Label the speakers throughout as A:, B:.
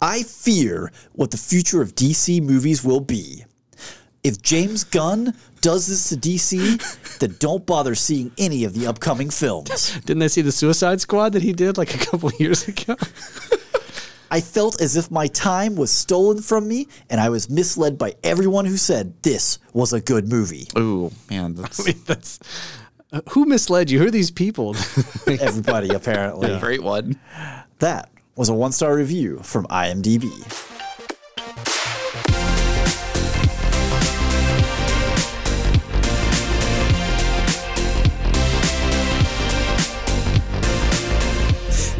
A: I fear what the future of DC movies will be. If James Gunn does this to DC, then don't bother seeing any of the upcoming films.
B: Didn't I see the Suicide Squad that he did like a couple years ago?
A: I felt as if my time was stolen from me and I was misled by everyone who said this was a good movie.
B: Ooh, man, that's, that's uh, who misled you? Who are these people?
A: Everybody, apparently.
C: Great one.
A: That was a one star review from IMDb.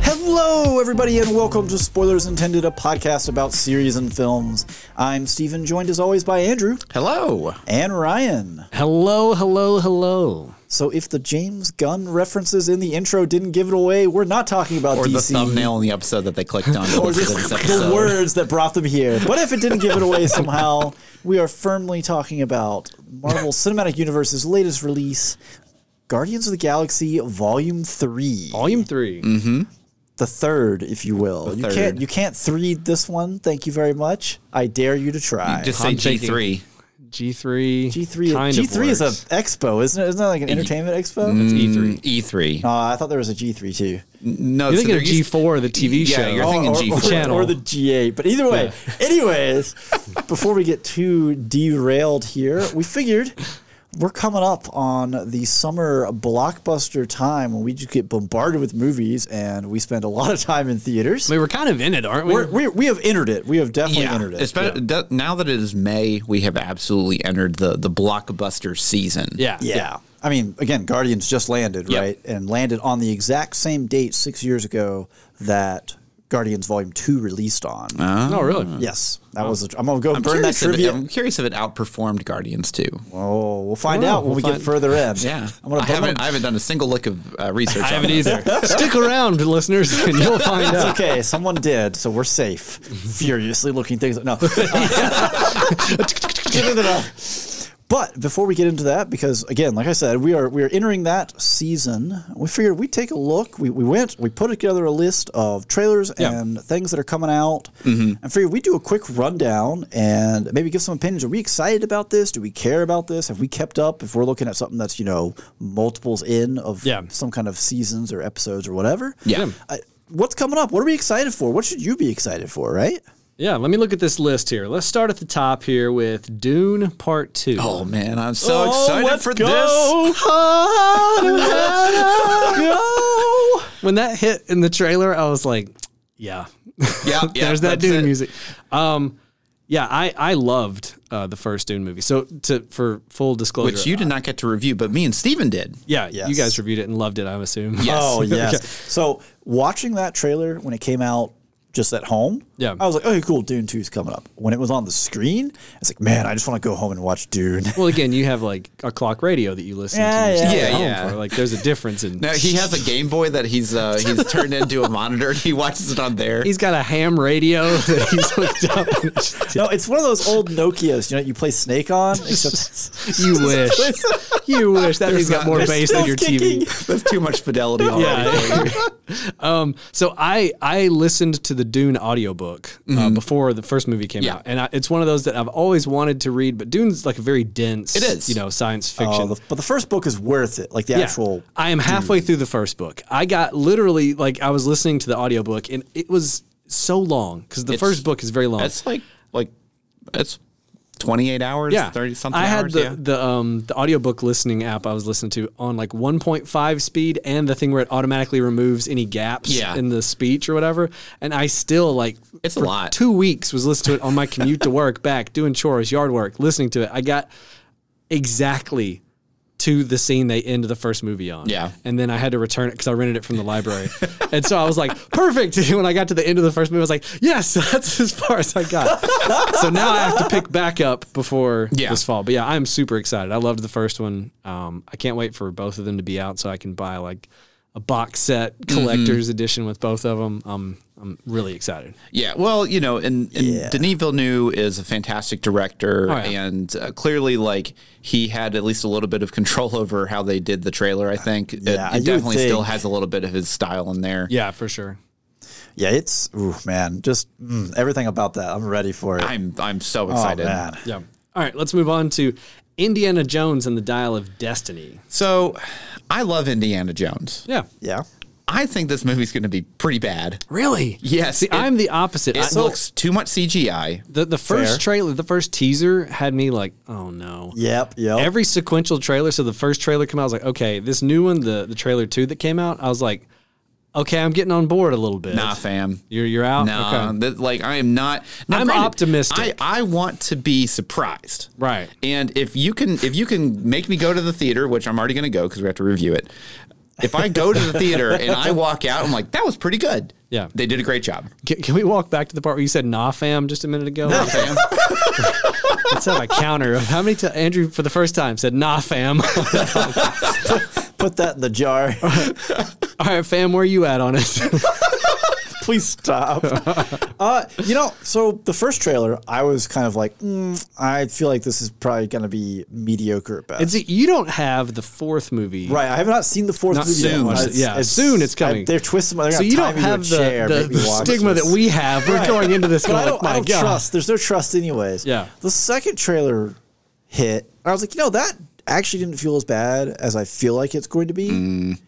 A: Hello, everybody, and welcome to Spoilers Intended, a podcast about series and films. I'm Steven, joined as always by Andrew
C: Hello.
A: and Ryan.
B: hello, hello, hello.
A: So, if the James Gunn references in the intro didn't give it away, we're not talking about
C: Or
A: DC.
C: the thumbnail in the episode that they clicked on.
A: or just the words that brought them here. But if it didn't give it away somehow, we are firmly talking about Marvel Cinematic Universe's latest release, Guardians of the Galaxy Volume Three,
B: Volume 3
A: the third, if you will. you
C: third.
A: can't you can't three this one. Thank you very much. I dare you to try.
C: Just say
B: I'm
C: G
B: thinking-
C: three.
B: G three,
A: G three.
B: kind
A: G three
B: of
A: is a
B: works.
A: expo, isn't it? Isn't that like an entertainment expo?
B: It's E three.
C: E three.
A: Uh, I thought there was a G three too.
C: No,
B: You're
C: so
B: thinking
C: they're
B: of G
C: used-
B: four, the TV
C: Yeah,
B: show. Oh,
C: you're thinking-
A: or,
C: G
A: or-
B: channel.
A: or the G8. But either way, anyways, before we get too derailed here, we figured we're coming up on the summer blockbuster time when we just get bombarded with movies and we spend a lot of time in theaters.
B: we were kind of in it, aren't we?
A: We're, we we have entered it. We have
B: oh,
A: definitely
C: Yeah,
A: entered it.
C: Espe- that- now that it is May, we have absolutely entered the the blockbuster season.
B: yeah.
A: yeah. I mean, again, Guardians just landed,
C: Yep.
A: right? And landed on the exact same date six years ago that Guardians Volume 2 released on.
B: Oh, really?
A: yes. That was, a, I'm going to go
C: Uh-huh. I'm
A: burn that
C: curious, if it,
A: trivia.
C: I'm curious if it outperformed Guardians too.
A: Oh, we'll find
B: Oh,
A: out when
B: we'll
A: we
B: find-
A: get further in.
C: Yeah,
A: I'm gonna.
C: I
A: bump
C: haven't.
A: them.
C: I haven't done a single lick of uh, research.
B: I
C: on
B: haven't
C: it.
B: either. Stick around, listeners, and you'll find
A: It's
B: out.
A: okay. Someone did, so we're safe. Furiously looking things up. No. Uh, but before we get into that, because again, like I said, we are we are entering that season. We figured we'd take a look. We, we went, we put together a list of trailers and things that are coming out, and figured we'd do a quick rundown and maybe give some opinions. Are we excited about this? Do we care about this? Have we kept up? If we're looking at something that's you know multiples in of
B: Yeah.
A: some kind of seasons or episodes or whatever,
C: Yeah.
A: I, what's coming up? What are we excited for? What should you be excited for, right?
B: Yeah, let me look at this list here. Let's start at the top here with Dune Part Two.
C: Oh man, I'm so
B: Oh,
C: excited
B: let's
C: for
B: go. when that hit in the trailer, I was like, yeah.
C: this. Yeah, yeah,
B: There's that
C: that's
B: Dune
C: it.
B: music. Um, yeah, I, I loved uh, the first Dune movie. So to for full disclosure,
C: which you did not get to review, but me and Steven did.
B: yeah, you
A: Yes.
B: guys reviewed it and loved it, I assume.
C: Yes.
A: Oh yes.
B: Okay.
A: So watching that trailer when it came out just at home,
B: Yeah.
A: I was like, okay, cool, Dune 2's coming up. When it was on the screen, I was like, man, I just want to go home and watch Dune.
B: Well, again, you have like a clock radio that you listen
A: Yeah,
B: to.
A: yeah,
B: yourself at
C: yeah.
B: home
C: Yeah.
B: for. Like, there's a difference in.
C: Now he has a Game Boy that he's uh, he's turned into a monitor. and He watches it on there.
B: He's got a ham radio that he's hooked up.
A: no, it's one of those old Nokias, you know, you play Snake on, except
B: you wish. You wish. That means you got
C: not-
B: more
C: there's
B: bass than your TV.
C: That's too much fidelity. Already.
B: Yeah. um, so I I listened to the Dune audiobook uh, before the first movie came
C: Mm-hmm. Yeah.
B: out, and I, it's one of those that I've always wanted to read. But Dune's like a very dense,
C: It is.
B: you know, science fiction.
A: Oh, the, but the first book is worth it. Like the
B: Yeah.
A: actual
B: I am halfway through the first book. I got literally like I was listening to the audiobook, and it was so long because the
C: It's-
B: first book is very long.
C: That's like like that's twenty eight hours. thirty something.
B: I had
C: hours,
B: the
C: yeah.
B: the um the audiobook listening app I was listening to on like 1.5 speed and the thing where it automatically removes any gaps
C: Yeah.
B: in the speech or whatever and I still like
C: It's a
B: for
C: lot.
B: 2 weeks was listening to it on my commute to work back doing chores yard work listening to it I got exactly to the scene they end the first movie on.
C: Yeah.
B: And then I had to return it because I rented it from the library. and so I was like, perfect. And when I got to the end of the first movie, I was like, yes, that's as far as I got. so now I have to pick back up before
C: Yeah.
B: this fall. But yeah, I'm super excited. I loved the first one. Um, I can't wait for both of them to be out so I can buy like a box set
C: Mm-hmm.
B: collector's edition with both of them. Um, I'm really excited.
C: Yeah, well, you know, and, and
A: Yeah.
C: Denis Villeneuve is a fantastic director,
B: Oh, yeah.
C: and uh, clearly, like he had at least a little bit of control over how they did the trailer. I think it,
A: Yeah,
C: it
A: you would
C: definitely still
A: think.
C: has a little bit of his style in there.
B: Yeah, for sure.
A: Yeah, it's ooh man, just mm, everything about that. I'm ready for it.
C: I'm I'm so
A: oh
C: excited.
A: man,
B: Yeah. All right, let's move on to Indiana Jones and the Dial of Destiny.
C: So, I love Indiana Jones.
B: Yeah.
A: yeah.
C: I think this movie's going to be pretty bad.
B: Really?
C: Yes,
B: See,
C: it-
B: I'm the opposite.
C: It
B: I-
C: looks too much CGI.
B: the the first
A: Fair.
B: trailer, the first teaser had me like, oh no.
A: Yep, yep.
B: Every sequential trailer, so the first trailer came out, I was like, okay, this new one, the the trailer two that came out, I was like, okay, I'm getting on board a little bit.
C: Nah, fam.
B: You're you're out.
C: No,
B: Okay.
C: that- like I am not. now,
B: I'm optimistic.
C: I, I want to be surprised.
B: Right.
C: And if you can, if you can make me go to the theater, which I'm already going to go because we have to review it. If I go to the theater and I walk out, I'm like, that was pretty good.
B: Yeah.
C: they did a great job.
B: Can, can we walk back to the part where you said nah, fam, just a minute ago?
C: Fam.
B: Let's have a counter of how many times Andrew, for the first time, said nah, fam. All
A: Put that in the jar.
B: right, fam, where you at on it?
A: Please stop. uh, you know, so the first trailer, I was kind of like, mm, I feel like this is probably going to be mediocre at best.
B: And see, you don't have the fourth movie.
A: right, I have not seen the fourth
B: Not
A: movie
B: soon.
A: yet.
B: Yeah, soon it's coming.
A: I- they're twisting. my- They're
B: So
A: gonna
B: you
A: tie
B: don't
A: me to a
B: have the,
A: chair,
B: the,
A: make me
B: the
A: watch
B: stigma
A: this.
B: that we have. We're
A: Right.
B: going into this
A: But I
B: going
A: don't,
B: like,
A: I
B: my
A: don't
B: God.
A: trust. There's no trust, anyways.
B: Yeah.
A: The second trailer hit, and I was like, you know, that actually didn't feel as bad as I feel like it's going to be.
B: Mm.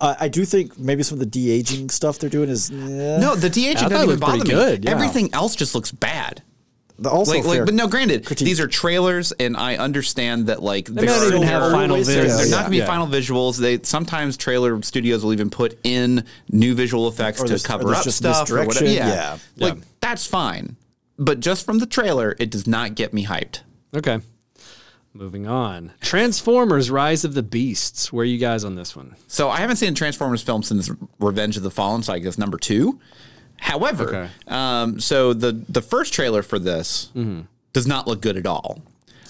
A: Uh, I do think maybe some of the de aging stuff they're doing is eh.
C: No, the DH
B: Uh, I thought it
C: doesn't even
B: looked pretty
C: bother me.
B: good, yeah.
C: Everything else just looks bad.
A: also
C: Like, like,
A: fair.
C: but no. Granted,
A: Critique.
C: these are trailers, and I understand that like
B: They
C: they're,
B: don't even
A: so
B: have
A: they're
B: final
A: always-
B: vids.
A: they're
C: they're
A: Yeah.
C: not going to be final visuals. They sometimes trailer studios will even put in new visual effects
A: Or
C: to
A: there's- or
C: cover
A: there's
C: up
A: just
C: stuff or whatever.
A: misdirection.
C: Yeah.
B: Yeah.
C: like
B: Yeah.
C: that's fine. But just from the trailer, it does not get me hyped.
B: Okay. Moving on. Transformers Rise of the Beasts. Where are you guys on this one?
C: So I haven't seen a Transformers film since Revenge of the Fallen, so I guess number two. However,
B: Okay.
C: um, so the the first trailer for this does not look good at all.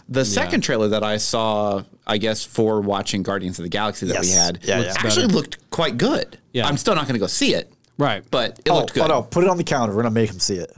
C: The second trailer that I saw, I guess, for watching Guardians of the Galaxy that we
A: Yes.
C: had,
A: Yeah, yeah.
C: actually looked quite good.
B: Yeah.
C: I'm still not going to go see it,
B: Right.
C: but it
A: Oh,
C: looked good.
A: oh, no, put it on the counter. We're gonna make him see it.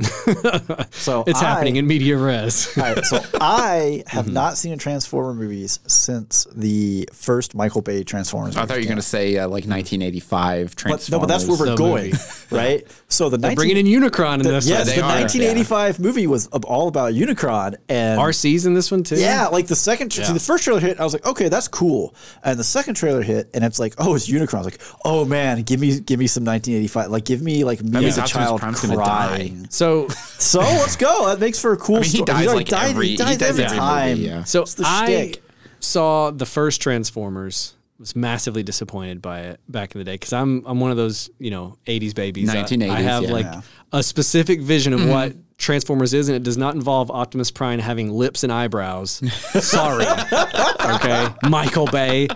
A: so
B: It's
A: I-
B: happening in media res.
A: all right, so I have
C: Mm-hmm.
A: not seen a Transformer movies since the first Michael Bay Transformers.
C: I thought you were going to say uh, like 1985
A: but,
C: Transformers.
A: no, but that's where
B: The
A: we're going,
B: movie.
A: right? So the 19,
B: Bringing in Unicron in this
A: yes,
B: one.
A: the
C: are, yeah.
A: 1985 movie was ab- all about Unicron and
B: RC's in this one too?
A: yeah, like the second tra- see,
B: Yeah.
A: the first trailer hit, I was like, okay, that's cool, and the second trailer hit, and it's like, oh, it's Unicron. I was like, oh man, give me give me some 1985, like give me like me as
C: means
A: a
C: Optimus
A: child
C: Prime's gonna die.
A: crying.
B: So
A: So let's go. That makes for a cool
C: mean, he
A: story.
C: dies,
A: already
C: like, every- he
A: dies
C: dies every movie,
A: time.
C: yeah.
B: so
A: It's the
B: I
A: shtick.
B: saw the first Transformers. Was massively disappointed by it back in the day because I'm I'm one of those you know 80s babies. I- I,
C: 1980s,
B: have
C: yeah.
B: like
A: Yeah.
B: a specific vision
A: Mm-hmm.
B: of what Transformers is, and it does not involve Optimus Prime having lips and eyebrows. Sorry, okay, Michael Bay.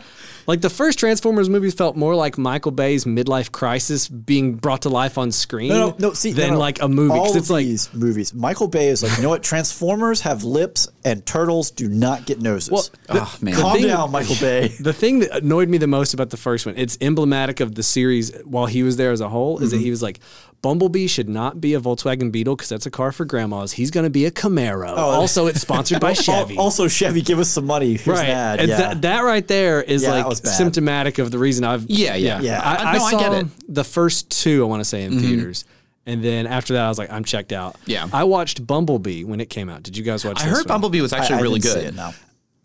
B: Like the first Transformers movie felt more like Michael Bay's midlife crisis being brought to life on screen
A: No, no, no. See, no,
B: than
A: no.
B: like a movie. 'Cause
A: All
B: it's like
A: these movies. Michael Bay is like, you know what? Transformers have lips, and turtles do not get noses.
C: oh, man.
A: Calm
B: thing-
A: down, Michael Bay.
B: The thing that annoyed me the most about the first one, it's emblematic of the series while he was there as a whole, is that
A: Mm-hmm.
B: he was like, Bumblebee should not be a Volkswagen Beetle because that's a car for grandmas. He's going to be a Camaro. also, it's sponsored by Chevy.
A: Oh. Al- Also, Chevy, give us some money. Here's
B: right.
A: an ad.
B: And
A: yeah.
B: that, that right there is
A: Yeah, that
B: like
A: was bad.
B: symptomatic of the reason I've.
C: Yeah, yeah.
A: Yeah.
B: I,
C: Uh, no,
B: I
C: I
B: saw
C: get it.
B: the first two, I want to say,
A: Mm-hmm.
B: in theaters. And then after that, I was like, I'm checked out.
C: Yeah.
B: I watched Bumblebee when it came out. Did you guys watch
C: I
B: this
C: heard
B: one?
C: Bumblebee was actually
A: I
C: really
A: didn't see
C: good.
A: it, no.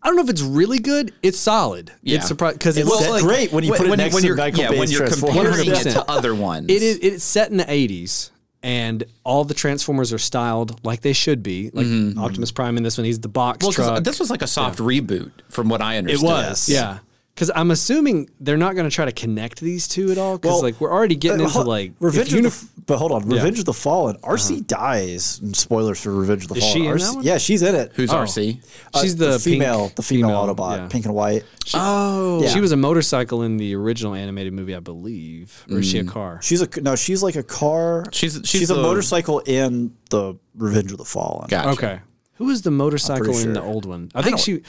B: I don't know if it's really good. It's solid.
C: Yeah.
B: It's surprising because
A: It's set great when you put it next to
C: you're-
A: Michael
C: yeah,
A: Bay's
C: when you're
A: Transformers.
C: comparing it
B: 100%.
C: to other ones.
B: It is it's set in the 80s and all the transformers are styled like they should be. Like
A: Mm-hmm.
B: Optimus Prime in this one, he's the box
C: Well,
A: uh,
C: 'cause uh,
B: truck.
C: this was like a soft reboot, from what I
B: it
C: understood.
B: was. Yeah. Cuz I'm assuming they're not going to try to connect these two at all cuz
A: Well,
B: like we're already getting
A: Uh,
B: into
A: hold-
B: like if
A: Revenge
B: uni-
A: of the, F- but hold on, Revenge of the Fallen. RC dies. Spoilers for Revenge of the
B: Uh-huh. Is
A: Fallen.
B: she in
A: RC
B: that one?
A: Yeah, she's in it.
C: Who's
B: Oh.
C: RC?
A: Uh,
B: She's the, pink-
A: female, the female, Autobot,
B: yeah.
A: pink and white.
C: Oh,
A: Yeah.
B: She was a motorcycle in the original animated movie, I believe, or is she a
A: Mm.
B: car?
A: She's a no. She's like a car.
C: She's- she's
A: she's a
C: the-
A: motorcycle in the Revenge of the Fallen.
C: gotcha.
B: Okay. Who was the motorcycle in
A: sure.
B: the old one? I think
C: don't-
B: she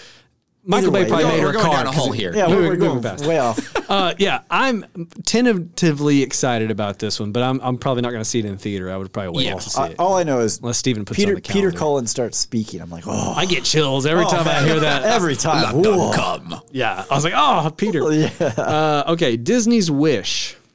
B: Michael Bay
A: way,
B: probably
A: we're
B: made
A: going-
B: her
C: Oh, we're
B: a
C: going
B: car
C: down a
B: 'cause
C: hole
B: it-
C: here.
A: Yeah,
B: Moving-
A: we are going
B: moving fast.
A: way off.
B: Uh, yeah, I'm tentatively excited about this one, but I'm, I'm probably not going to see it in theater. I would probably wait
C: Yeah.
B: to see
A: I,
B: it
A: all I know is
B: unless Steven puts it on
A: Peter
B: the calendar.
A: Peter Cullen starts speaking. I'm like, oh,
B: I get chills every time I hear that.
A: every time. Whoa.
C: Come.
B: yeah, I was like, oh, Peter.
A: Yeah.
B: Uh, okay, Disney's Wish.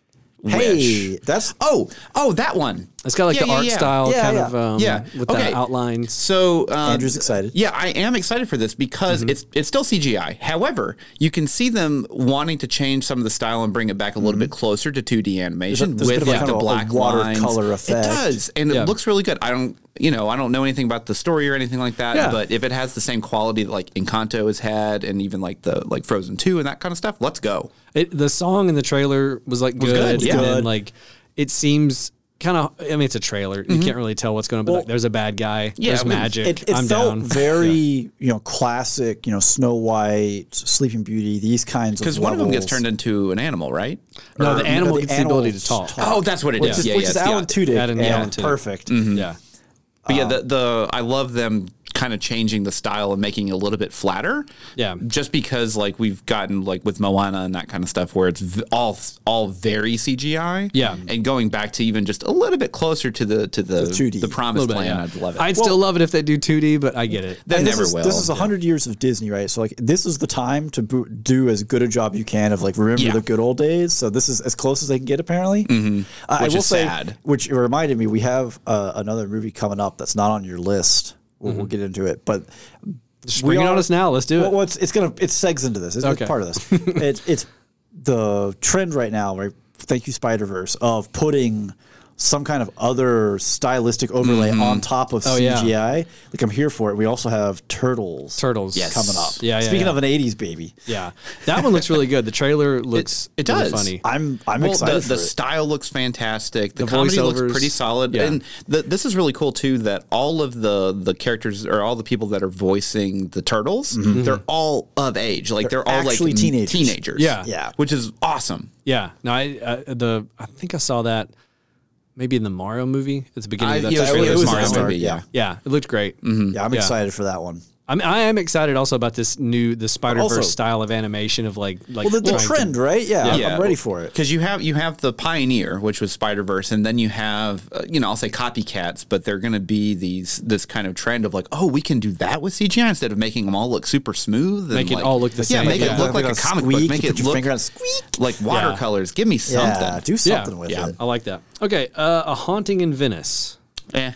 A: Hey, that's
C: Oh, oh, that one.
B: It's got like
C: Yeah,
B: the
C: yeah,
B: art
C: yeah.
B: style
A: Yeah,
B: kind
A: yeah.
B: of um,
C: Yeah.
B: with
C: Okay.
B: the outlines.
C: So um,
A: Andrew's excited. Mm-hmm.
C: Yeah, I am excited for this because it's it's still CGI. However, you can see them wanting to change some of the style and bring it back a little bit closer to 2D animation
A: Mm-hmm. There's a- there's a bit
C: with
A: of a
C: like
A: kind
C: the
A: of a
C: black
A: watercolor
C: lines.
A: effect.
C: It does, and
B: Yeah.
C: it looks really good. I don't, you know, I don't know anything about the story or anything like that.
B: Yeah.
C: But if it has the same quality that like Encanto has had, and even like the like Frozen Two and that kind of stuff, let's go.
B: It, the song in the trailer was like good,
C: good, yeah.
B: and then
A: Good.
B: like it seems kind of. I mean, it's a trailer. You can't really tell what's going on. But like, there's a bad guy.
C: yeah,
B: there's
C: I mean,
B: magic.
A: it, it
B: I'm
A: felt
B: down.
A: very you know classic you know Snow White, Sleeping Beauty, these kinds of
C: Because one of them gets
A: levels.
C: turned into an animal, right?
B: no, the animal
A: the
B: gets the ability
A: animals
B: to talk.
A: talk.
C: Oh, that's what it is.
A: which is,
C: yeah,
A: which
C: yeah,
A: is
C: it's the-
A: Alan Tudyk.
B: Alan- yeah,
A: and
B: Alan Tudyk.
A: Perfect.
B: Yeah.
C: But yeah, the, the I love them kind of changing the style and making it a little bit flatter.
B: Yeah.
C: Just because like we've gotten like with Moana and that kind of stuff where it's v- all all very CGI.
B: Yeah.
C: And going back to even just a little bit closer to the to the
A: 2D.
C: the promised
B: But,
C: land,
B: yeah.
C: I'd love it.
B: I'd still love it if they do 2D, but I get it.
C: that
A: And
C: never
A: this is,
C: will.
A: This is 100 years of Disney, right? So, like, this is the time to bo- do as good a job you can of, like, remember
C: Yeah.
A: the good old days. So, this is as close as they can get, apparently. Mm-hmm. I
C: Which
A: will
C: is
A: say,
C: sad.
A: which reminded me, we have uh, another movie coming up that's not on your list. We'll, we'll get into it. But
B: Just bring it on us now. Let's do
A: well,
B: it.
A: well, it's, it's gonna it segs into this. It's
B: Okay.
A: it's part of this. it's it's the trend right now. Right, thank you Spider Verse of putting some kind of other stylistic overlay on top of
B: Oh, yeah.
A: CGI. Like I'm here for it. We also have Turtles.
B: Turtles
C: Yes.
A: coming up.
B: Yeah, yeah,
A: Speaking
B: yeah.
A: of an '80s baby,
B: Yeah, that one looks really good. The trailer looks
C: it
B: really
C: does.
B: funny.
A: I'm I'm
C: well,
A: excited
C: the,
A: for
C: the
A: it.
C: style looks fantastic. The, comedy looks
B: voiceovers.
C: pretty solid,
B: Yeah.
C: and the, this is really cool too. That all of the the characters or all the people that are voicing the turtles, they're all of age. Like they're, all
A: Mm-hmm. actually
C: like
A: teenagers.
C: Teenagers,
B: Yeah.
A: Yeah.
C: which is awesome.
B: Yeah, no, I uh, the I think I saw that maybe in the Mario movie at the beginning
C: I,
B: of that.
C: yeah, it was
B: trailer.
C: really
A: it was
C: Mario
A: Mario,
C: movie,
A: yeah.
C: yeah. Mm-hmm.
B: Yeah, it looked great.
A: yeah, I'm excited for that one.
B: I mean, I am excited also about this new the Spider Verse
A: Also-
B: style of animation of like like
A: Well, the, the
B: trying to-
A: trend, right? Yeah,
C: Yeah.
A: I'm ready for it.
C: Because you have you have the Pioneer, which was Spider Verse, and then you have uh, you know I'll say copycats, but they're going to be these this kind of trend of like oh we can do that with CGI instead of making them all look super smooth, and
B: Make it
C: like-
B: all look the
C: Yeah,
B: same,
C: make
B: yeah.
C: it look
A: Put
C: like
A: it
C: a
A: on
C: comic
A: squeak,
C: book,
A: you
C: make
A: put
C: it
A: your
C: look
A: finger on squeak.
C: like watercolors. Give me something.
A: Yeah, do
B: Yeah.
A: something with
C: Yeah.
A: it.
B: I like that. Okay, uh, a haunting in Venice.
C: Eh.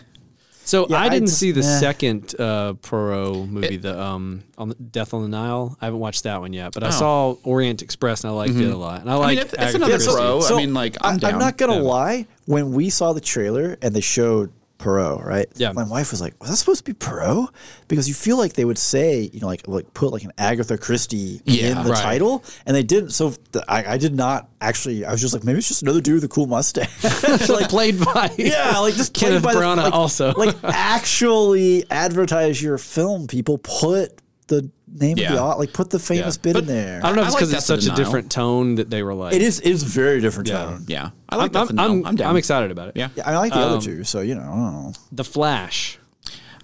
B: So I
A: I
B: didn't
A: just-
B: see the
A: eh.
B: second uh, Poirot movie, the um, on the Death on the Nile. I haven't watched that one yet, but I saw Orient Express and I liked it a lot. And I
C: I
B: like
C: mean, if- it's another pro. I mean, like I'm
A: I,
C: down.
A: am not gonna lie. When we saw the trailer and they showed Perot, right?
B: Yeah.
A: My wife was like, "Was that supposed to be Perot?" Because you feel like they would say, you know, like like put like an Agatha Christie
C: Yeah.
A: in the
B: Right.
A: title, and they didn't. So th- I, I did not actually. I was just like, maybe it's just another dude with a cool mustache. like,
B: played by
A: yeah, like just played
B: Kenneth
A: by the-
B: Branagh
A: like-
B: also.
A: like actually advertise your film. People put the name of the
C: Yeah.
A: au- like put the famous bit in there.
B: I don't know if
C: I
B: it's
C: like
B: because
C: Death
B: it's
C: of the
B: such a
C: Nile.
B: different tone that they were like.
A: it is it is very different tone.
C: Yeah, Um, I like
B: I'm,
C: that.
B: I'm,
C: I'm, down.
B: I'm excited about it.
C: Yeah.
A: Yeah, I like the other two, so you know, I don't know.
B: The Flash.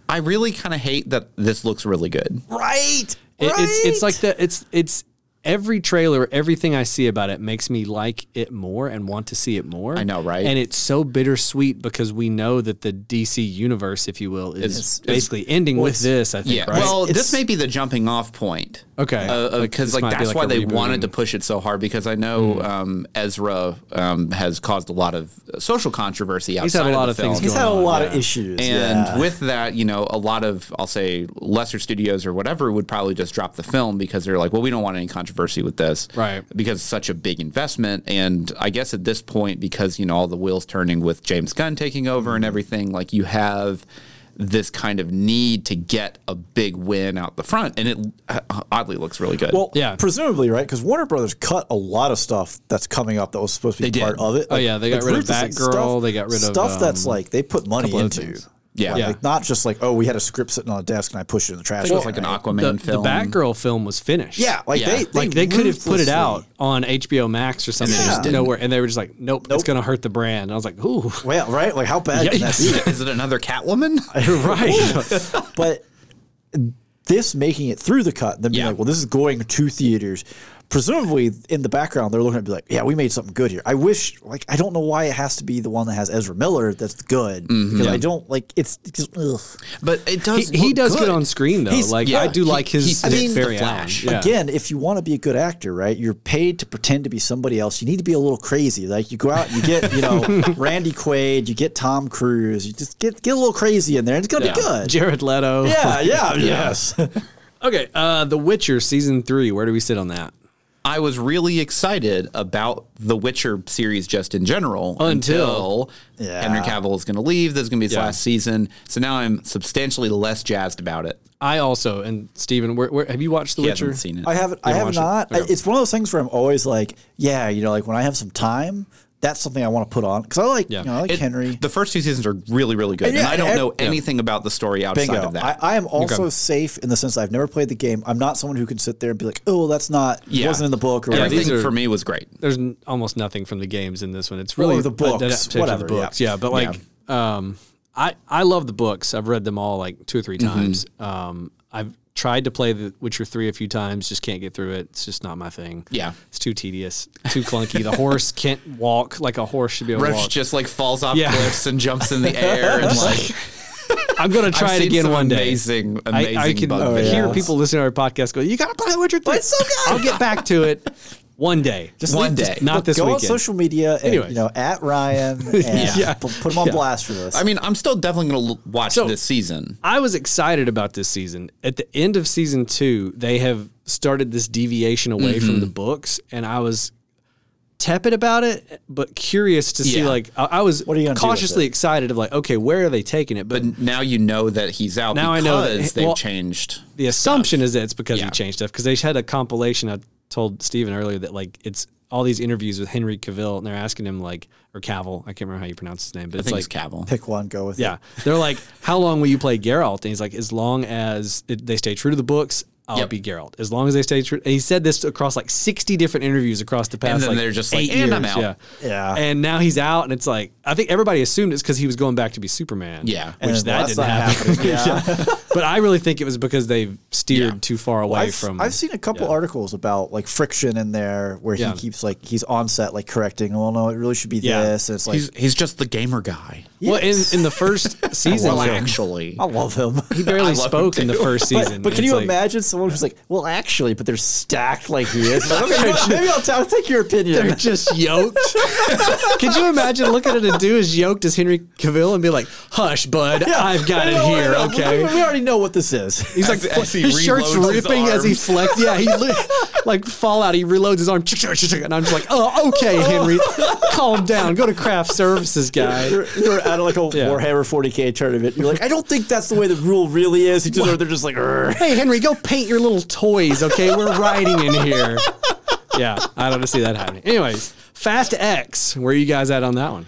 C: I really kind of hate that this looks really good.
A: Right.
B: It, It's it's like the it's it's every trailer, everything I see about it makes me like it more and want to see it more. I
C: know, right?
B: And it's so bittersweet because we know that the DC universe, if you will, is basically ending with this. I think,
C: Yeah.
B: right?
C: Well,
A: It's-
C: this may be the jumping off point.
B: Okay. Like,
C: Because
B: this
C: Uh, like,
B: might be
C: that's
B: like
C: why
B: a
C: they
B: reboot. Hmm.
C: wanted to push it so hard because I know um, Ezra um, has caused a lot of social controversy outside
B: He's had a lot
C: the
B: of things
C: film.
A: he's had a
B: going on,
A: lot of
B: yeah.
A: issues.
C: And
A: yeah.
C: with that, you know, a lot of I'll say lesser studios or whatever would probably just drop the film because they're like, well, we don't want any controversy with this,
B: Right.
C: Because it's such a big investment, and I guess at this point, because you know all the wheels turning with James Gunn taking over
B: Hmm.
C: and everything, like you have this kind of need to get a big win out the front, and it uh, oddly looks really good.
A: well,
B: Yeah.
A: presumably, right? Because Warner Brothers cut a lot of stuff that's coming up that was supposed to be
C: They
A: part
C: did.
A: of it.
B: Oh, yeah, they got rid of
A: ruthless, like,
B: Batgirl, they got rid of,
A: stuff that's
B: um,
A: like they put money
B: of
A: into.
B: things.
C: Yeah.
A: like,
B: Yeah.
A: like, not just like oh, we had a script sitting on a desk and I pushed it in the trash.
C: it was
A: can,
C: like an
A: right?
B: the,
C: Aquaman
B: the
C: film.
B: Batgirl film was finished.
A: Yeah, like
C: Yeah.
A: they
B: Like they could have put it
A: ruthlessly-
B: out on HBO Max or something,
C: just
B: just
C: didn't.
B: nowhere, and they were just like, "Nope, it's going to hurt the brand." And I was like, "Ooh,
A: Well, right? Like how bad can that be?
C: Is it another Catwoman?
B: right."
A: but this making it through the cut, then being
C: Yeah.
A: like, well, this is going to theaters. presumably in the background they're looking at it be like, yeah, we made something good here. I wish like I don't know why it has to be the one that has Ezra Miller that's good
C: Mm-hmm.
A: because I don't like it's just, ugh.
C: But it does.
B: He, he
C: look
B: does good.
C: good.
B: on screen though.
A: He's-
B: like
A: yeah,
B: I do
A: he-
B: like his.
C: he
B: his
C: fits the
B: very
C: Flash.
B: eye. Yeah.
A: Again, if you want to be a good actor, right, you're paid to pretend to be somebody else. You need to be a little crazy. Like you go out, and you get, you know, Randy Quaid, you get Tom Cruise, you just get get a little crazy in there, and it's gonna be
C: Yeah.
A: good.
B: Jared Leto.
A: Yeah, yeah, yes.
B: Okay. Uh, The Witcher season three. Where do we sit on that?
C: I was really excited about the Witcher series just in general
B: Until-
C: until,
A: Yeah.
C: Henry Cavill is going to leave. This is going to be his
B: Yeah.
C: last season. So now I'm substantially less jazzed about it.
B: I also and Steven, where, where have you watched The
C: He
B: Witcher?
C: hasn't seen it.
A: I haven't. I have
B: watched it?
A: not. I-
B: Okay.
A: It's one of those things where I'm always like, yeah, you know, like when I have some time, that's something I want to put on because I like,
B: Yeah.
A: you know, I like
C: It-
A: Henry.
C: The first two seasons are really, really good.
A: Yeah,
C: and I don't
A: and-
C: know anything about the story outside
A: Bingo.
C: of that.
A: I, I am also safe in the sense that I've never played the game. I'm not someone who can sit there and be like, oh, that's not, it
C: Yeah.
A: wasn't in the book or
B: Yeah,
A: whatever.
B: these
C: Everything
B: are-
C: for me was great.
B: there's n- almost nothing from the games in this one. It's really
A: Or the
B: an
A: books,
B: adaptation of
A: whatever,
B: the books. Yeah. but like, um, I I love the books. I've read them all like two or three times. Um, I've tried to play The Witcher three a few times, just can't get through it. It's just not my thing.
C: Yeah.
B: it's too tedious, too clunky. the horse can't walk like a horse should be able to
C: Roach
B: walk.
C: just like falls off
B: Yeah.
C: cliffs and jumps in the air and like
B: I'm gonna try
C: I've
B: it
C: seen
B: again
C: some
B: one day.
C: Amazing, amazing
B: I, I can oh,
C: bug videos.
B: hear
A: yeah.
B: people listening to our podcast go, "You gotta play The Witcher three.
A: it's so good."
B: I'll get back to it one day.
A: Just
C: One
A: leave-
C: day.
B: Not
A: look,
B: this
A: go
B: weekend.
A: on social media and
B: Anyway.
A: you know at Ryan and
B: Yeah.
A: p- put him on blast for this.
C: I mean, I'm still definitely going to watch
B: So-
C: this season.
B: I was excited about this season. At the end of season two, they have started this deviation away
C: Mm-hmm.
B: from the books, and I was tepid about it, but curious to see.
C: Yeah.
B: Like, I, I was
A: What are you gonna do with
B: cautiously
A: it?
B: excited of like, okay, where are they taking it? But,
C: Now you know that he's out
B: Now I
C: because
B: know that-
C: they've
B: well-
C: changed.
B: the assumption is that it's because he
C: Yeah.
B: changed stuff because they had a compilation. I told Steven earlier that like it's all these interviews with Henry Cavill, and they're asking him like or Cavill. I can't remember how you pronounce his name, but
C: I
B: it's
C: think
B: like
C: it's Cavill.
A: pick one, go with
B: Yeah.
A: it.
B: They're like, how long will you play Geralt? And he's like, as long as it, they stay true to the books, I'll
C: Yep.
B: be Geralt. As long as they stay true. And he said this across like 60 different interviews across the past
C: And then
B: like,
C: they're just
B: eight
C: like, "And I'm
B: years."
C: out.
B: Yeah.
A: Yeah.
B: And now he's out. And it's like, I think everybody assumed it's because he was going back to be Superman.
C: Yeah.
A: And
B: Which
A: then, well,
B: that
A: that's not
B: didn't happen.
A: happening. Yeah.
B: but I really think it was because they steered too far away
A: I've,
B: from.
A: I've seen a couple articles about like friction in there where
B: Yeah.
A: he keeps like he's on set like correcting. Well, no, it really should be
B: Yeah.
A: this. And it's like
C: He's he's just the gamer guy.
B: Well, in, in the first season,
C: Well,
B: like,
C: actually,
A: I love him.
B: he barely
C: love him
B: spoke in the first season.
A: But can
B: It's
A: you
B: like-
A: imagine someone who's like, well, actually, but they're stacked like he is. Like, okay, well, maybe I'll, t- I'll take your opinion.
B: just yoked. Could you imagine looking at a dude as yoked as Henry Cavill and be like, "Hush, bud, I've got it
A: No, no,
B: here."
A: no,
B: okay.
A: We, we already know what this is.
B: He's like,
C: As- as he
B: his shirt's
C: reloads his
B: ripping as he
C: arm.
B: flex. Yeah, he li- like fall out. He reloads his arm, and I'm just like, "Oh, okay, Henry, calm down. Go to craft services, guy."
A: You're, you're at like a
B: Yeah.
A: Warhammer 40k tournament. You're like, I don't think that's the way the rule really is. You just, or they're just like, "Urgh."
B: Hey, Henry, go paint your little toys. Okay, we're riding in here. Yeah, I don't see that happening. Anyways, Fast X. Where are you guys at on that one?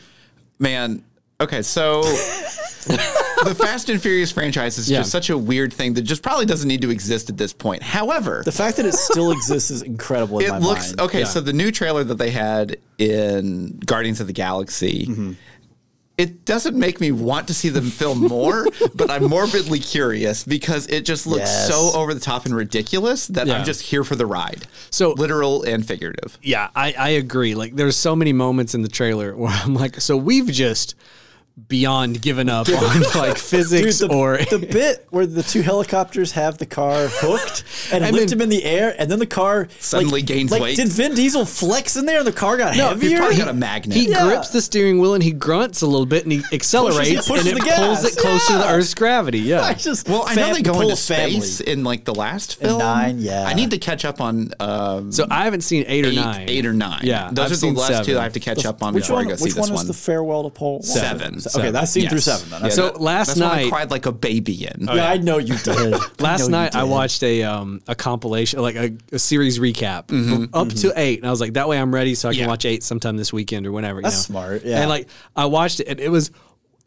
C: man. Okay, so the Fast and Furious franchise is
B: Yeah.
C: just such a weird thing that just probably doesn't need to exist at this point. However,
A: the fact that it still exists is incredible. In
C: it
A: my
C: looks
A: mind.
C: okay.
B: Yeah.
C: So the new trailer that they had in Guardians of the Galaxy. It doesn't make me want to see them film more, but I'm morbidly curious because it just looks
A: Yes.
C: so over the top and ridiculous that
B: Yeah.
C: I'm just here for the ride.
B: So-
C: literal and figurative.
B: Yeah, I, I agree. Like, there's so many moments in the trailer where I'm like, so we've just beyond given up on like physics
A: Dude, the,
B: or
A: the bit where the two helicopters have the car hooked and,
B: And
A: lift
B: then-
A: him in the air, and then the car
C: Suddenly
A: like-
C: gains
A: like,
C: weight.
A: Did Vin Diesel flex in there and the car got
C: He
A: heavier?
C: probably got a magnet.
B: he
A: Yeah.
B: grips the steering wheel and he grunts a little bit and he accelerates
A: pushes
B: and
A: the
B: it pulls
A: gas.
B: it closer to the
A: Yeah.
B: Earth's gravity.
A: I
B: Yeah.
A: just
C: Well, I know
A: fam-
C: they go
A: pull
C: into
A: a family.
C: space in like the last film.
A: nine, yeah.
C: I need to catch up on um,
B: So I haven't seen eight or
C: eight,
B: nine.
C: eight or nine.
B: Yeah,
C: those
B: I've
C: are
B: seen
C: the last two
B: seven.
C: that I have to catch up on
A: Which
C: before
A: one?
C: I go see
A: Which
C: this
A: one
C: one.
A: was the farewell to Paul?
C: Seven.
A: Okay, that's seen through
C: Yes.
A: seven. Then.
C: Yeah, Oh,
A: Okay.
B: So
C: that-
B: last
C: that's when I
B: night- Oh,
C: cried like a baby in.
A: yeah, I know you did.
B: Last
A: know you
B: night I
A: did.
B: watched a um a compilation like a, a series recap
A: Mm-hmm,
B: up to eight, and I was like, that way I'm ready, so I can
C: Yeah.
B: watch eight sometime this weekend or whenever. you
A: That's
B: know?
A: smart, yeah.
B: And like I watched it, and it was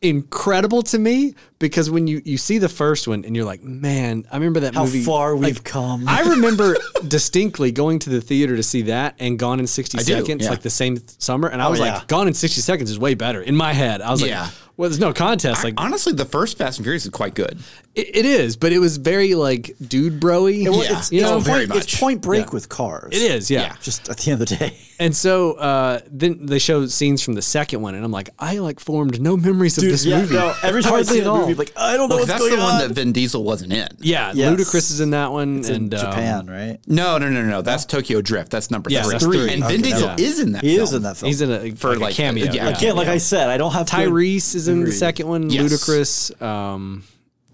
B: incredible to me because when you you see the first one and you're like, man, I remember that
A: How
B: movie.
A: far we've
B: like,
A: come.
B: I remember distinctly going to the theater to see that and Gone in 60
C: do,
B: Seconds
C: yeah.
B: like the same th- summer, and I was
A: Oh, yeah.
B: like, Gone in 60 Seconds is way better in my head. I was like,
C: Yeah.
B: Well, there's no contest. Like
C: Honestly, the first Fast and Furious is quite good.
B: it, it is, but it was very like dude broy.
A: Well,
C: Yeah.
A: it's,
B: you
A: it's
B: know,
C: very
A: point, it's
C: much.
A: point break
B: Yeah.
A: with cars.
B: it is. yeah.
C: Yeah.
A: Just at the end of the day.
B: And so uh, then they show scenes from the second one, and I'm like, I like formed no memories of this movie.
A: No, every time I
B: Hardly
A: see
B: at
A: the
B: all.
A: movie, I'm like, I don't know what's
C: that's
A: going
C: the one
A: on.
C: that um, Vin Diesel wasn't in.
B: yeah,
A: Yes.
B: Ludacris is in that one,
A: It's in
B: and um,
A: Japan, right?
C: No, no, no, no. That's Tokyo Drift. That's number
B: Yeah,
C: three.
B: that's three.
C: And
A: Okay,
C: Vin Diesel
B: yeah.
C: is in that.
A: He
C: film.
A: is in that film.
B: He's in a
C: For,
B: like,
C: like,
B: a cameo.
C: yeah.
B: yeah.
A: Again, like I said, I don't have good-
B: Tyrese is in the
A: Agreed.
B: second one.
C: Yes.
B: Ludacris, um,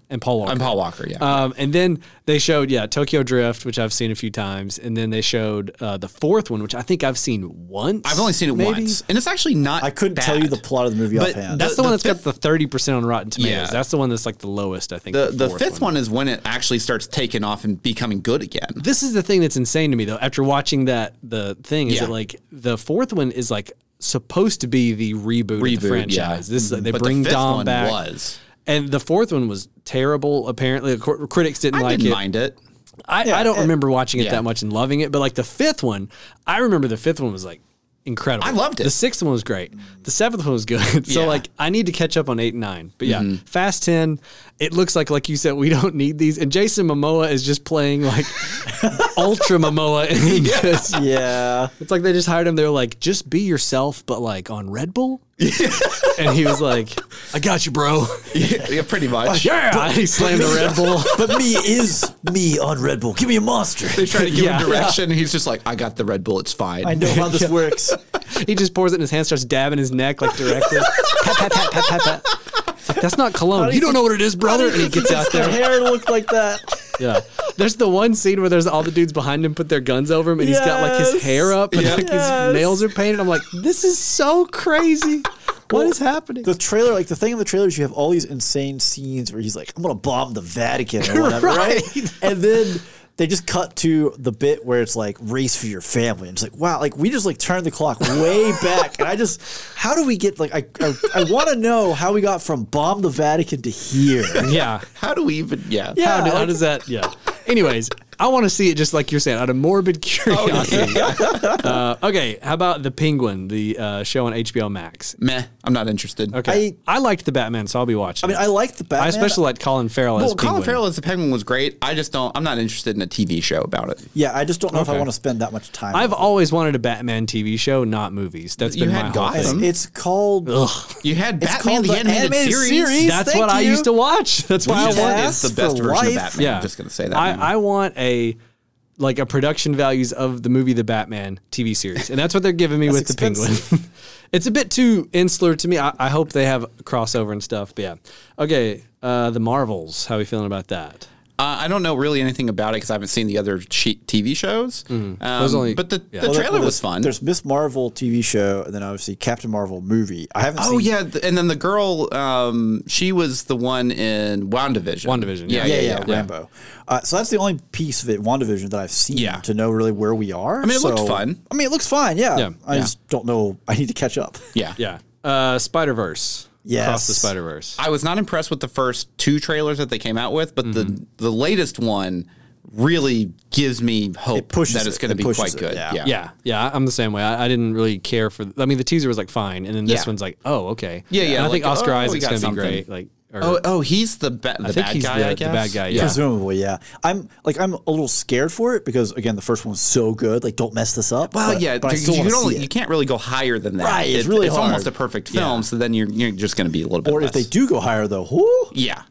B: and Paul Walker.
C: And Paul Walker. Yeah.
B: Um, and then they showed, yeah, Tokyo Drift, which I've seen a few times, and then they showed uh, the fourth one, which I think I've seen once.
C: I've only seen it
B: maybe?
C: once, and it's actually not.
A: I couldn't tell you
C: bad.
A: the plot of the movie
C: But
A: offhand.
B: That's the,
C: The-
B: one
C: the
B: that's got the thirty percent on Rotten Tomatoes.
C: Yeah.
B: That's the one that's like the lowest, I think.
C: The, the
B: fourth
C: fifth one is when it actually starts taking off and becoming good again.
B: This is the thing that's insane to me though. After watching that, the thing is
C: Yeah.
B: that like the fourth one is like supposed to be the reboot, of the
C: Reboot,
B: franchise.
C: yeah.
B: This is like, they
C: But the
B: bring
C: fifth
B: Dom
C: one
B: back.
C: was.
B: And the fourth one was terrible. Apparently, Cor- critics didn't
C: I
B: like
C: didn't
B: it.
C: mind it.
B: I,
A: Yeah,
B: I don't
A: it-
B: remember watching it
C: yeah.
B: that much and loving it, but like the fifth one, I remember the fifth one was like incredible.
C: I loved it.
B: The sixth one was great. The seventh one was good. so
C: Yeah. Mm-hmm.
B: like I need to catch up on eight and nine. But yeah, Fast Ten. It looks like like you said we don't need these. And Jason Momoa is just playing like ultra Momoa in this.
A: yeah.
B: It's like they just hired him. They're like, just be yourself, but like on Red Bull. and he was like, I got you, bro.
C: yeah, yeah, pretty much.
B: yeah, he slammed the Red Bull.
A: but me is me on Red Bull. Give me a monster.
C: They try to give
B: Yeah.
C: him direction. and He's just like, I got the Red Bull. It's fine.
A: I know how this works.
B: He just pours it in his hand, starts dabbing his neck like directly. pat, pat, pat, pat, pat, pat. It's like, That's not cologne. You don't know what it is, brother. And he gets out
A: Their
B: there.
A: hair looked like that.
B: Yeah. There's the one scene where there's all the dudes behind him put their guns over him, and he's got like his
A: Yes.
B: hair up and
C: Yeah.
B: like
A: Yes.
B: his nails are painted. I'm like, this is so crazy. What is happening?
A: The trailer, like the thing in the trailer is you have all these insane scenes where he's like, I'm gonna bomb the Vatican or whatever, right? And then they just cut to the bit where it's like race for your family. And it's like, wow, like we just like turned the clock way back. And I just how do we get like I I, I wanna know how we got from bomb the Vatican to here.
B: Yeah.
C: How do we even? Yeah.
A: Yeah.
B: How, do, how
A: like-
B: does that? Yeah. Anyways, I want to see it just like you're saying, out of morbid curiosity.
A: Oh,
B: uh, okay. How about The Penguin, the uh, show on HBO Max?
C: Meh. I'm not interested.
B: Okay. I, liked the Batman, so I'll be watching.
A: I mean,
B: it.
A: I like the Batman.
B: I especially like Colin Farrell as
C: Well,
B: Penguin.
C: Colin Farrell as the Penguin was great. I just don't. I'm not interested in a TV show about it.
A: Yeah, I just don't know if I
B: Okay.
A: want to spend that much time.
B: I've
A: on
B: always wanted a Batman TV show, not movies. That's
C: You
B: been
C: had
B: my
A: it.
B: whole
A: it's,
C: Gotham.
B: thing.
A: it's called
C: You had
A: It's
C: Batman
A: called
C: the,
A: the
C: animated,
A: animated
C: series.
A: series.
B: That's
A: thank
B: what I
A: you.
B: used to watch. That's why I
A: Which
C: Which
A: is-
B: want.
A: Yes,
C: is the best
A: for
C: version
A: life.
C: of Batman.
B: Yeah,
C: I'm just gonna say that. now.
B: I, I want a like a production values of the movie The Batman TV series, and that's what they're giving me with
A: expensive.
B: the Penguin. it's a bit too insular to me. I, I hope they have crossover and stuff. But yeah, okay. Uh, the Marvels. How are we feeling about that?
C: Uh, I don't know really anything about it because I haven't seen the other che- TV shows.
B: Those
C: Um,
B: only-
C: but the,
B: yeah.
C: the
A: Well, there-
C: trailer
A: well, there's-
C: was fun.
A: There's Miss Marvel TV show, and then obviously Captain Marvel movie. I haven't.
C: oh
A: seen
C: yeah, th- and then the girl, um, she was the one in WandaVision.
B: WandaVision, yeah.
A: yeah, yeah, Rambo. Uh, so that's the only piece of it, WandaVision, that I've seen
C: Yeah.
A: to know really where we are. I
C: mean, it looked fun.
A: I mean, it looks fine. Yeah,
B: Yeah.
A: I
B: Yeah.
A: just don't know. I need to catch up.
C: Yeah.
B: Yeah, uh, Spider Verse. across the
A: Yes.
B: Spider Verse.
C: I was not impressed with the first two trailers that they came out with, but
B: Mm-hmm.
C: the the latest one really gives me hope
A: pushes
C: that it's
A: it.
C: going to
A: It
C: be
A: pushes
C: quite
A: it,
C: good.
A: yeah.
C: Yeah.
B: Yeah, yeah, I'm the same way. I, I didn't really care for. I mean, the teaser was like fine, and then this
C: Yeah.
B: one's like, oh, okay.
C: Yeah, yeah,
B: And I
C: like,
B: think Oscar
C: oh, we
B: Isaac's
C: got
B: gonna
C: something.
B: be great. Like, or,
C: Oh, oh, he's the ba- the
B: I think
C: bad
B: he's
C: guy.
B: the,
C: I
B: the
C: guess
B: bad guy. Yeah.
A: Presumably, yeah. I'm like I'm a little scared for it because again, the first one was so good. Like, don't mess this up.
C: Well,
A: but,
C: yeah,
A: but I
C: because
A: still
C: you,
A: want
C: can
A: to see
C: only,
A: it.
C: you can't really go higher than that.
A: Right, it's
C: It-
A: really
C: it's almost a
A: hard.
C: perfect film, so then you're you're just going to be a little bit.
A: or if
C: less.
A: they do go higher, though, whoo,
C: yeah.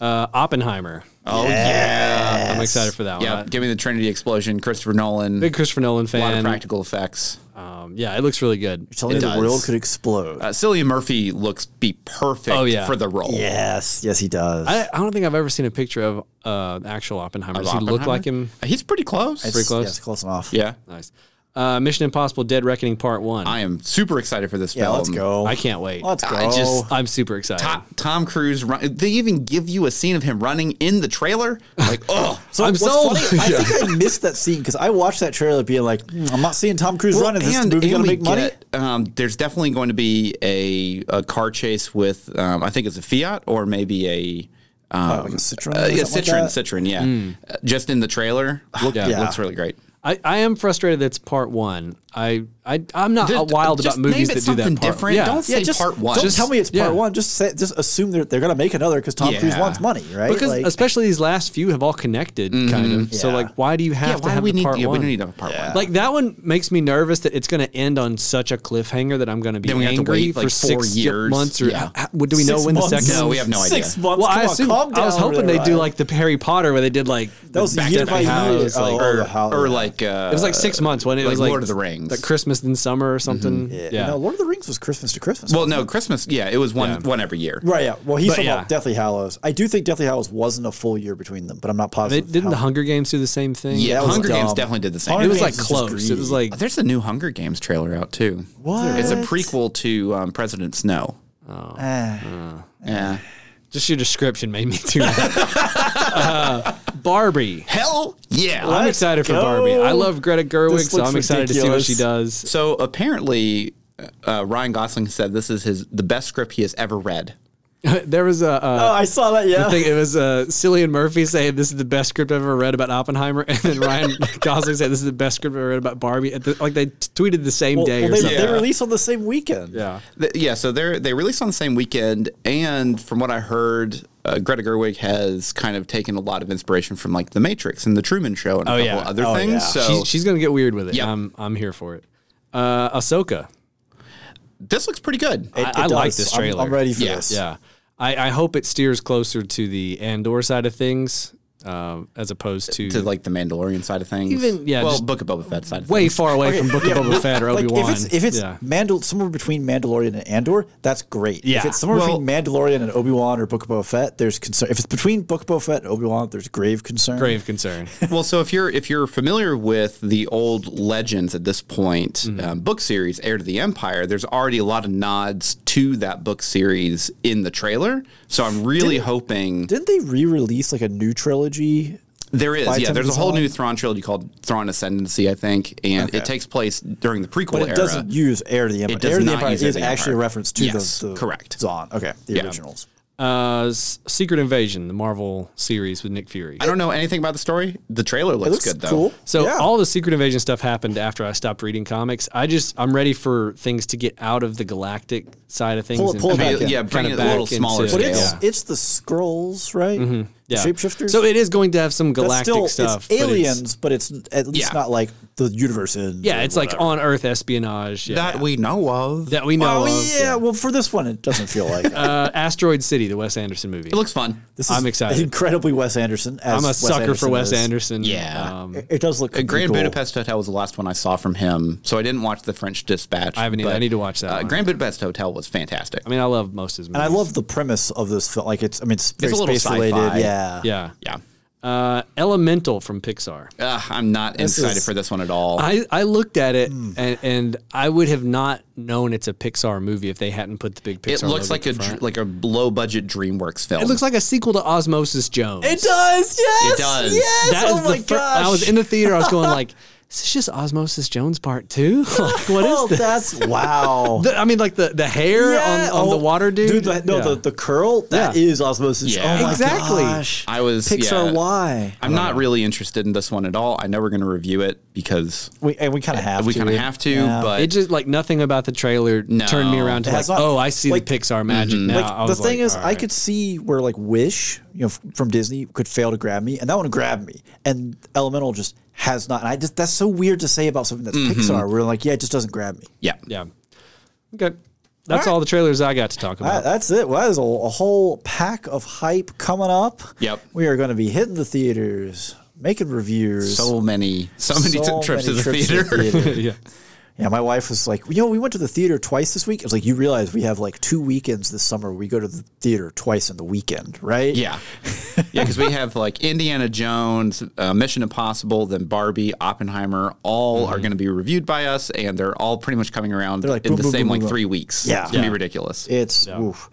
B: uh, Oppenheimer.
C: Oh yeah,
B: I'm excited for that one.
C: yeah.
B: I-
C: Give me the Trinity explosion, Christopher Nolan,
B: Big Christopher Nolan
C: a lot of
B: fan.
C: practical effects.
B: Um, yeah, it looks really good.
A: telling me
C: It
A: the
C: does.
A: world could explode.
C: Uh, Cillian Murphy looks be perfect
B: Oh, yeah.
C: for the role.
A: yes, yes, he does.
B: I, I don't think I've ever seen a picture of uh, the actual Oppenheimer. Does he look
C: Oppenheimer.
B: like him?
C: Uh, He's pretty close.
A: It's-
B: close.
A: Yes, close enough.
C: yeah,
B: Nice. Uh, Mission Impossible: Dead Reckoning Part One.
C: I am super excited for this
A: Yeah,
C: film.
A: let's go.
B: I can't wait.
A: Let's go.
C: um, I just-
B: I'm super excited.
C: Tom, Tom Cruise. Run, they even give you a scene of him running in the trailer. Like, oh,
A: So
B: I'm
A: what's
B: sold.
A: funny, I think I missed that scene because I watched that trailer being like, "Hmm, I'm not seeing Tom Cruise run. Is this movie going to
C: we
A: make money?
C: get, um, there's definitely going to be a, a car chase with, um, I think it's a Fiat or maybe a, um,
A: Oh, like a Citroen or
C: uh, yeah,
A: something like
C: Citroen,
A: that?
B: Hmm.
C: Citroen, yeah. Uh, just in the trailer, look,
B: Yeah.
C: looks really great.
B: I, I am frustrated. That's part one. I I I'm not wild
C: just
B: about movies
C: name it
B: that do that.
C: something
B: Part.
C: different.
B: Yeah.
C: Don't say
A: just
C: part one.
A: Don't
C: Just-
A: tell me it's part
B: yeah.
A: one. Just say, just assume they're they're gonna make another because Tom Cruise
C: Yeah.
A: wants money, right?
B: because
A: Like-
B: especially these last few have all connected,
C: Mm-hmm.
B: kind of. So
A: Yeah.
B: like, why do you have
C: yeah,
B: to
C: why do
B: have
C: we
B: the
C: need?
B: part
C: Yeah, we
B: one?
C: don't need a part one.
B: Like that one makes me nervous that it's going to end on such a cliffhanger that I'm going to be
C: Then we have to
B: angry
C: wait,
B: for
C: like, four
B: six
C: years.
B: months or
C: Yeah.
B: h- h- do we know
A: Six
B: when
A: months.
B: the second?
C: No, we have no
A: Six
C: idea.
A: months.
B: Well, I
A: Come on,
B: assume
A: calm down
B: I was hoping
A: they
B: they do like the Harry Potter where they did like
A: That was
B: the
A: year
B: back
A: by
B: to
A: year.
B: house, like,
A: Oh,
C: or,
A: how-
C: or like uh,
B: it was like six months when it
C: like
B: was like
C: Lord of the Rings.
B: like Christmas and summer or something.
C: Mm-hmm.
B: Yeah,
A: No, Lord of the Rings was Christmas to Christmas.
C: Well, no, Christmas. Yeah, it was one
B: Yeah.
C: one every year.
A: right. Yeah. Well, he's
B: But
A: talking
B: yeah.
A: about Deathly Hallows. I do think Deathly Hallows wasn't a full year between them, but I'm not
B: They-
A: positive.
B: didn't the
A: how-
B: Hunger Games do the same thing?
C: Yeah,
A: that was
C: Hunger Games
A: dumb.
C: definitely did the same.
A: Hunger
B: it was
A: Games
B: like
A: is just
B: close. It was
A: greedy.
B: like
C: There's a new Hunger Games trailer out too.
A: What?
C: It's a prequel to um, President Snow.
A: Eh.
C: Yeah.
B: just your description made me do that. Uh, Barbie.
C: Hell yeah.
B: I'm
A: Let's
B: excited for
A: go.
B: Barbie. I love Greta Gerwig,
A: This
B: so
A: looks
B: I'm excited to see what
A: ridiculous.
B: she does.
C: So apparently, uh, Ryan Gosling said this is his the best script he has ever read.
B: there was a. Uh,
A: Oh, I saw that. Yeah.
B: I think it was uh, Cillian Murphy saying this is the best script I've ever read about Oppenheimer, and then Ryan Gosling said this is the best script I've ever read about Barbie. At the, like they t- tweeted the same
A: Well,
B: day
A: well,
B: or
A: they,
B: something.
A: they
C: Yeah.
A: released on the same weekend.
B: Yeah.
C: Th- yeah, so they they released on the same weekend, and from what I heard, uh, Greta Gerwig has kind of taken a lot of inspiration from like The Matrix and The Truman Show and a
B: Oh,
C: couple
B: yeah.
C: other
A: Oh,
C: things.
A: yeah.
C: So
B: She's, she's gonna get weird with it.
C: Yeah.
B: I'm I'm here for it. Uh, Ahsoka.
C: this looks pretty good.
B: I- I like
A: does.
B: this
A: I'm-
B: trailer.
A: I'm, ready for
C: Yeah.
A: this.
B: Yeah. I, I hope it steers closer to the Andor side of things, um, as opposed to,
C: to like the Mandalorian side of things,
B: Even- yeah,
C: well,
B: just-
C: Book of Boba Fett side. Of
B: way
C: things.
B: far away from Book of Boba Fett or Obi
A: Like
B: Wan.
A: if it's if it's
B: yeah.
A: Mandal- somewhere between Mandalorian and Andor, that's great. If
B: Yeah.
A: it's somewhere
C: Well-
A: between Mandalorian and Obi Wan or Book of Boba Fett, there's concern. If it's between Book of Boba Fett and Obi Wan, there's grave concern.
B: grave concern.
C: well, so if you're if you're familiar with the old legends at this point, um, book series Heir to the Empire, there's already a lot of nods to that book series in the trailer. So I'm really hoping
A: Didn't they re-release like a new trilogy?
C: there is.
A: by
C: Yeah, there's a
A: Timothy
C: whole
A: Zahn?
C: new Thrawn trilogy called Thrawn Ascendancy, I think, and it takes place during the prequel
A: But it
C: era.
A: doesn't use Heir to the Empire.
C: It does
A: Heir to the
C: not
A: Empire
C: use
A: is
C: Heir to the
A: actually a
C: Empire.
A: reference to
C: Yes,
A: the, the
C: correct.
A: Zon. Okay, the originals.
B: Uh, S- Secret Invasion, the Marvel series with Nick Fury.
C: I don't know anything about the story. The trailer looks,
A: It looks
C: good though.
A: cool.
B: So
A: Yeah.
B: all the Secret Invasion stuff happened after I stopped reading comics. I just I'm ready for things to get out of the galactic side of things.
A: Pull-
B: and
A: pull it
B: kinda-
A: back
C: Yeah,
A: in.
C: yeah,
A: Kinda
C: bring it a
B: back
C: little smaller
B: into-
A: but
C: scale.
A: it's
B: Yeah. Mm-hmm.
A: it's the scrolls, right? The
B: yeah.
A: Shapeshifters.
B: So it is going to have some
A: That's
B: galactic
A: still
B: stuff.
A: it's
B: but it's-
A: aliens, but it's, at least
C: Yeah.
A: not like the universe. In
B: yeah, it's like on Earth espionage. Yeah.
C: That we know of.
B: That we know
A: Oh
B: of.
A: yeah. Well, for this one, it doesn't feel like. it.
B: Uh, Asteroid City, the Wes Anderson movie.
C: It looks fun.
A: This
B: I'm excited.
A: Incredibly Wes Anderson. As
B: I'm a
A: Wes
B: sucker for
A: Anderson
B: Wes
A: is.
B: Anderson.
C: Yeah.
B: Um,
A: It does look
C: The Grand
A: cool.
C: Budapest Hotel was the last one I saw from him, so I didn't watch The French Dispatch.
B: I haven't either.
C: but,
B: I need to watch that
C: Uh,
B: one.
C: Grand Budapest Hotel was fantastic.
B: I mean, I love most of his
A: And
B: movies.
A: I love the premise of this film. Like it's, I mean, it's very
C: a little
A: space related.
C: sci-fi.
A: Yeah.
B: Yeah.
C: yeah,
B: Uh, Elemental from Pixar.
C: Ugh, I'm not excited
A: is-
C: for this one at all.
B: I, I looked at it
A: Hmm.
B: and, and I would have not known it's a Pixar movie if they hadn't put the big Pixar.
C: it looks
B: logo
C: like
B: at
C: a
B: the front.
C: dr- like a low budget DreamWorks film.
B: it looks like a sequel to Osmosis Jones.
A: It does. Yes.
C: It does.
A: Yes.
B: That is
A: oh my
B: the fir-
A: gosh.
B: I was in the theater. I was going like, "Is this just Osmosis Jones Part Two? Like, what
A: Oh,
B: is this?"
A: that's wow.
B: The- I mean, like the, the hair
A: Yeah.
B: on, on the
A: Oh,
B: water, dude.
A: the- no,
B: Yeah.
A: the, the curl. That is
B: Yeah.
A: osmosis.
C: Yeah.
A: Oh my
B: Exactly.
A: gosh.
C: I was
A: Pixar.
C: yeah.
A: Why?
C: I'm not really interested in this one at all. I know we're going to review it because
A: We and we kind of have.
C: we
A: to.
C: kind of have to, but
B: it just like nothing about the trailer turned me around to
A: It
B: like,
A: has not-
B: oh, I see
A: like-
B: the Pixar magic now. I
A: Like the
B: was
A: thing
B: like,
A: is,
B: all
A: I
B: right.
A: could see where like Wish, you know, f- from Disney could fail to grab me, and that one grabbed me, and Elemental just has not. And I just that's so weird to say about something that's
C: Mm-hmm.
A: Pixar. We're like, yeah, it just doesn't grab me.
C: yeah.
B: yeah, okay. That's all the trailers I got to talk
A: All
B: about.
A: right, that's it. Well, that is a, a whole pack of hype coming up.
C: Yep.
A: we are going to be hitting the theaters, making reviews.
C: So many, so many
A: so
C: t- trips
A: many
C: to the
A: trips
C: theater.
A: theater.
B: yeah.
A: yeah, my wife was like, you know, we went to the theater twice this week. I was like, you realize we have like two weekends this summer. We go to the theater twice in the weekend, right?
C: Yeah. Yeah, because we have like Indiana Jones, uh, Mission Impossible, then Barbie, Oppenheimer, all are going to be reviewed by us, and they're all pretty much coming around
A: Mm-hmm. like,
C: in
A: boom,
C: the
A: boom,
C: same
A: boom,
C: like
A: boom,
C: three weeks.
A: Yeah.
C: It's going to
A: Yeah.
C: be ridiculous.
A: It's oof.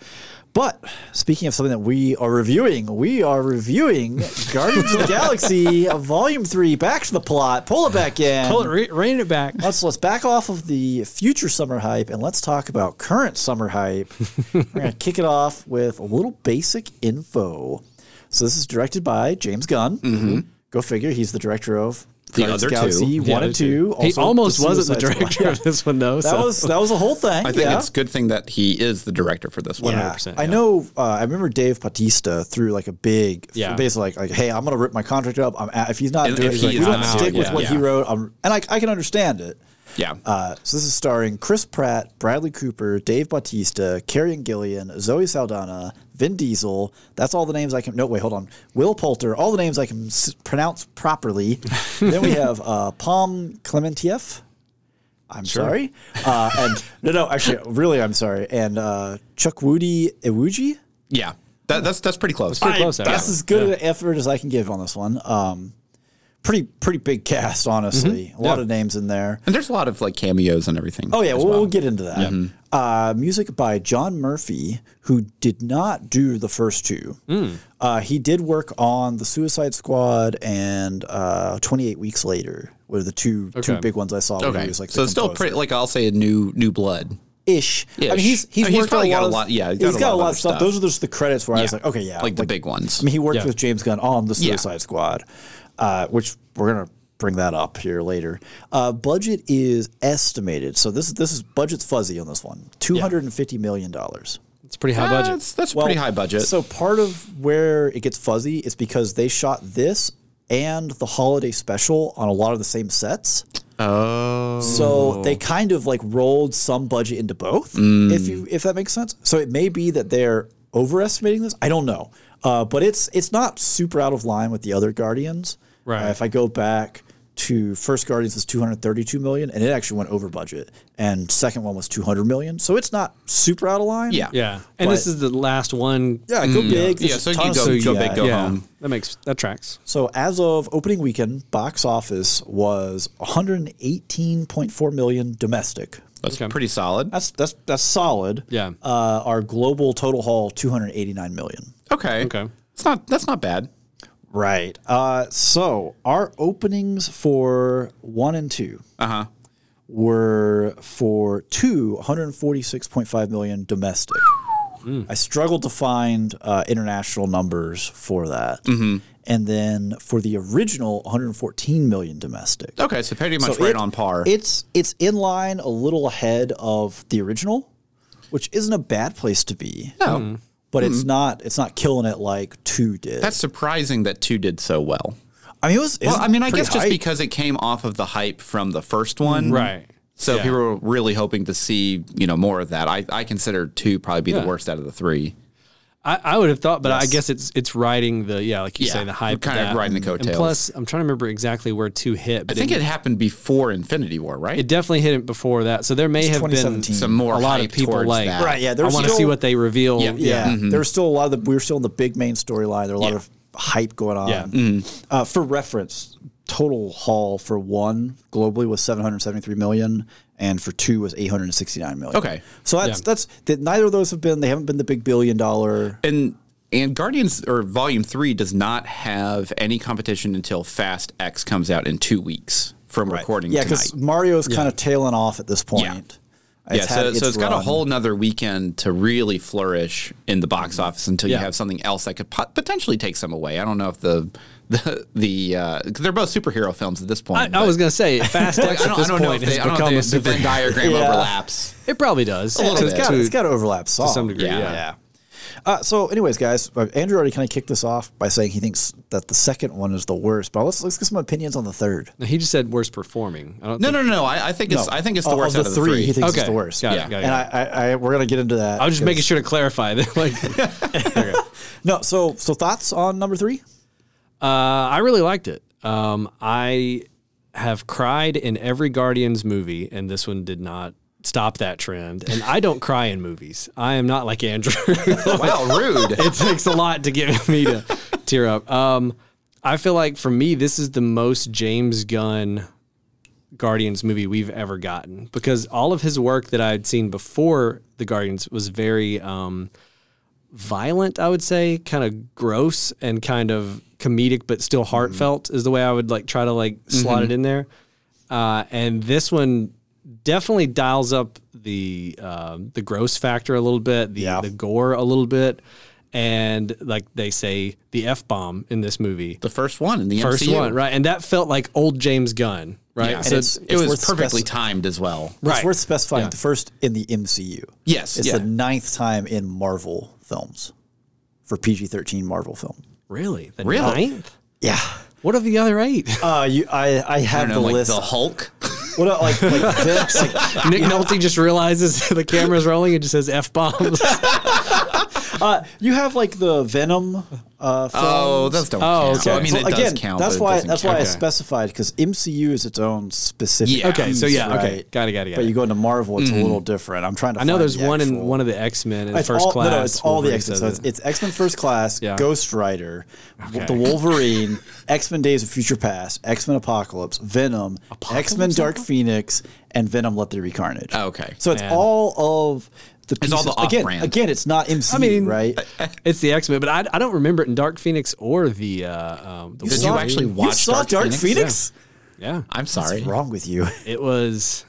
A: But speaking of something that we are reviewing, we are reviewing Guardians of the Galaxy uh, Volume Three. Back to the plot. Pull it back in.
B: Pull it, re- rein it back.
A: Let's let's back off of the future summer hype and let's talk about current summer hype. We're gonna kick it off with a little basic info. So this is directed by James Gunn. Go figure. He's the director of
C: The
A: Guardians
C: other
A: of the Galaxy
C: two.
A: one and two.
B: He
A: also
B: almost
A: the
B: wasn't the
A: Suicide Squad.
B: director of this one though.
A: That
B: so.
A: was that was a whole thing.
C: I think
A: yeah.
C: it's a good thing that he is the director for this one.
A: Yeah.
B: 100%,
A: I
B: yeah.
A: know. Uh, I remember Dave Bautista threw like a big,
B: Yeah.
A: basically like, like, "Hey, I'm gonna rip my contract up. I'm at, if he's not
C: If-
A: doing,
C: if
A: it,
C: he
A: like,
C: is
A: we
C: not
A: don't
C: out,
A: stick with
B: yeah.
A: what he
C: Yeah.
A: wrote." Um, and I, I can understand it.
C: Yeah.
A: Uh, so this is starring Chris Pratt, Bradley Cooper, Dave Bautista, Carrion Gillian, Zoe Saldana, Vin Diesel. That's all the names I can. No, wait, hold on. Will Poulter. All the names I can s- pronounce properly. then we have uh, Palm Clementieff. I'm sorry. Uh, and no, no, actually, really, I'm sorry. And uh, Chuck Woody Iwuji.
C: yeah. That, that's that's pretty close.
B: pretty close. actually.
A: That's as good an effort as I can give on this one. Um, pretty, pretty big cast, honestly. A lot
B: Yeah.
A: of names in there.
C: And there's a lot of like cameos and everything.
A: Oh yeah,
C: as
A: we'll,
C: well. Mm-hmm.
A: we'll get into that. Uh, music by John Murphy, who did not do the first two.
C: Hmm.
A: Uh, he did work on the Suicide Squad and uh, Twenty Eight Weeks Later, were the two two
B: Okay.
A: big ones I saw. When he
C: okay.
A: was like
C: so it's still pretty like I'll say a new new blood.
A: ish. I mean,
C: Ish.
A: he's he's,
C: I mean, he's
A: worked on
C: probably got a
A: of-
C: lot- yeah,
A: he's got, a lot, of stuff.
C: stuff.
A: Those are just the credits where I was
C: Yeah.
A: like, okay, yeah,
C: Like the big ones.
A: I mean, he worked
B: Yeah.
A: with James Gunn on the
C: Yeah.
A: Suicide Squad, uh, which we're gonna bring that up here later. Uh, budget is estimated, so this this is budget's fuzzy on this one. Two hundred and fifty million dollars.
B: it's pretty high budget.
C: That's that's pretty high budget.
A: So part of where it gets fuzzy is because they shot this and the holiday special on a lot of the same sets.
C: oh.
A: So they kind of like rolled some budget into both,
C: Mm.
A: if you if that makes sense. So it may be that they're overestimating this. I don't know, uh, but it's it's not super out of line with the other Guardians. Uh,
B: Right.
A: if I go back to first Guardians was 232 million, and it actually went over budget, and second one was 200 million. So it's not super out of line.
C: Yeah.
B: yeah, and this
A: But-
B: is the last one.
A: Yeah, go big.
C: Mm. Yeah,
A: There's
C: so
A: a
C: you
A: ton of
C: go- go
A: CGI.
C: big, go
B: yeah,
C: home.
B: that makes that tracks.
A: So as of opening weekend, box office was 118.4 million domestic.
C: That's
B: Okay.
C: pretty solid.
A: That's that's that's solid.
B: Yeah.
A: Uh, our global total haul 289 million.
C: Okay.
B: Okay.
C: It's not that's not bad.
A: Right. Uh, so our openings for one and two
C: Uh-huh.
A: were for two 146.5 million domestic. I struggled to find uh, international numbers for that.
C: Mm-hmm.
A: And then for the original 114 million domestic.
C: Okay, so pretty much
A: So
C: right
A: it-
C: on par.
A: It's it's in line a little ahead of the original, which isn't a bad place to be.
C: no. Hmm.
A: But it's not it's not killing it like two did.
C: That's surprising that 2 did so well.
A: I mean it was. it
C: Well,
A: was
C: I mean, I
A: pretty
C: guess just
A: hype.
C: because it came off of the hype from the first one.
B: Right.
C: So
B: Yeah.
C: people were really hoping to see, you know, more of that. I, I consider 2 probably be
B: Yeah.
C: the worst out of the 3.
B: I, I would have thought, but I guess it's it's riding the yeah, like you
C: Yeah,
B: say, the hype,
C: kind of
B: that.
C: riding the
B: And-
C: coattails.
B: And plus, I'm trying to remember exactly where two hit.
C: I
B: But
C: think it happened before Infinity War, right?
B: it, it definitely hit it before that. So there may have been
A: 2017.
C: Some more
B: a lot of
C: hype
B: people
C: towards
B: like
C: that.
A: Right, yeah,
B: I
A: there was
B: want to see
A: still-
B: what they reveal.
C: Yeah. Mm-hmm.
A: yeah, there was still a lot of the we were still in the big main storyline. There were a lot of hype going on.
B: Yeah.
C: Mm-hmm.
A: Uh, for reference, total haul for one globally was 773 million, and for two was 869 million.
C: Okay.
A: so that's that's that. Neither of those have been. They haven't been the big billion dollar.
C: and and Guardians or Volume Three does not have any competition until Fast X comes out in two weeks from recording
A: Yeah,
C: tonight.
A: because Mario's kind of tailing off at this point.
C: Yeah.
A: It's
C: yeah,
A: had
C: so, so it's got a
A: run.
C: whole nother weekend to really flourish in the box office until
B: Mm-hmm. Yeah.
C: you have something else that could pot- potentially take some away. I don't know if the the the uh, 'cause they're both superhero films at this
B: I,
C: point.
B: I
C: but-
B: was gonna say Fast X
C: I
B: at
C: don't,
B: this
C: I don't know
B: point
C: if
B: has
C: they, I don't
B: become
C: know
B: a
C: if they, the
B: super.
C: Venn diagram
A: Yeah.
C: overlaps.
B: It probably does.
A: Yeah,
C: little
A: it's
C: bit.
A: got
B: To-
A: it's got to overlap some,
B: some degree,
C: Yeah. yeah.
A: Uh, so, anyways, guys, uh, Andrew already kind of kicked this off by saying he thinks that the second one is the worst, but let's let's get some opinions on the third.
B: Now, he just said worst performing. I don't
C: No,
B: think,
C: no, no, no. I, I think it's
A: No.
C: I think it's the
A: Of-
C: worst
A: of
C: out
A: Oh, the
C: of
A: three. He thinks
B: Okay.
A: it's the worst.
B: Got it,
C: Yeah.
B: got it,
A: And
B: got it.
A: I, I, I we're gonna get into that.
B: I was just making
A: 'cause-
B: sure to clarify that. Like, uh,
A: No, so so thoughts on number three?
B: Uh, I really liked it. Um, I have cried in every Guardians movie, and this one did not stop that trend. And I don't cry in movies. I am not like Andrew.
C: wow, rude.
B: it takes a lot to get me to tear up. Um, I feel like for me, this is the most James Gunn Guardians movie we've ever gotten because all of his work that I'd seen before the Guardians was very um, violent, I would say, kind of gross and kind of comedic, but still
A: Mm-hmm.
B: heartfelt is the way I would like try to like slot it in there. Uh, and this one definitely dials up the um the gross factor a little bit, the
A: Yeah.
B: the gore a little bit, and like they say the f bomb in this movie.
C: The first one in the
B: First
C: MCU.
B: one, right? And that felt like old James Gunn, right?
C: Yeah.
B: So
A: it's-
C: it was
A: worth
C: perfectly
A: speci-
C: timed as well.
B: Right.
A: It's worth specifying
B: Yeah.
A: the first in the MCU.
C: Yes,
A: It's
C: yeah.
A: the ninth time in Marvel films for PG 13 Marvel film.
B: really, the
C: Really?
B: ninth.
A: Yeah.
B: What are the other eight?
A: Uh, you, I, I
C: I
A: have
C: don't know,
A: the
C: like
A: list.
C: the Hulk.
A: What about, like, like Vince? Like,
B: Nick Nolte just realizes the camera's rolling and just says f bombs.
A: uh, you have like the Venom uh, films.
C: oh, those don't.
B: Oh,
C: count.
B: okay.
C: I mean,
A: So
C: it
A: again,
C: does count.
A: that's
C: but it
A: why
C: doesn't
A: that's
C: count.
A: why I
B: Okay.
A: specified because MCU is its own specific.
C: Yeah. Okay,
B: so
A: piece,
B: yeah, okay.
A: right?
B: Got it, got it, got
A: But
B: it.
A: you go into Marvel, it's a little different. I'm trying to.
B: I know
A: find
B: there's
A: the
B: one in
A: actual-
B: one of the X Men in
A: It's
B: First
A: all,
B: Class.
A: No, no, it's all the
B: Wolverine
A: X Men.
B: says
A: So it's,
B: it.
A: it's X Men First Class,
B: Yeah.
A: Ghost Rider, w- the
B: Okay.
A: Wolverine, X Men Days of Future Past, X Men Apocalypse, Venom, X Men Dark Phoenix, and Venom Let There Be Carnage.
C: Oh, okay.
A: so it's
B: Man.
A: all of the
C: It's
A: pieces.
C: all the
A: again,
C: off-brand.
A: again, it's not MCU,
B: mean, uh,
A: right?
B: It's the X Men, but I, I don't remember it in Dark Phoenix or the. Uh, um, the
C: Did
B: Wolverine.
C: you actually watch
A: you saw Dark, Phoenix?
B: Yeah,
C: I'm sorry.
A: What's wrong with you?
B: it was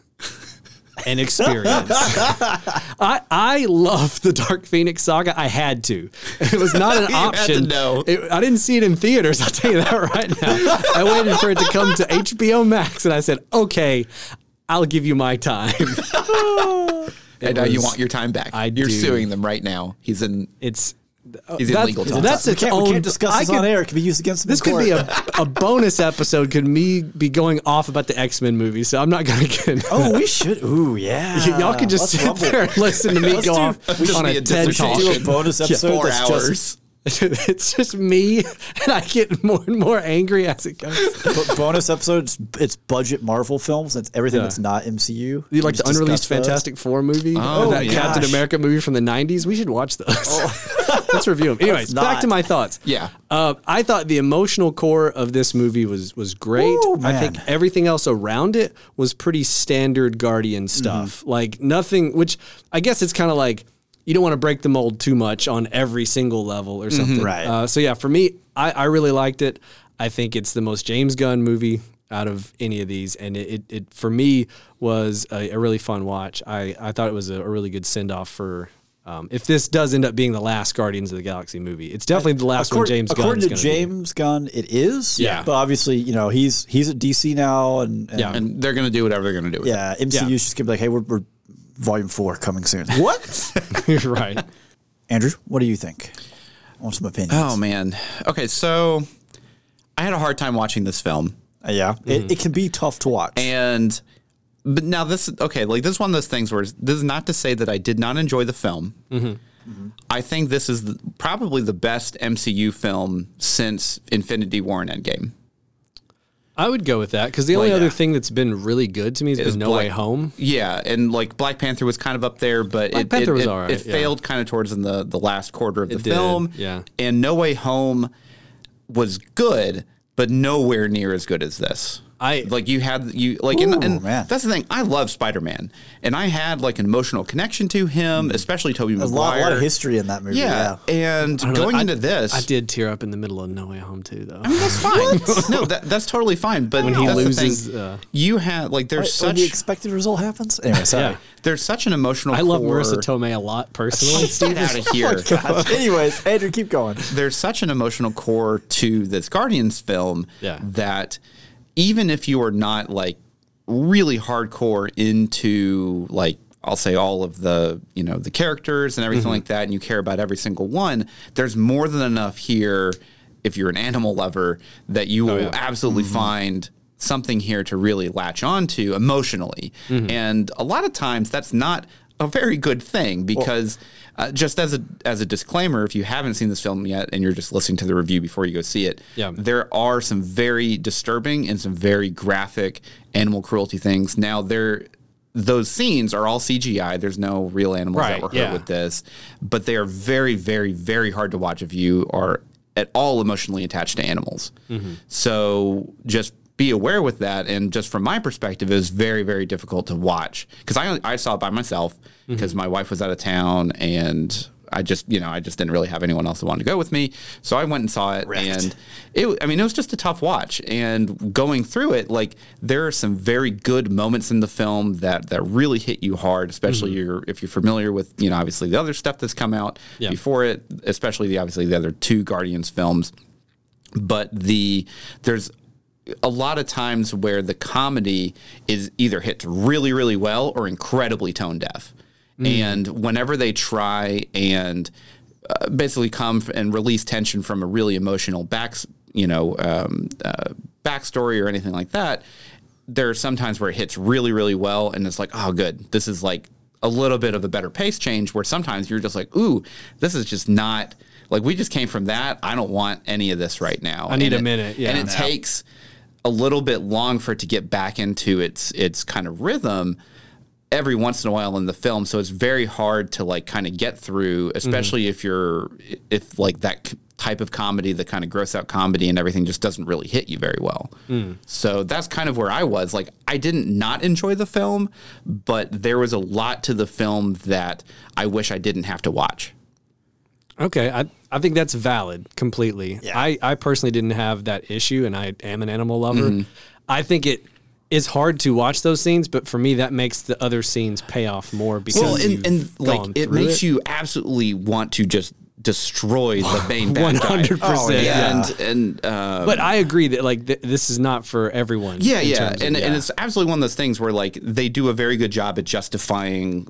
B: an experience. I I love the Dark Phoenix saga. I had to. It was not an
C: had to
B: option.
C: know.
B: It- I didn't see it in theaters. I'll tell you that right now. I waited for it to come to HBO Max, and I said, "Okay, I'll give you my time."
C: I know you
B: was-
C: want your time back.
B: I
C: You're
B: do.
C: suing them right now. He's in.
B: It's
C: He's in
B: that's-
C: legal
B: that's
C: talks.
B: a-
A: We can't, we
B: own-
A: can't discuss
B: I
A: this on
B: could-
A: air. It could be used against him.
B: This
A: in
B: could be
A: court.
B: a, a bonus episode. Could me be going off about the X Men movie? So I'm not going to get. Into
A: Oh, we should. Ooh, yeah.
B: that. Y'all can
A: Let's
B: just sit
A: rumble.
B: there and listen to me
A: Oh, Let's
B: go
A: do-
B: off
C: we should
B: on
C: be
B: a
C: a
B: TED
C: dissertation.
B: talk.
A: do a bonus episode
C: four
A: that's just-
C: hours.
B: it's just me, and I get more and more angry as it goes.
A: But bonus episodes. It's budget Marvel films. It's everything
B: Yeah.
A: that's not MCU.
B: You like
A: Just
B: the unreleased
A: discuss those.
B: Fantastic Four movie,
C: Oh,
B: or that
C: yeah.
B: Captain
A: Gosh.
B: America movie from the '90s? We should watch those. Let's review them. Anyways,
A: Let's
B: back to
A: not.
B: my thoughts.
C: Yeah.
B: uh, I thought the emotional core of this movie was was great.
A: Ooh,
B: I think
A: man.
B: everything else around it was pretty standard
A: Mm-hmm.
B: Guardian stuff. Like nothing, which I guess it's kind of like you don't want to break the mold too much on every single level or something.
A: Mm-hmm. Right.
B: Uh, so yeah, for me, I, I really liked it. I think it's the most James Gunn movie out of any of these, and it, it, it for me was a, a really fun watch. I, I thought it was a, a really good send off for. Um, if this does end up being the last Guardians of the Galaxy movie, it's definitely the last one
A: According,
B: James Gunn.
A: according to James Gunn, it is.
B: Yeah.
A: But obviously, you know, he's he's at DC now, and, and
B: Yeah.
C: And they're gonna do whatever they're gonna do. With it.
A: yeah, MCU's
B: Yeah.
A: just gonna be like, hey, we're, we're volume four coming soon. What?
B: You're right.
A: Andrew, what do you think? I want some opinions.
C: Oh man. Okay, so I had a hard time watching this film,
A: Uh, yeah,
B: Mm-hmm.
A: it, it can be tough to watch.
C: and but now this okay, like this is one of those things where it's- this is not to say that I did not enjoy the film. I think this is the, probably the best MCU film since Infinity War and Endgame.
B: I would go with that because the only
C: yeah.
B: other thing that's been really good to me has
C: Is
B: been No
C: Black-
B: Way Home.
C: Yeah, and like Black Panther was kind of up there, but it,
B: Panther
C: it,
B: was
C: it,
B: all right,
C: it
B: yeah.
C: failed kind of towards in the the last quarter of the
B: did,
C: film.
B: yeah.
C: and No Way Home was good, but nowhere near as good as this.
B: I-
C: like you had you like and,
A: Ooh,
C: and
A: man.
C: that's the thing. I love Spider Man, and I had like an emotional connection to
B: Mm.
C: him, especially Toby
A: There's a lot, a
C: Maguire.
A: lot of history in that movie.
C: Yeah,
A: Yeah.
C: and
B: know,
C: going
B: I-
C: into this,
B: I did tear up in the middle of No Way Home too, though.
C: That's fine. no, that, that's totally fine. But
B: he
C: that's
B: loses,
C: the thing.
B: uh,
C: you had like there's
A: When
C: such
A: the expected result happens. Anyway, sorry.
B: Yeah.
C: there's such an emotional.
B: I love
C: core.
B: Marissa Tomei a lot personally.
C: Get out of here.
A: Oh Gosh. Anyways, Andrew, keep going.
C: There's such an emotional core to this Guardians film
B: Yeah.
C: that even if you are not like really hardcore into like I'll say all of the you know the characters and everything like that, and you care about every single one. There's more than enough here if you're an animal lover that you will absolutely find something here to really latch onto emotionally. And a lot of times that's not a very good thing because uh, just as a as a disclaimer, if you haven't seen this film yet and you're just listening to the review before you go see it,
B: Yeah.
C: there are some very disturbing and some very graphic animal cruelty things. Now there those scenes are all CGI. There's no real animals
B: Right,
C: that were hurt
B: yeah.
C: with this, but they are very, very, very hard to watch if you are at all emotionally attached to animals.
B: Mm-hmm.
C: So just be aware with that. And just from my perspective, it was very, very
B: Mm-hmm.
C: difficult to watch because I, I saw it by myself because my wife was out of town and I just, you know, I just didn't really have anyone else that wanted to go with me. So I went and saw it.
A: Wrecked.
C: And it, I mean, it was just a tough watch. And going through it, like, there are some very good moments in the film that, that really hit you hard, especially you're, if you're familiar with, you know, obviously the other stuff that's come out
B: Yeah.
C: before it, especially the, obviously the other two Guardians films but the there's a lot of times where the comedy is either hits really really well or incredibly tone deaf
B: Hmm.
C: and whenever they try and uh, basically come f- and release tension from a really emotional back you know um, uh, backstory or anything like that there are some times where it hits really really well and it's like oh good this is like a little bit of a better pace change where sometimes you're just like ooh this is just not like we just came from that i don't want any of this right now
B: I need
C: And
B: a
C: it-
B: minute, yeah.
C: and it
B: Yeah.
C: takes a little bit long for it to get back into its its kind of rhythm every once in a while in the film so it's very hard to like kind of get through especially if you're if like that c- type of comedy the kind of gross out comedy and everything just doesn't really hit you very well so that's kind of where i was like i didn't not enjoy the film but there was a lot to the film that i wish i didn't have to watch
B: Okay, I, I think that's valid completely.
A: Yeah.
B: I, I personally didn't have that issue, and I am an animal lover.
C: Mm-hmm.
B: I think it is hard to watch those scenes, but for me, that makes the other scenes pay off more because
C: well and,
B: you've
C: and like
B: gone
C: it
B: through
C: makes
B: it.
C: you absolutely want to just destroy the main bad guy.
B: 100%,
C: Oh,
B: yeah.
C: and and uh
B: But I agree that like th- this is not for everyone.
C: yeah,
B: in
C: yeah.
B: terms of-
C: And, and it's absolutely one of those things where like they do a very good job at justifying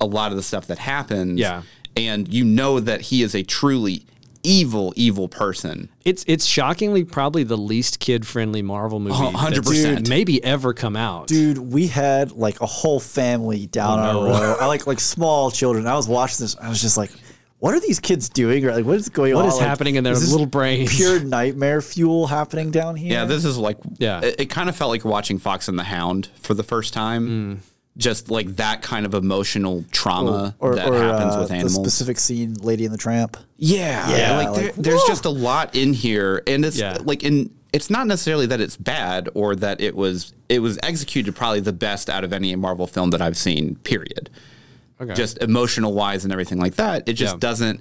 C: a lot of the stuff that happens.
B: Yeah.
C: And you know that he is a truly evil, evil person.
B: it's it's shockingly probably the least kid friendly Marvel movie,
C: Oh, 100%.
B: that's maybe ever come out.
A: Dude, we had like a whole family down our row. I like like small children. I was watching this. I was just like, what are these kids doing? Or like, what is going on?
B: is
A: Like,
B: happening in their
A: is this
B: little brains?
A: Pure nightmare fuel happening down here.
C: Yeah, this is like
B: Yeah.
C: It, it kind of felt like watching Fox and the Hound for the first
B: Mm.
C: time. Just like that kind of emotional trauma
A: or,
C: that
A: or,
C: happens
A: uh,
C: with
A: the
C: animals.
A: specific scene, Lady and the Tramp.
C: Yeah,
A: Yeah,
C: Like, there,
A: like,
C: there's just a lot in here, and it's
B: Yeah.
C: like in it's not necessarily that it's bad or that it was it was executed probably the best out of any Marvel film that I've seen. Period.
B: Okay.
C: Just emotional wise and everything like that. It just
B: Yeah.
C: doesn't.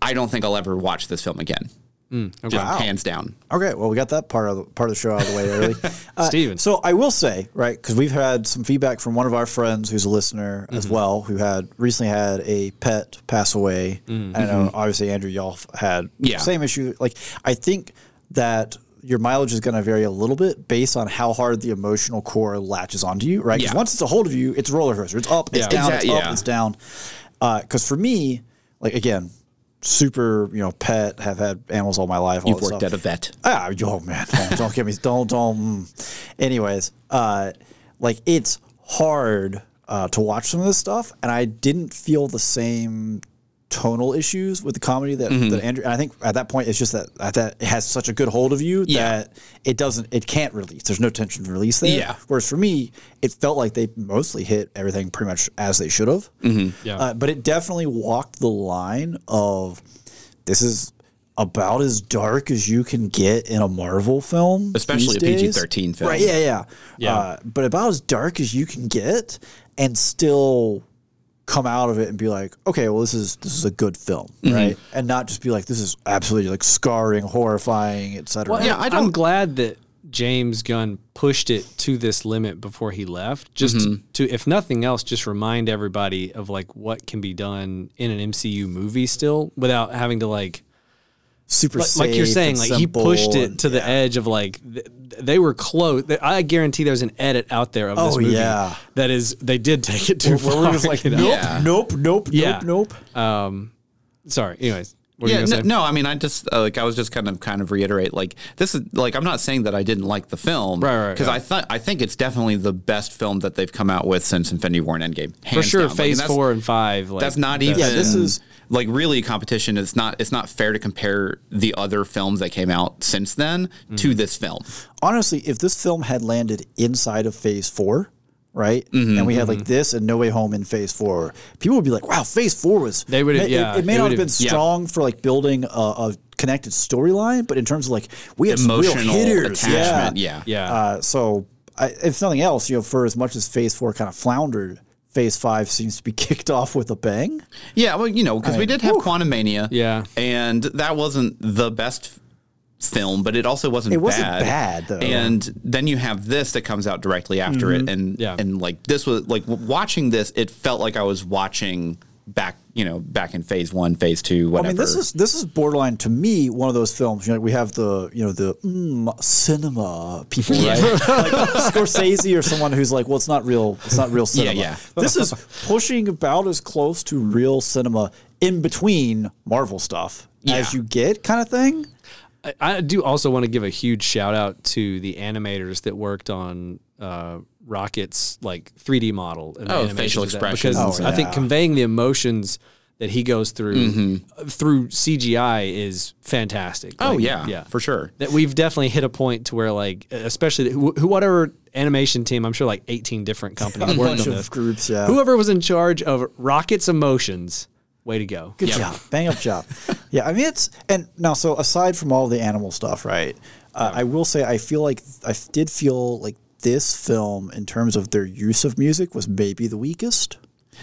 C: I don't think I'll ever watch this film again.
B: Hmm, okay.
C: Just hands down.
A: Okay, well, we got that part of the, part of the show out of the way early. Uh,
B: Steven.
A: So I will say, right, because we've had some feedback from one of our friends who's a listener as
C: Mm-hmm.
A: well, who had recently had a pet pass away. I know, obviously, Andrew Yolf had the
C: Mm-hmm. Yeah.
A: same issue. Like, I think that your mileage is going to vary a little bit based on how hard the emotional core latches onto you, right? 'Cause
C: Yeah.
A: once it's a hold of you, it's a roller coaster. It's up, it's
B: Yeah.
A: down,
C: Exact-
A: it's up,
C: yeah.
A: it's down. Because for me, like again, super, you know, pet, have had animals all my life. All
C: You've
A: this
C: worked
A: stuff.
C: at a vet.
A: Ah, oh man, don't, don't get me. Don't don't. mm. Anyways, uh, like it's hard uh, to watch some of this stuff, and I didn't feel the same tonal issues with the comedy that,
C: Mm-hmm.
A: that Andrew. And I think at that point, it's just that at that it has such a good hold of you
C: Yeah.
A: that it doesn't, it can't release. There's no tension to release there.
C: Yeah.
A: Whereas for me, it felt like they mostly hit everything pretty much as they should have.
C: Mm-hmm.
B: Yeah.
A: Uh, but it definitely walked the line of this is about as dark as you can get in a Marvel film,
C: Especially
A: these days.
C: a PG-13 film.
A: Right? Yeah, yeah,
B: Yeah.
A: Uh, but about as dark as you can get, and still come out of it and be like, okay, well, this is this is a good film,
C: Mm-hmm.
A: right? And not just be like, this is absolutely like scarring, horrifying, etc.
B: Well,
C: Yeah,
B: yeah,
C: I
B: I
C: don't-
B: am glad that James Gunn pushed it to this limit before he left, just to, if nothing else, just remind everybody of like what can be done in an MCU movie still without having to like,
A: Super
B: like, like you're
A: safe
B: saying,
A: and
B: like he pushed
A: simple
B: it
A: and-
B: to the edge of like th- they were close. Th- I guarantee there's an edit out there of this
A: Oh,
B: movie
A: yeah.
B: that is they did take it too
A: where we're
B: far.
A: just like,
B: you
A: nope,
B: know?
C: Yeah.
A: nope, nope,
B: Yeah.
A: nope, nope.
B: Sorry. Anyways, what
C: yeah,
B: were you
C: no,
B: gonna say?
C: no, I mean, I just uh, like I was just kind of kind of reiterate like this is like I'm not saying that I didn't like the film,
B: Right, right,
C: Because
B: yeah.
C: I thought I think it's definitely the best film that they've come out with since Infinity War and Endgame.
B: For
C: hands
B: sure,
C: down. Like,
B: Phase
C: and that's-
B: Four and Five. Like,
C: That's not even.
A: Yeah, this is-
C: like really a competition. It's not. It's not fair to compare the other films that came out since then
B: Mm-hmm.
C: to this film.
A: honestly, if this film had landed inside of phase four, right? And we had like this and No Way Home in phase four, people would be like, wow, phase four was.
B: They would've-
A: It-
B: yeah,
A: It, may
B: it
A: not have been
B: would've-
C: yeah.
A: strong for like building a, a connected storyline, but in terms of like, we have some real
C: Emotional
A: hitters.
C: attachment. Yeah.
B: Yeah.
A: Uh, so, I, if nothing else, you know, for as much as phase four kind of floundered, Phase Five seems to be kicked off with a bang.
C: Yeah, well, you know, because we did have Quantum Mania.
B: Yeah.
C: And that wasn't the best f- film, but it also wasn't
A: It wasn't
C: bad.
A: bad, though. Mm-hmm.
C: And then you have this that comes out directly after it. And,
B: Yeah.
C: and like, this was like w- watching this, it felt like I was watching back, you know, back in phase one, phase two, whatever.
A: I mean, this is this is borderline to me one of those films. You know, we have the you know the mm, cinema people, right? like Scorsese or someone who's like, well, it's not real, it's not real cinema.
C: yeah.
A: This is pushing about as close to real cinema in between Marvel stuff as you get, kind of thing.
B: I, I do also want to give a huge shout out to the animators that worked on uh, Rocket's like 3D model and the
C: Oh,
B: animations
C: facial
B: of that,
C: expressions and
A: Oh,
B: because I think conveying the emotions that he goes through uh, through CGI is fantastic.
C: Mm-hmm. oh,
B: Like,
C: yeah, yeah. For sure.
B: that we've definitely hit a point to where like especially wh- who whatever animation team i'm sure like 18 different companies worked
A: bunch
B: on
A: of
B: this
A: groups, yeah.
B: whoever was in charge of rocket's emotions way to go
A: Good job. Bang up job. yeah, I mean it's and now so aside from all the animal stuff, right? Uh, I will say I feel like I did feel like this film in terms of their use of music was maybe the weakest.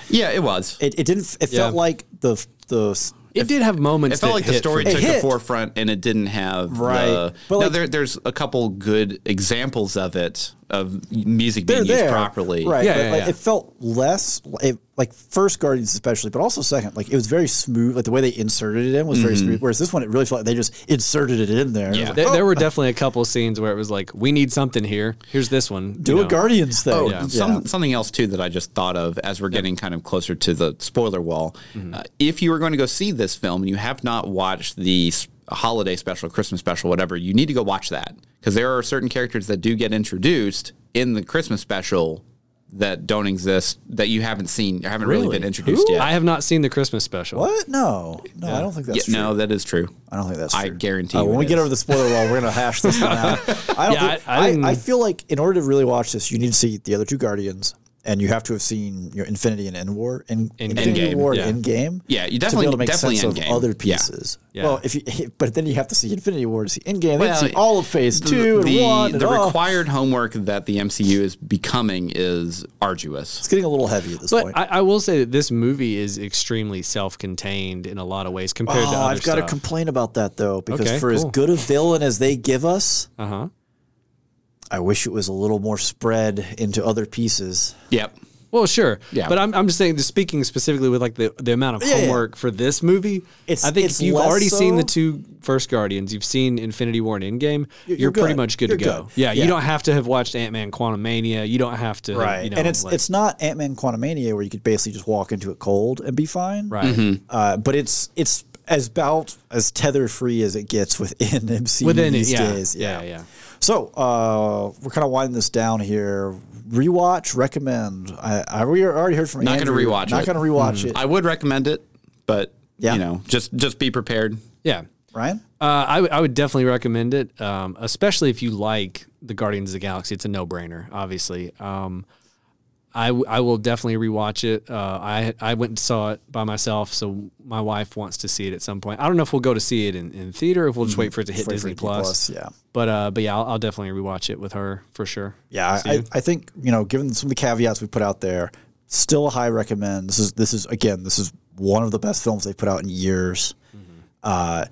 C: Yeah, it was.
A: It, it didn't it felt
B: Yeah.
A: like the the s-
B: it did have moments
C: It felt
B: that
C: like the
B: hit
C: story
B: for me.
C: took the
A: hit.
C: forefront and it didn't have
B: Right.
C: The,
A: But,
C: no,
A: like-
C: there, there's a couple good examples of it of music
A: they're
C: being used
A: there
C: properly.
A: right?
B: Yeah,
A: but,
B: yeah,
A: like,
B: yeah.
A: it felt less it, like first Guardians especially, but also second like it was very smooth. Like the way they inserted it in was very smooth. Whereas this one, it really felt like they just inserted it in there. It was
C: Mm-hmm. Yeah.
A: like,
B: there, there were definitely a couple scenes where it was like we need something here here's this one you
A: do a
B: know.
A: Guardians thing.
C: Oh,
A: yeah.
C: some, something else too that I just thought of as we're getting kind of closer to the spoiler wall.
A: Mm-hmm.
C: Uh, if you are going to go see this film and you have not watched the s- holiday special, Christmas special, whatever, you need to go watch that because there are certain characters that do get introduced in the Christmas special that don't exist that you haven't seen, or haven't really,
B: Really?
C: been introduced yet.
B: i have not seen the christmas special
A: What? No, no, I don't think that's
C: Yeah,
A: true.
C: no, that is true.
A: I don't think that's
C: I
A: true.
C: guarantee
A: Uh, when
C: you
A: we
C: it
A: get
C: is.
A: over the spoiler wall, we're gonna hash this one out. I don't.
B: Yeah,
A: think,
B: I- I
A: I,
B: didn't-
A: I, feel like in order to really watch this, you need to see the other two Guardians, and you have to have seen your Infinity and End War and Infinity
C: Endgame,
A: War
B: yeah.
A: and Endgame.
C: Yeah,
A: to be
C: you
A: able
C: definitely-
A: to make
C: definitely
A: sense
C: Endgame.
A: of other
C: Yeah.
A: pieces.
B: Yeah.
A: Well, if you, but then you have to see Infinity War to see Endgame.
C: Well,
A: Well, then see all of Phase Two and
C: the,
A: One.
C: the
A: and oh, all.
C: required homework that the MCU is becoming is arduous.
A: It's getting a little heavy at this
B: but
A: point.
B: I, I will say that this movie is extremely self-contained in a lot of ways compared to
A: Oh,
B: other
A: I've got to
B: stuff.
A: complain about that though, because
B: Okay,
A: for as
B: cool.
A: good a villain as they give us,
B: uh-huh.
A: I wish it was a little more spread into other pieces.
C: Yep.
B: Well, sure.
C: Yeah.
B: But I'm, I'm just saying, just speaking specifically with like the, the amount of
A: yeah.
B: homework for this movie,
A: It's-
B: I think
A: it's
B: if you've
A: less
B: already seen the
A: so-
B: two first Guardians, you've seen Infinity War and Endgame, you're,
A: you're
B: pretty
A: good.
B: much good to
A: You're
B: go.
A: good.
B: Yeah, You
A: Yeah.
B: don't have to have watched Ant Man Quantumania. You don't have to. Have, you know,
A: and it's
B: like-
A: it's not Ant Man Quantumania where you could basically just walk into it cold and be fine.
B: Right.
C: Mm-hmm.
A: Uh, but it's it's as about as tether free as it gets within MCU
B: Within it,
A: these
B: yeah.
A: days.
B: Yeah, yeah.
A: So uh, we're kind of winding this down here. Rewatch, recommend. I, I we already heard from
C: Not gonna
A: Andrew.
C: rewatch
A: Not
C: it.
A: going to rewatch
B: Mm-hmm.
A: it.
C: I would recommend it, but
A: Yeah.
C: you know, just just be prepared.
B: Yeah.
A: Ryan,
B: Uh, I, would- I would definitely recommend it, um, especially if you like the Guardians of the Galaxy. It's a no brainer, obviously. Um, I, w- I will definitely rewatch it. Uh, I I went and saw it by myself, so my wife wants to see it at some point. I don't know if we'll go to see it in, in theater, if we'll just wait for it to hit
A: Mm-hmm. Wait for
B: Disney
A: Disney
B: Plus.
A: Plus, yeah.
B: But uh, but yeah, I'll, I'll definitely rewatch it with her for sure.
A: Yeah, I, I, I think you know, given some of the caveats we put out there, still a high recommend. This is this is again, this is one of the best films they've put out in years. Uh,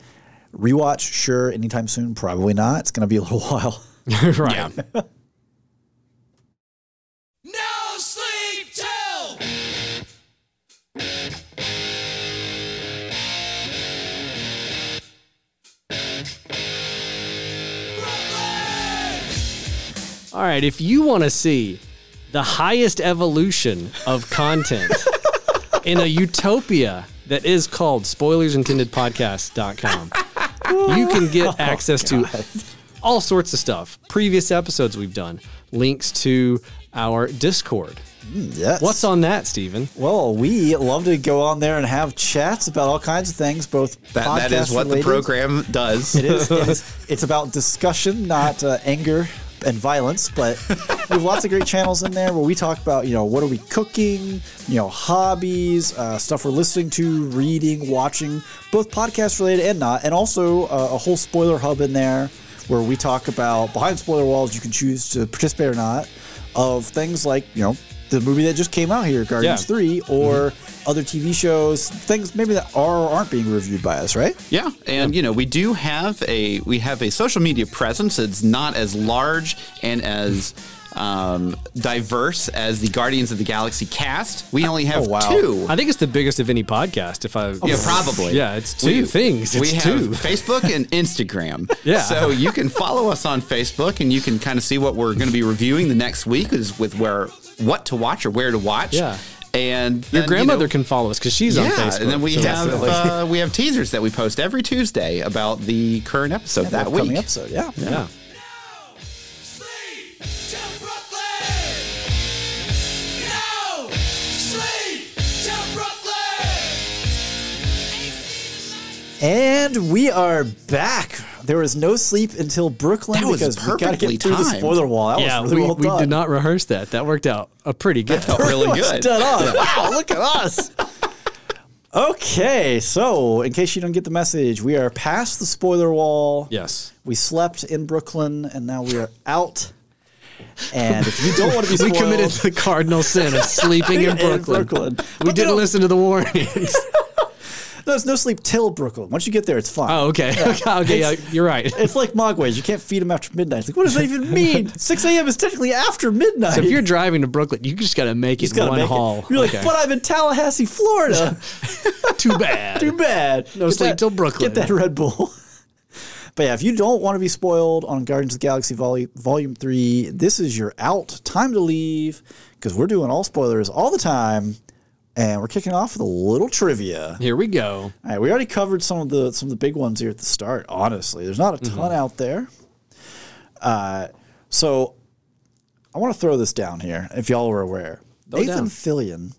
A: rewatch, sure, anytime soon, probably not. It's gonna be a little while.
B: right.
C: Yeah.
D: No sleep till Brooklyn.
B: All right, if you want to see the highest evolution of content in a utopia that is called spoilersintendedpodcast.com, you can get access to all sorts of stuff. Previous episodes we've done, links to our Discord.
A: yes.
B: What's on that, Steven?
A: Well, we love to go on there and have chats about all kinds of things, both
C: That that is what the
A: podcast-related.
C: program does.
A: It is. It is it's about discussion, not uh, anger and violence. But we have lots of great channels in there where we talk about, you know, what are we cooking, you know, hobbies, uh, stuff we're listening to, reading, watching, both podcast related and not, and also uh, a whole spoiler hub in there where we talk about behind spoiler walls. You can choose to participate or not of things like, you know. the movie that just came out here, Guardians
B: Yeah.
A: 3, or other TV shows, things maybe that are or aren't being reviewed by us, right?
C: Yeah, and you know we do have a we have a social media presence. It's not as large and as um, diverse as the Guardians of the Galaxy cast. We only have
A: Oh, wow.
C: two.
B: I think it's the biggest of any podcast. If I
C: Yeah, probably.
B: Oh, Yeah, it's two things.
C: we
B: It's
C: have
B: two.
C: Facebook and Instagram.
B: Yeah.
C: So you can follow us on Facebook, and you can kind of see what we're going to be reviewing the next week is with where what to watch or where to watch.
B: Yeah.
C: And
B: Your
C: then, you know,
B: grandmother can follow us because she's on
C: yeah,
B: Facebook.
C: and then we
B: so that's
C: have
B: really-
C: uh, we have teasers that we post every Tuesday about the current episode that
A: Upcoming
C: week.
A: episode, yeah.
B: yeah.
D: Now, sleep till Brooklyn. Now, sleep till Brooklyn.
A: And we are back. There was no sleep until Brooklyn
C: That was
A: because we got to
C: perfectly
A: get through the
C: timed.
A: spoiler wall. That
B: yeah,
A: was really
B: we,
A: well
B: we
A: done.
B: did not rehearse that. That worked out a pretty good.
C: Felt really
A: Pretty much
C: good.
A: Dead on. Wow, look at us. Okay, so in case you don't get the message, we are past the spoiler wall.
B: yes.
A: We slept in Brooklyn and now we are out. And if you don't want to be
B: We
A: spoiled,
B: committed the cardinal sin of sleeping in Brooklyn.
A: Brooklyn.
B: We
A: But
B: didn't
A: no-
B: listen to the warnings.
A: No, it's no sleep till Brooklyn. Once you get there, it's fine.
B: Oh, okay. okay, yeah, you're right.
A: It's like Mogways. You can't feed them after midnight. It's like, what does that even mean? 6 a.m. is technically after midnight.
B: So if you're driving to Brooklyn, you just got to make it
A: gotta
B: one
A: make it.
B: haul.
A: You're like,
B: Okay.
A: but I'm in Tallahassee, Florida.
B: too bad.
A: Too bad.
B: No sleep till Brooklyn.
A: Get that Red Bull. but yeah, if you don't want to be spoiled on Guardians of the Galaxy Vol- Volume 3, this is your out. Time to leave because we're doing all spoilers all the time. And we're kicking off with a little trivia.
B: Here we go.
A: All right, we already covered some of the some of the big ones here at the start. Honestly, there's not a
B: Mm-hmm.
A: ton out there. Uh, so I want to throw this down here. If y'all were aware, Nathan
B: down. Mm-hmm.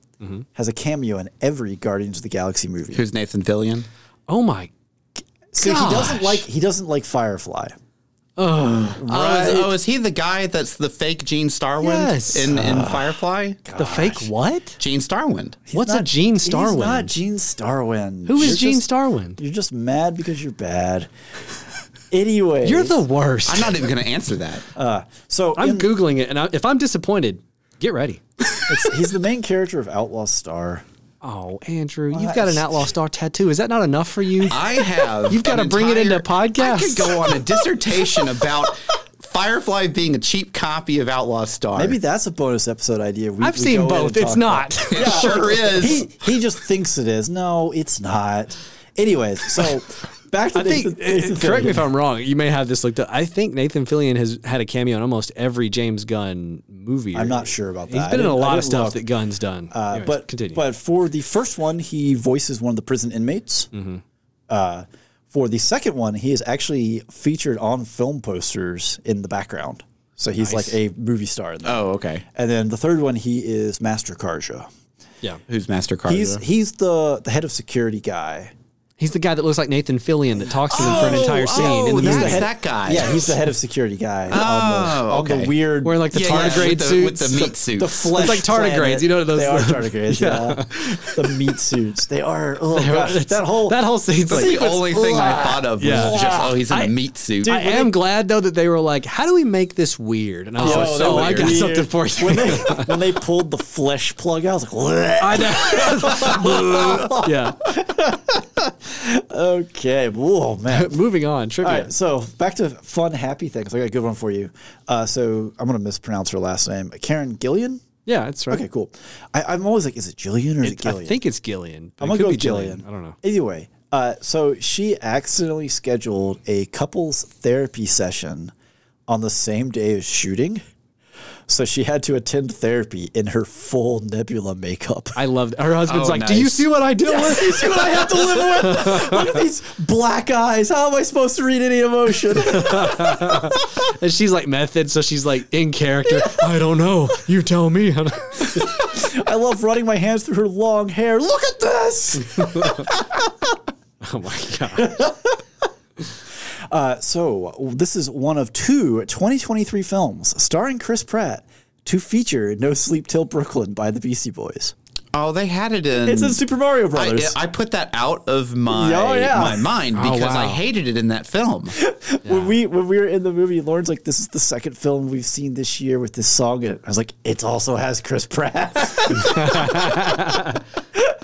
A: Fillion has a cameo in every Guardians of the Galaxy movie.
C: Who's Nathan Fillion?
B: Oh my.
A: So he doesn't
B: Gosh.
A: like he doesn't like Firefly.
C: Oh, is, oh, is he the guy that's the fake Gene Starwind
B: Yes. Ah.
C: in, in Firefly?
B: The fake what?
C: Gene Starwind.
B: What's a
A: Not-
B: Gene
A: He's not
B: Starwind?
A: Gene Starwind.
B: Who is
A: You're
B: Gene
A: just-
B: Starwind?
A: You're just mad because you're bad. anyway,
B: You're the worst.
C: I'm not even going to answer that.
A: so
B: I'm
A: in-
B: googling it, and I, if I'm disappointed, get ready.
A: it's- he's the main character of Outlaw Star.
B: Oh, Andrew, you've got an outlaw star tattoo. Is that not enough for you?
C: I have.
B: You've gotta
C: an
B: bring it into
C: I could
B: podcasts.
C: go on a dissertation about Firefly being a cheap copy of Outlaw Star.
A: Maybe that's a bonus episode idea. We,
B: I've
A: we
B: seen
A: go in
B: both.
A: and talk
B: It's not.
C: it sure is.
A: He he just thinks it is. No, it's not. Anyways, so back to
B: I think. uh,
A: Nathan
B: correct me if
A: Fillion.
B: I'm wrong. You may have this looked up. I think Nathan Fillion has had a cameo in almost every James Gunn movie.
A: I'm not sure about that.
B: He's been in
A: I
B: a
A: didn't- I
B: lot of
A: didn't
B: stuff
A: look.
B: that Gunn's done.
A: Uh,
B: Anyways,
A: but
B: continue.
A: but for the first one, he voices one of the prison inmates.
B: Mm-hmm.
A: Uh, for the second one, he is actually featured on film posters in the background. So he's like a movie star in that.
C: Oh, okay.
A: And then the third one, he is Master Karja.
B: yeah,
C: Who's Mastercard?
A: He's he's the the head of security guy.
B: he's the guy that looks like Nathan Fillion that talks to him for an entire scene in
C: oh,
B: the
C: that's
B: movie.
C: the that guy.
A: Yeah, he's the head of security guy. on the, on the
C: okay.
A: weird
B: Oh, Wearing like the
C: Yeah, yeah,
B: tardigrade
C: with the,
B: suits.
C: with the meat suit.
A: the flesh.
B: like tardigrades,
A: planet.
B: you know those-
A: They are tardigrades. yeah. the meat suits. They are. Oh gosh, that whole
B: that whole scene's
C: That's
B: like
C: the only thing I thought of was
B: Yeah.
C: just oh, he's in
B: I-
C: a meat suit.
B: I am glad though that they were like, how do we make this weird? And I was
A: Oh,
B: like,
A: that
B: oh,
A: was
B: I got
A: weird.
B: something for
A: when
B: you.
A: they when they pulled the flesh plug out, I was like,
B: I know. yeah.
A: okay, whoa, man.
B: Moving on. Trivia.
A: All right, so back to fun, happy things. I got a good one for you. Uh, so I'm gonna mispronounce her last name, Karen Gillian.
B: Yeah, that's right.
A: Okay, cool. I, I'm always like, is it Gillian or is it Gillian?
B: I think it's Gillian. but
A: I'm
B: it
A: gonna
B: could
A: go with
B: be
A: Jillian.
B: I don't know.
A: Either way, uh, so she accidentally scheduled a couples therapy session on the same day as shooting. So she had to attend therapy in her full Nebula makeup.
B: I love her husband's
C: Oh,
B: like, do you
C: nice.
B: see what I deal with?
A: you see what I have to live with? Look at these black eyes. How am I supposed to read any emotion?
B: And she's like method, so she's like in character. I don't know. You tell me.
A: I love running my hands through her long hair. Look at this.
B: oh my god.
A: Uh, so this is one of two 2023 films starring Chris Pratt to feature No Sleep Till Brooklyn by the Beastie Boys.
C: Oh, they had it in.
A: It's in Super Mario
C: I,
A: Brothers.
C: I put that out of my
A: Oh, yeah.
C: my mind
B: Oh,
C: because I
B: wow.
C: hated it in that film.
A: When we when we were in the movie, Lauren's like, "This is the second film we've seen this year with this song in it." I was like, "It also has Chris Pratt."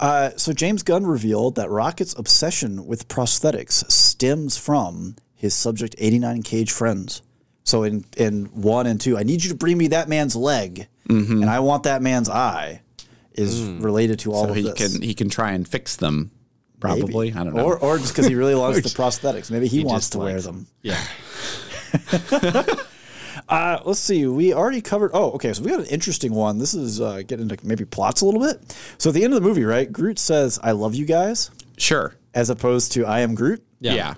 A: uh, so James Gunn revealed that Rocket's obsession with prosthetics stems from his Subject 89 Cage friends. So in in one and two, I need you to bring me that man's leg, and I want that man's eye. Is related to all
C: Mm-hmm. Mm. So
A: of
C: he
A: this.
C: can he can try and fix them. Probably,
A: Maybe.
C: I don't know.
A: Or, or just because he really loves the prosthetics. Maybe he, wants
C: just
A: to wear
C: likes
A: them.
B: Yeah.
A: Uh, let's see. We already covered. Oh, okay. So we got an interesting one. This is uh, get into maybe plots a little bit. So at the end of the movie, right? Groot says, "I love you guys,"
C: sure.
A: as opposed to "I am Groot,"
C: Yeah.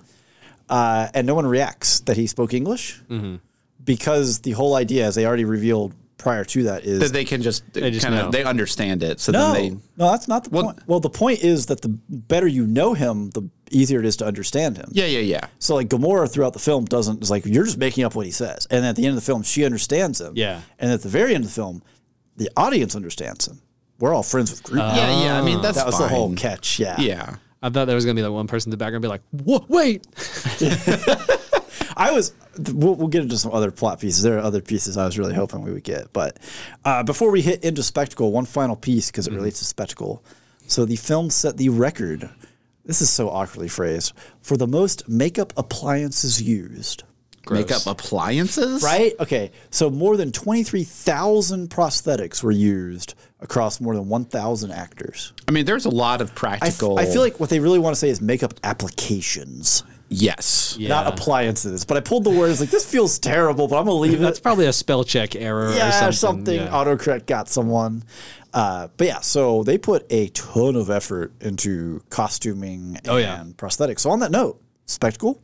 A: uh, and no one reacts that he spoke English
C: Mm-hmm.
A: because the whole idea, as they already revealed prior to that, is
C: That they can just,
B: just
C: kind
B: know.
C: of they understand it. So
A: no,
C: then
A: no, that's not the
C: Well-
A: point. Well, the point is that the better you know him, the easier it is to understand him.
C: they Yeah, yeah, yeah.
A: So like Gamora throughout the film doesn't is like you're just making up what he says, and at the end of the film she understands him.
B: Yeah.
A: And at the very end of the film, the audience understands him. We're all friends with Groot.
C: yeah, yeah. I mean that's
A: that was the whole
C: fine.
A: catch. Yeah.
C: Yeah.
B: I thought there was gonna be that one person in the background be like, "What? Wait,
A: I was. th- We'll, we'll get into some other plot pieces. There are other pieces I was really hoping we would get, but uh, before we hit into spectacle, one final piece because it relates to spectacle. So the film set the record. This is so awkwardly phrased for the most makeup appliances used.
C: Make up appliances?
A: Right? Okay. So more than 23,000 prosthetics were used across more than 1,000 actors.
C: I mean, there's a lot of
A: I, f-
C: practical
A: I feel like what they really want to say is makeup applications,
C: Yes.
A: not appliances. But I pulled the words like, this feels terrible, but I'm going to leave
B: That's
A: it.
B: probably a spell check error
A: Yeah,
B: or something.
A: something.
B: yeah.
A: Autocorrect got someone. Uh, but yeah, so they put a ton of effort into costuming and
B: Oh, yeah.
A: prosthetics. So on that note, spectacle.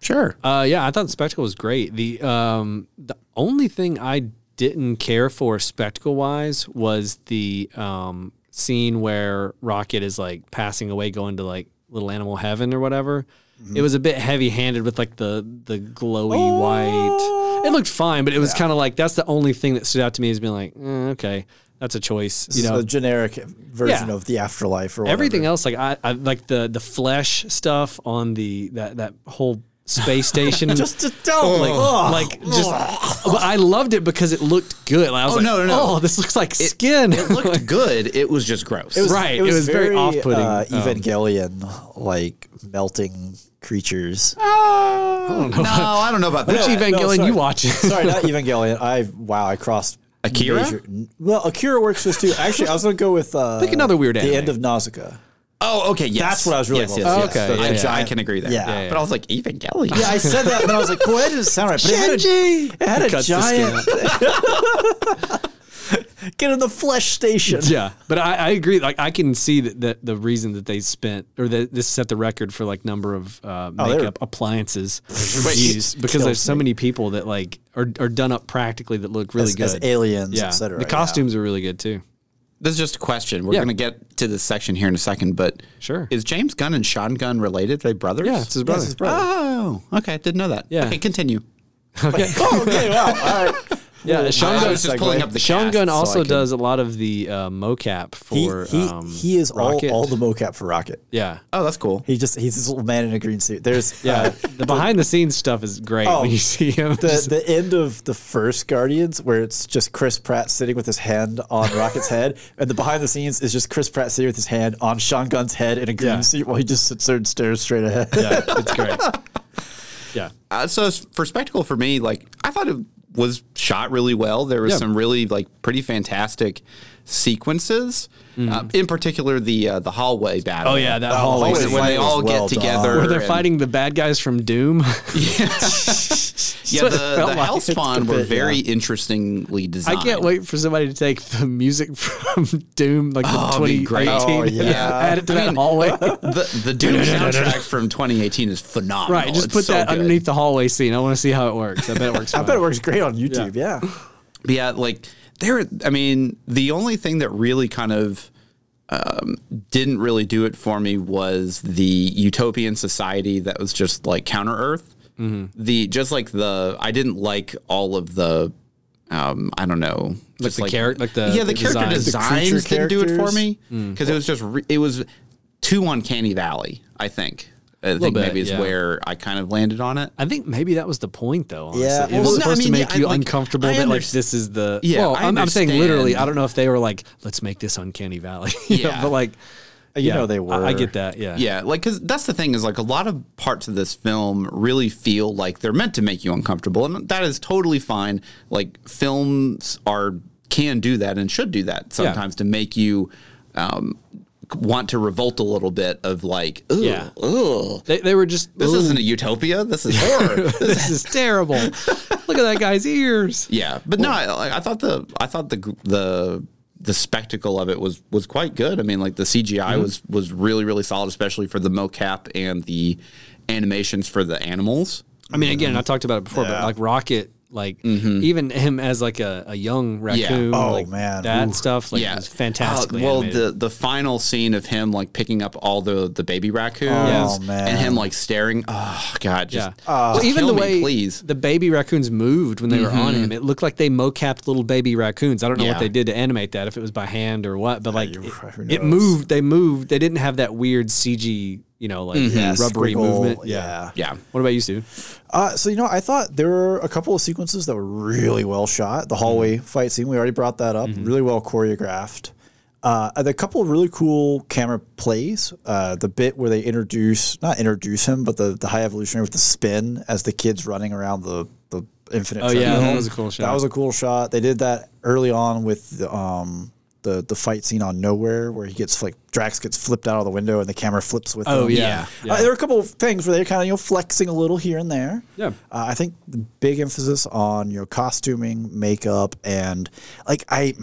C: Sure.
B: Uh, yeah, I thought Spectacle was great. The um, the only thing I didn't care for spectacle wise was the um, scene where Rocket is like passing away, going to like little animal heaven or whatever.
A: Mm-hmm.
B: It was a bit heavy handed with like the the glowy
A: Oh.
B: white. It looked fine, but it was kind of like that's the only thing that stood out to me is being like, eh, okay, that's a choice.
A: This
B: You know,
A: is a generic version
B: Yeah.
A: of the afterlife or whatever.
B: everything else like I, I like the the flesh stuff on the that that whole space station
A: Just to tell
B: like,
A: like, ugh.
B: like just but I loved it because it looked good. Like, I was
C: Oh,
B: like,
C: no, no, no.
B: oh, this looks like skin.
C: it looked good. It was just gross.
A: was-
B: Right, it was very off-putting,
A: Uh,
B: um,
A: Evangelion, like melting creatures.
C: no, I don't know about that.
B: Which Evangelion
A: sorry.
B: you watch?
A: Sorry, not Evangelion. I wow, I crossed
C: Akira?
A: well, Akira works just too. Actually, I was gonna go with uh,
B: Pick another weird
A: The
B: anime.
A: end of Nausicaa.
C: Oh, okay. Yes.
A: That's what I was really
C: Yes,
A: going
C: yes,
A: for.
C: yes.
B: Okay,
C: Okay.
B: yeah,
C: I,
B: yeah.
C: I can agree there.
A: Yeah. Yeah,
B: yeah.
C: But I was like, Evangelion.
A: Yeah, I said that, and I was like, "Boy, that doesn't sound right." But it had a,
B: Genji!
A: it had a
B: Cuts the
A: giant. Get in the flesh station.
B: Yeah, but I, I agree. Like I can see that, that the reason that they spent or that this set the record for like number of uh,
A: they were-
B: makeup appliances
C: Wait,
B: used because
A: kills
B: there's so many people that like are, are done up practically that look really
A: As-
B: good.
A: as aliens,
B: yeah.
A: et cetera,
B: The
A: yeah.
B: costumes are really good too.
C: This is just a question. We're
B: Yeah.
C: going to get to this section here in a second, but
B: Sure.
C: Is James Gunn and Sean Gunn related? Are they brothers?
B: Yeah, it's his brother.
A: Yes, his brother.
C: Oh, okay. Didn't know that.
B: Yeah.
C: Okay, continue.
A: Oh, okay, wow, all right.
B: Yeah, Sean
C: I
B: Gunn,
C: was just pulling up the
B: Sean
C: cast
B: Gunn
C: so I
B: also
C: could-
B: does a lot of the uh, mocap
A: He,
B: for
A: he,
B: um,
A: he is all,
B: Rocket.
A: all the mocap for Rocket.
B: yeah.
C: Oh, that's cool.
A: He just he's this little man in a green suit. There's
B: Yeah,
A: uh,
B: the behind the scenes stuff is great
A: Oh,
B: when you see him.
A: the
B: Just-
A: the end of the first Guardians, where it's just Chris Pratt sitting with his hand on Rocket's head, and the behind the scenes is just Chris Pratt sitting with his hand on Sean Gunn's head in a green
B: Yeah.
A: suit while he just sits there and stares straight ahead.
B: yeah, it's great. Yeah,
C: Uh, so as for spectacle for me, like I thought it was shot really well. There was
B: Yeah.
C: some really like pretty fantastic sequences. Uh, in particular, the uh, the hallway battle.
B: Mm. Oh, yeah, that
C: When-
B: hallway
C: when,
A: fight
C: they
A: was well
C: all get
A: done.
C: together.
B: where they're
C: and-
B: fighting the bad guys from Doom.
C: Yeah, the,
B: what it
C: the
B: felt like.
C: Hellspawn were
A: bit,
C: very interestingly designed.
B: I can't wait for somebody to take the music from Doom, like the
C: Oh, it'd
B: 2018,
C: be great.
A: Oh,
B: and
A: yeah.
B: add it to
C: I
B: that
C: mean-
B: hallway.
C: The, the Doom soundtrack from 2018 is phenomenal.
B: right, just
C: Oh, It's
B: put
C: so
B: that
C: good.
B: underneath the hallway scene. I want to see how it works. I bet it works.
A: I bet it works great on YouTube. Yeah,
C: But yeah, like there. I mean, the only thing that really kind of um, didn't really do it for me was the utopian society that was
B: Mm-hmm.
C: just like Counter Earth. The just like the I didn't like all of the. um, I don't know, just
B: the charac- like the-
C: yeah, the,
B: the
C: character
B: design.
A: The creature
C: designs didn't do it for
A: characters. Mm.
C: me because it was just re- it was too uncanny valley. I think I think
B: bit,
C: maybe is
B: yeah.
C: where I kind of landed on it.
B: I think maybe that was the point, though. Honestly.
A: Yeah,
B: it was
A: well, no, I
B: supposed
C: mean,
B: to
C: yeah,
B: make you
C: I, like,
B: uncomfortable
C: I
B: that like
C: underst-
B: this is the.
C: Yeah,
B: well,
C: I
B: I'm, I'm saying
C: understand.
B: literally. I don't know if they were like, let's make this uncanny valley. You know,
C: Yeah.
B: but like,
A: You
B: yeah,
A: know they
B: I,
A: were.
B: I get that. Yeah,
C: Yeah, like because that's the thing is like a lot of parts of this film really feel like they're meant to make you uncomfortable, and that is totally fine. Like films are can do that and should do that sometimes to make you um, want to revolt a little bit of like, ooh,
B: Yeah.
C: ooh,
B: They, they were just.
C: this
B: "Ooh,
C: isn't a utopia. This is horror.
B: this is terrible. Look at that guy's ears.
C: yeah, but no, I, like, I thought the I thought the gr- the the spectacle of it was was quite good. I mean, like the CGI
B: Mm-hmm.
C: was was really really solid, especially for the mocap and the animations for the animals.
B: I mean, again, I talked about it before, but like Rocket, like
C: Mm-hmm.
B: even him as like a, a young raccoon.
A: Oh,
B: like,
A: man.
B: That
A: Ooh.
B: stuff, like, was fantastically.
C: Uh, well,
B: animated.
C: the the final scene of him like picking up all the the baby raccoons
A: Yes. man.
C: and him like staring. Oh god, just,
B: Yeah. Uh, Well,
C: just
B: even the
C: kill me,
B: way
C: please.
B: the baby raccoons moved when they were on him, it looked like they mocapped little baby raccoons. I don't know
C: Yeah.
B: what they did to animate that, if it was by hand or what, but like it,
A: who
B: it
A: knows?
B: moved. They moved. They didn't have that weird CG, you know, like rubbery
A: Mm-hmm. squiggle,
B: movement.
A: yeah.
C: Yeah.
B: What about you, Stu?
A: Uh, so you know, I thought there were a couple of sequences that were really well shot. The hallway
B: Mm-hmm.
A: fight scene, we already brought that up, really well choreographed. Uh, and a couple of really cool camera plays. Uh, the bit where they introduce, not introduce him, but the, the high evolutionary with the spin as the kids running around the, the infinite.
B: Oh, yeah,
A: treadmill.
B: that was a cool
A: Mm-hmm. That
B: shot.
A: was a cool shot. They did that early on with the, um, the the fight scene on Nowhere where he gets like Drax gets flipped out of the window and the camera flips with
B: Oh,
A: him.
B: yeah. Yeah.
A: Uh, there were a couple of things where they're kind of you know flexing a little here and there.
B: Yeah.
A: Uh, I think the big emphasis on you know costuming, makeup, and like I.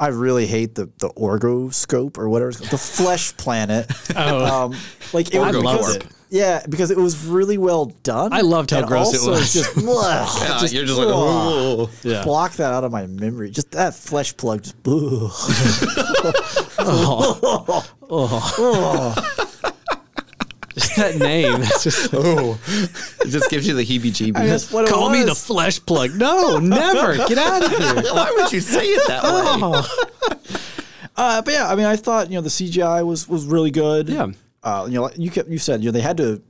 A: I really hate the the orgoscope or whatever it's called, the flesh planet.
B: Oh.
A: um, like it was
C: Orgo
A: because
C: Orb.
A: it- yeah, because it was really well done.
B: I loved how
A: and
B: gross it
A: also
B: was.
A: Just, blech,
C: Yeah,
A: just
C: you're just like, "Ooh."
B: Yeah.
A: block that out of my memory. Just that flesh plug. Just ugh.
B: Just that name. That's just oh,
C: it just gives you the heebie-jeebies.
A: That's what it
B: call me the
A: was.
B: flesh plug. No, never. Get out of here.
C: Why would you say it that way?
B: Oh.
A: Uh, but yeah, I mean, I thought you know the CGI was was really good.
B: Yeah.
A: Uh, you know, like you kept you said you know they had to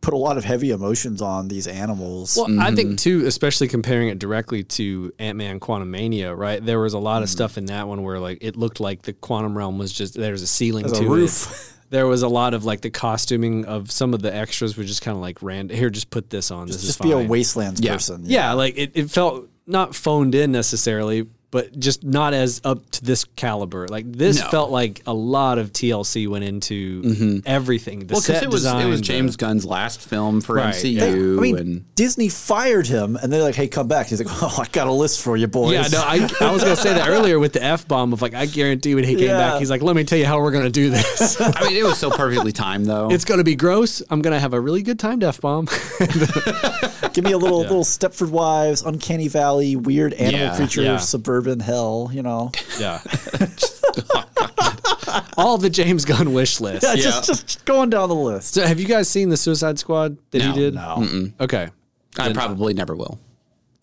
A: put a lot of heavy emotions on these animals.
B: Well, I
A: Mm-hmm.
B: think too, especially comparing it directly to Ant Man Quantum Mania, right? There was a lot
A: Mm-hmm.
B: of stuff in that one where like it looked like the quantum realm was just there was a ceiling
A: There's a
B: to
A: roof.
B: it. There was a lot of like the costuming of some of the extras were just kind of like random. Here, just put this on. this
A: just
B: is
A: be a
B: fine."
A: wastelands
C: Yeah.
A: person.
B: Yeah, like it, it felt not phoned in necessarily, but just not as up to this caliber. Like this
C: No.
B: felt like a lot of TLC went into
A: Mm-hmm.
B: everything. The
C: Well, because
B: set
C: it was
B: design,
C: it was
B: the-
C: James Gunn's last film for
B: Right,
C: MCU,
A: They- I mean,
C: and
A: Disney fired him, and they're like, "Hey, come back." He's like, "Oh, I got a list for you, boys."
B: Yeah, no, I, I was gonna say that earlier with the f bomb of like I guarantee when he came
A: Yeah.
B: back, he's like, let me tell you how we're gonna do this.
C: I mean, it was so perfectly timed though.
B: it's gonna be gross. I'm gonna have a really good time to f bomb.
A: Give me a little little Stepford Wives, Uncanny Valley, weird animal
C: Yeah,
A: creature,
B: yeah.
A: suburban hell. You know,
B: yeah. All the James Gunn wish list.
A: yeah. just just going down the list.
B: So have you guys seen the Suicide Squad that
C: No,
B: he did?
A: no.
B: Okay.
C: I probably never will.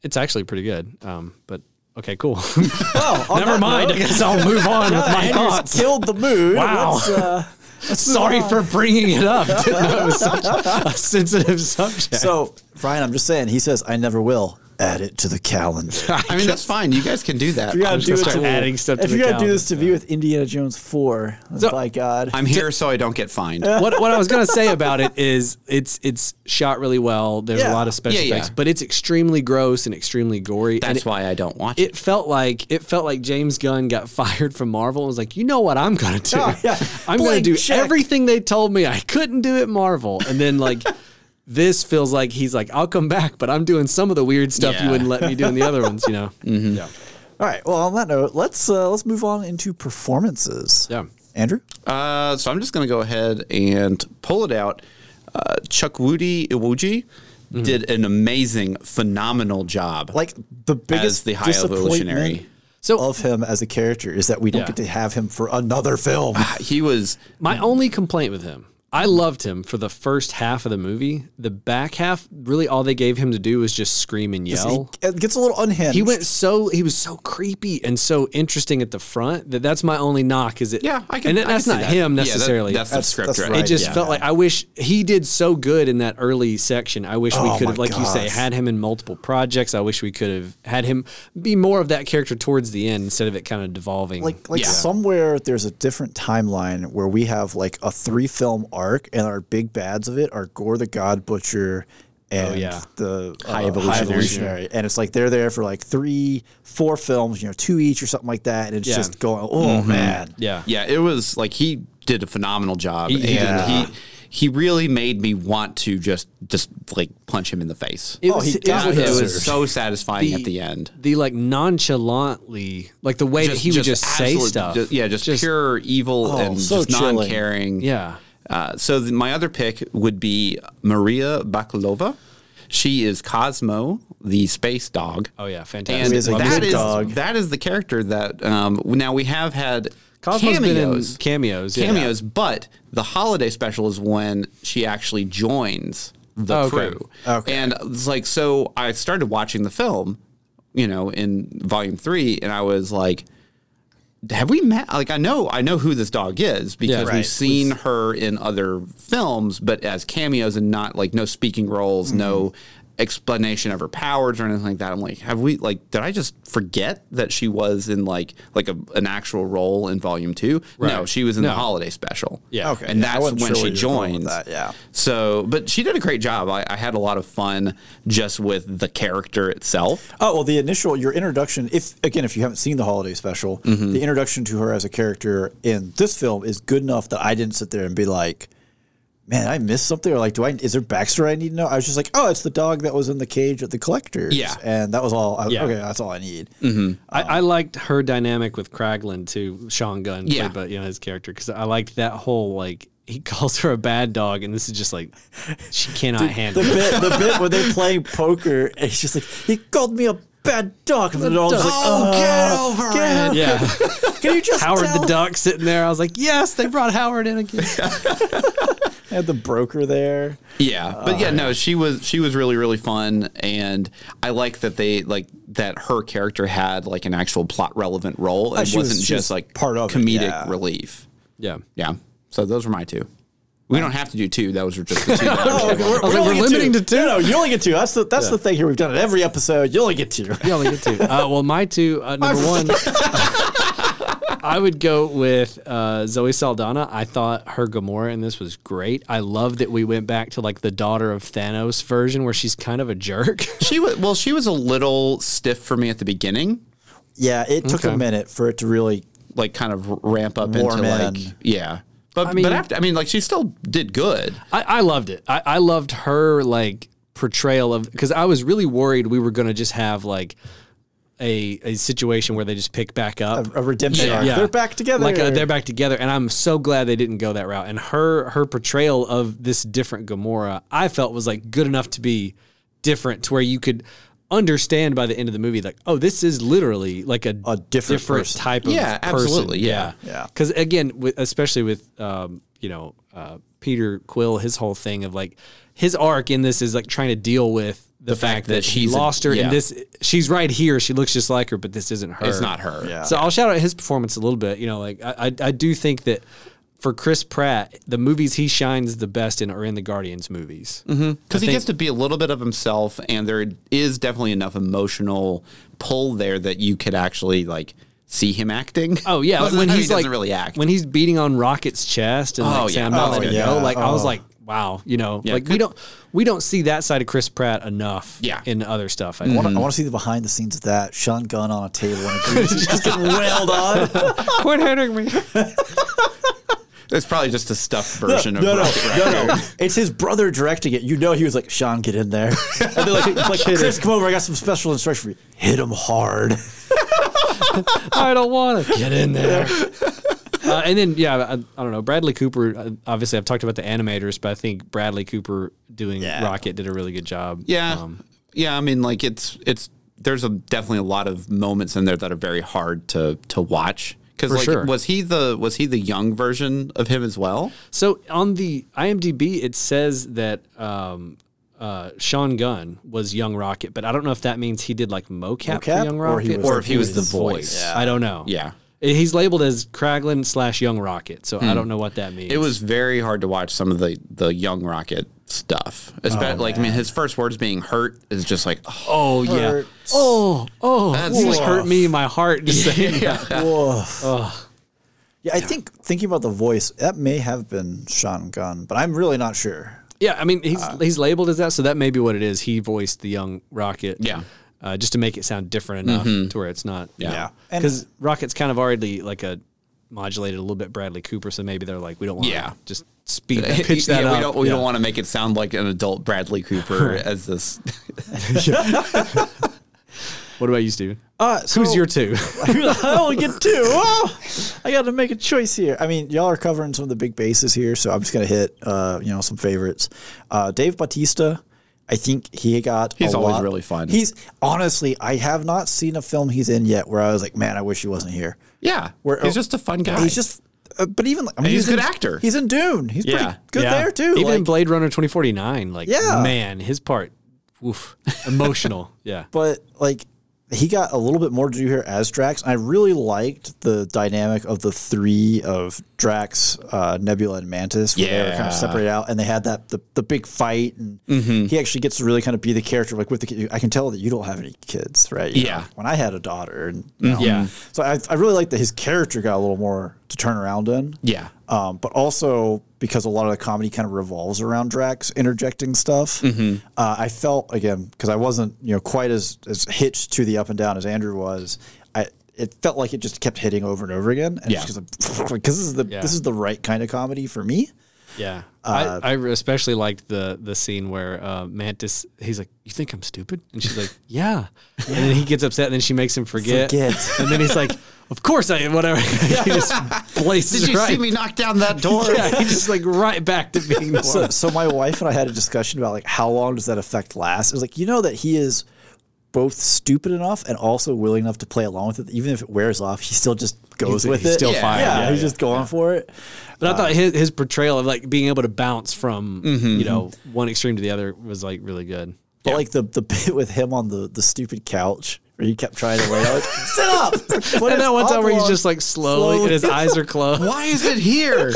B: It's actually pretty good. Um, but okay, cool.
A: Oh, on
B: Never
A: that
B: mind.
A: note-
B: I guess I'll move on with my
A: Andrew's
B: thoughts.
A: killed the mood.
B: Wow.
A: Let's, uh, let's move
B: Sorry
A: on.
B: for bringing it up. That was such a sensitive subject.
A: So, Ryan, I'm just saying, he says, I never will. Add it to the calendar.
C: I mean, that's fine. You guys can do that.
A: You gotta
B: I'm just
A: do
B: gonna
A: it
B: start
A: to-
B: adding stuff to
A: if
B: the
A: you gotta do this to
B: calendar,
A: me with Indiana Jones 4,
B: So-
A: by God.
C: I'm here so I don't get fined.
B: what what I was gonna say about it is it's it's shot really well. There's
A: Yeah.
B: a lot of special
C: Yeah, yeah.
B: effects, but it's extremely gross and extremely gory. and
C: That's
B: it,
C: why I don't watch it.
B: it felt like it felt like James Gunn got fired from Marvel and was like, you know what I'm gonna do?
A: Oh, yeah.
B: I'm gonna
A: Blank
B: do
A: check."
B: everything they told me I couldn't do at Marvel, and then like. This feels like he's like, I'll come back, but I'm doing some of the weird stuff
C: Yeah.
B: you wouldn't let me do in the other ones, you know? Yeah.
A: All right. Well, on that note, let's uh, let's move on into performances.
B: Yeah.
A: Andrew?
C: Uh, so I'm just going to go ahead and pull it out. Uh, Chuck Woody Iwuji did an amazing, phenomenal job.
A: Like, the
C: as
A: biggest
C: the high
A: disappointment
C: evolutionary.
B: So-
A: of him as a character is that we don't
B: Yeah.
A: get to have him for another film.
C: He was
B: My only complaint with him I loved him for the first half of the movie. The back half, really, all they gave him to do was just scream and yell.
A: He- It gets a little unhinged.
B: He went so he was so creepy and so interesting at the front that that's my only knock. Is it?
C: Yeah, I can.
B: And
C: I can
B: that's
C: see
B: not
C: that.
B: him
C: Yeah, that-
B: necessarily.
C: that's, the
A: That's-
C: script,
A: that's
C: right?
A: right.
B: it just
A: yeah.
B: felt like I wish he did so good in that early section. I wish
A: Oh
B: we could have,
A: my
B: like you say,
A: gosh.
B: had him in multiple projects. I wish we could have had him be more of that character towards the end instead of it kind of devolving.
A: like like
C: Yeah.
A: somewhere there's a different timeline where we have like a three film arc and our big bads of it are Gore the God Butcher and
B: yeah.
A: the uh,
C: High Evolutionary.
A: and it's like they're there for like three four films you know two each or something like that and it's
B: Yeah.
A: just going oh man
B: yeah,
C: Yeah, it was like he did a phenomenal job,
B: He- he
C: and
A: did.
C: he he really made me want to just just like punch him in the face.
B: It
A: Oh,
B: was,
A: he
B: it
A: got
B: was
A: it.
C: it
B: absurd.
C: was so satisfying at the end.
B: The like nonchalantly, like the way that he would just say
C: absolute-
B: stuff.
C: ju- yeah, just, pure evil
A: Oh,
C: and
A: so
C: just
A: chilling.
C: non-caring.
B: Yeah.
C: Uh, so th- my other pick would be Maria Bakalova. She is Cosmo, the space dog.
B: Oh yeah,
C: And
B: fantastic.
A: is a
B: Love
A: good
C: that
B: it.
C: is
A: dog.
C: that is the character that um, now we have had
B: Cosmo's
C: cameos,
B: been in cameos. yeah.
C: cameos, but the holiday special is when she actually joins the
B: Oh, okay.
C: crew.
A: Okay.
C: And it's like so I started watching the film, you know, in volume 3 and I was like have we met like I know I know who this dog is because
B: right.
C: we've seen her in other films but as cameos and not like no speaking roles,
B: Mm-hmm.
C: no explanation of her powers or anything like that. I'm like, have we like did I just forget that she was in like like a, an actual role in volume 2? No,
B: Right.
C: she was in
B: No.
C: the holiday special.
B: Yeah.
A: Okay,
C: And
A: yeah, I
C: that's
A: wasn't
C: when
A: sure
C: she
A: where you were going with
C: joins.
A: that, yeah.
C: So, but she did a great job. I, I had a lot of fun just with the character itself.
A: Oh well, the initial your introduction. If again, if you haven't seen the holiday special, the introduction to her as a character in this film is good enough that I didn't sit there and be like, "Man, I missed something," or like, "Do I is there backstory I need to know?" I was just like, "Oh, it's the dog that was in the cage at the collectors."
C: Yeah.
A: and that was all. I,
B: Yeah.
A: Okay, that's all I need.
B: I, I liked her dynamic with Kraglin too, Sean Gunn,
C: Yeah.
B: played by, you know his character, because I liked that whole like he calls her a bad dog, and this is just like she cannot handle.
A: The
B: it.
A: bit, the bit when they're playing poker, and it's just like he called me a bad dog, and the dog's like, "Oh,
C: get over
A: get
B: Yeah,
A: over- Can you just
B: Howard
A: tell?
B: the duck sitting there. I was like, yes, they brought Howard in again.
A: They had the broker there.
C: Yeah, but yeah, no, she was she was really really fun, and I like that they like that her character had like an actual plot relevant role and
A: Uh, she was-
C: wasn't
A: she was
C: just like
A: part of it,
C: comedic
A: yeah.
C: relief.
B: yeah.
C: Yeah, so those were my two. We don't have to do two; those were just the two. that I
A: Oh,
C: was
A: okay. We're,
B: was
A: we're
B: like,
A: only
B: we're
A: get
B: limiting
A: two.
B: to two?
A: No, no, you only get two. That's the that's the thing here. We've done it every episode. You only get two.
B: Yeah, only get two. Uh, well, my two, uh, number one, I would go with uh, Zoe Saldana. I thought her Gamora in this was great. I love that we went back to like the daughter of Thanos version where she's kind of a jerk.
C: She was well. She was a little stiff for me at the beginning,
A: Yeah, it took
B: Okay.
A: a minute for it to really.
C: like kind of r- ramp up
A: Warm
C: into
A: in.
C: like yeah. But
B: I mean-
C: but after I mean like she still did good.
B: I, I loved it. I, I loved her like portrayal of because I was really worried we were gonna just have like a a situation where they just pick back up.
A: A redemption arc. They're back together.
B: Like uh, they're back together, and I'm so glad they didn't go that route. And her her portrayal of this different Gamora, I felt was like good enough to be different, to where you could understand by the end of the movie, like, oh, this is literally like a,
A: A different person.
B: type of
C: Yeah,
B: person.
C: absolutely, yeah.
A: Yeah.
B: Because again, wi- especially with um, you know uh, Peter Quill, his whole thing of like his arc in this is like trying to deal with the, fact, that, she
C: she's a-
B: lost her,
C: yeah.
B: and this she's right here. She looks just like her, but this isn't her.
C: It's not her.
A: Yeah.
B: So I'll shout out his performance a little bit. You know, like I, I, I do think that for Chris Pratt, the movies he shines the best in are in the Guardians movies.
C: Because he gets to be a little bit of himself, and there is definitely enough emotional pull there that you could actually like see him acting.
B: Oh yeah,
C: Well,
B: when
C: I mean,
B: he's
C: he
B: like
C: doesn't really act.
B: when he's beating on Rocket's chest and
C: Oh,
B: like
C: yeah.
B: saying, "I'm not
A: Oh,
B: letting
A: yeah.
B: go," like I was
A: Oh.
B: like, "Wow," you know,
C: Yeah.
B: like we don't we don't see that side of Chris Pratt enough.
C: Yeah.
B: in other stuff. I
A: I
B: think.
A: want, to, I want to see the behind the scenes of that. Sean Gunn on a table and a green- she's just getting wailed on.
B: Quit hurting me.
C: it's probably just a stuffed version
A: No, no,
C: of Rocket Raccoon.
A: no, no. It's his brother directing it. You know, he was like, Sean, get in there. And they're like, it's like, Chris, come over. I got some special instruction for you. Hit him hard.
B: I don't want to get in there. Uh, and then, yeah, I, I don't know. Bradley Cooper. uh, Obviously, I've talked about the animators, but I think Bradley Cooper doing
A: Yeah.
B: Rocket did a really good job.
C: Yeah,
B: Um,
C: yeah. I mean, like it's it's there's a definitely a lot of moments in there that are very hard to to watch Because
B: For
C: like,
B: sure.
C: was he the was he the young version of him as well?
B: So on the IMDb, it says that um, uh, Sean Gunn was Young Rocket, but I don't know if that means he did like mocap,
A: Mocap,
B: for Young
A: or
B: Rocket,
A: he was Or
C: if he was the voice. Yeah.
B: I don't know. Uh,
C: Yeah.
B: he's labeled as Kraglin slash Young Rocket, so I don't know what that means.
C: Hmm. It was very hard to watch some of the the young Rocket stuff. Especially like I mean, his first words being hurt is just like oh,
B: Oh yeah.
A: Hurts.
B: Oh oh,
C: That's
B: you just
C: like-
B: hurt me in my heart. Just saying that.
A: Whoa. Yeah, I think thinking about the voice, that may have been Sean Gunn, but I'm really not sure.
B: Yeah, I mean
C: Uh,
B: he's he's labeled as that, so that may be what it is. He voiced the young Rocket.
C: Yeah. Mm-hmm.
B: Uh, just to make it sound different enough to where it's not.
C: Yeah.
A: And-
B: Because Rocket's kind of already like a modulated a little bit Bradley Cooper, so maybe they're like, we don't want to
C: Yeah.
B: just speed that, pitch that
C: yeah,
B: up.
C: we don't we
B: Yeah.
C: don't want to make it sound like an adult Bradley Cooper as this.
B: What about you, Steven?
A: Uh,
B: Who's
A: so-
B: your two?
A: I only get two. Oh, I got to make a choice here. I mean, y'all are covering some of the big bases here, so I'm just gonna hit, uh, you know, some favorites. Uh, Dave Bautista, I think he got.
C: He's
A: a
C: always
A: lot-
C: really fun.
A: He's honestly, I have not seen a film he's in yet where I was like, man, I wish he wasn't here.
C: yeah,
A: Where-
C: he's just a fun guy.
A: He's just, uh, but even I mean,
C: he's a
A: in-
C: good actor.
A: He's in Dune. He's
C: Yeah.
A: pretty good there too.
B: Even in
A: like-
B: Blade Runner 2049, like,
A: Yeah.
B: man, his part, woof, emotional. yeah.
A: but like he got a little bit more to do here as Drax. I really liked the dynamic of the three of Drax, uh, Nebula, and Mantis. Where they were kind
C: Yeah. Mm-hmm.
A: of separated out, and they had that the, the big fight, and he actually gets to really kind of be the character. Like with the kid, I can tell that you don't have any kids, right? You know,
C: Yeah. Mm-hmm.
A: like, when I had a daughter, and you know.
B: Yeah.
A: so I, I really like that his character got a little more to turn around in.
C: yeah,
A: Um, but also because a lot of the comedy kind of revolves around Drax interjecting stuff.
B: Mm-hmm.
A: Uh, I felt again because I wasn't you know quite as as hitched to the up and down as Andrew was. I it felt like it just kept hitting over and over again. And
C: Yeah.
A: because this is the
B: Yeah.
A: this is the right kind of comedy for me.
B: Yeah,
C: Uh,
B: I, I especially liked the the scene where uh, Mantis. He's like, "You think I'm stupid?" And she's like, "Yeah." And then he gets upset, and then she makes him forget.
A: Forget.
B: And then he's like, "Of course I am." Whatever. he just places
C: did you
B: right.
C: see me knock down that door?
B: Yeah, he's just like right back to being normal.
A: So, so my wife and I had a discussion about like how long does that effect last? It was like you know that he is both stupid enough and also willing enough to play along with it. Even if it wears off, he still just goes
B: He's-
A: with
B: he's
A: it.
B: still
A: yeah,
B: fired.
A: yeah,
B: Yeah,
A: he's
B: yeah,
A: just going for it.
B: But I thought his, his portrayal of like being able to bounce from
C: Mm-hmm.
B: you know one extreme to the other was like really good.
A: But like the the bit with him on the the stupid couch where he kept trying to lay out, sit up. But
B: And that one time where he's just like slowly, and his eyes are closed.
C: Why is it here?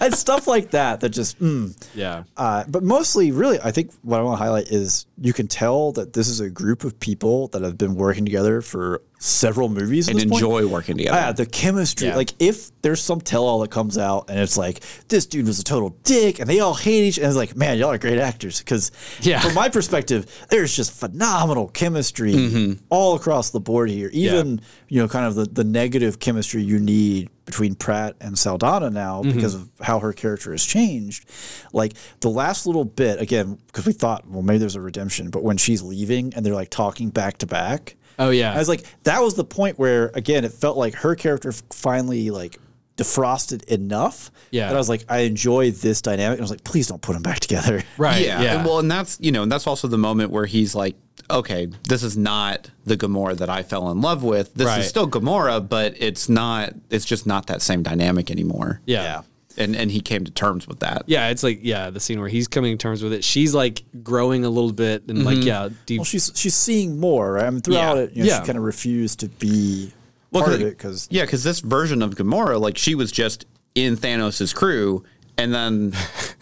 A: and stuff like that that just. Mm.
B: Yeah.
A: Uh, but mostly, really, I think what I want to highlight is you can tell that this is a group of people that have been working together for several movies at
C: and
A: this point. uh,
C: enjoy working together.
A: Yeah, the chemistry.
B: Yeah.
A: Like if there's some tell-all that comes out and it's like this dude was a total dick and they all hate each and it's like man, y'all are great actors because
B: Yeah.
A: from my perspective, there's just phenomenal chemistry
B: Mm-hmm.
A: all across the board here. Even you know, kind of the, the negative chemistry you need between Pratt and Saldana now
B: Mm-hmm.
A: because of how her character has changed. Like the last little bit again because we thought well maybe there's a redemption, but when she's leaving and they're like talking back to back.
B: Oh yeah.
A: I was like, that was the point where again it felt like her character f- finally like defrosted enough.
B: Yeah.
A: That I was like, I enjoy this dynamic. And I was like, please don't put them back together.
B: right.
C: Yeah. And well, and that's you know, and that's also the moment where he's like, okay, this is not the Gamora that I fell in love with. This
B: Right.
C: is still Gamora, but it's not. It's just not that same dynamic anymore.
B: yeah.
C: And and he came to terms with that.
B: Yeah, it's like yeah, the scene where he's coming to terms with it. She's like growing a little bit and like yeah, deep.
A: Well, she's she's seeing more. Right? I mean, throughout
C: Yeah.
A: it, you know,
B: Yeah.
A: she kind of refused to be
C: Well,
A: part of it because
C: yeah, because this version of Gamora, like she was just in Thanos' crew, and then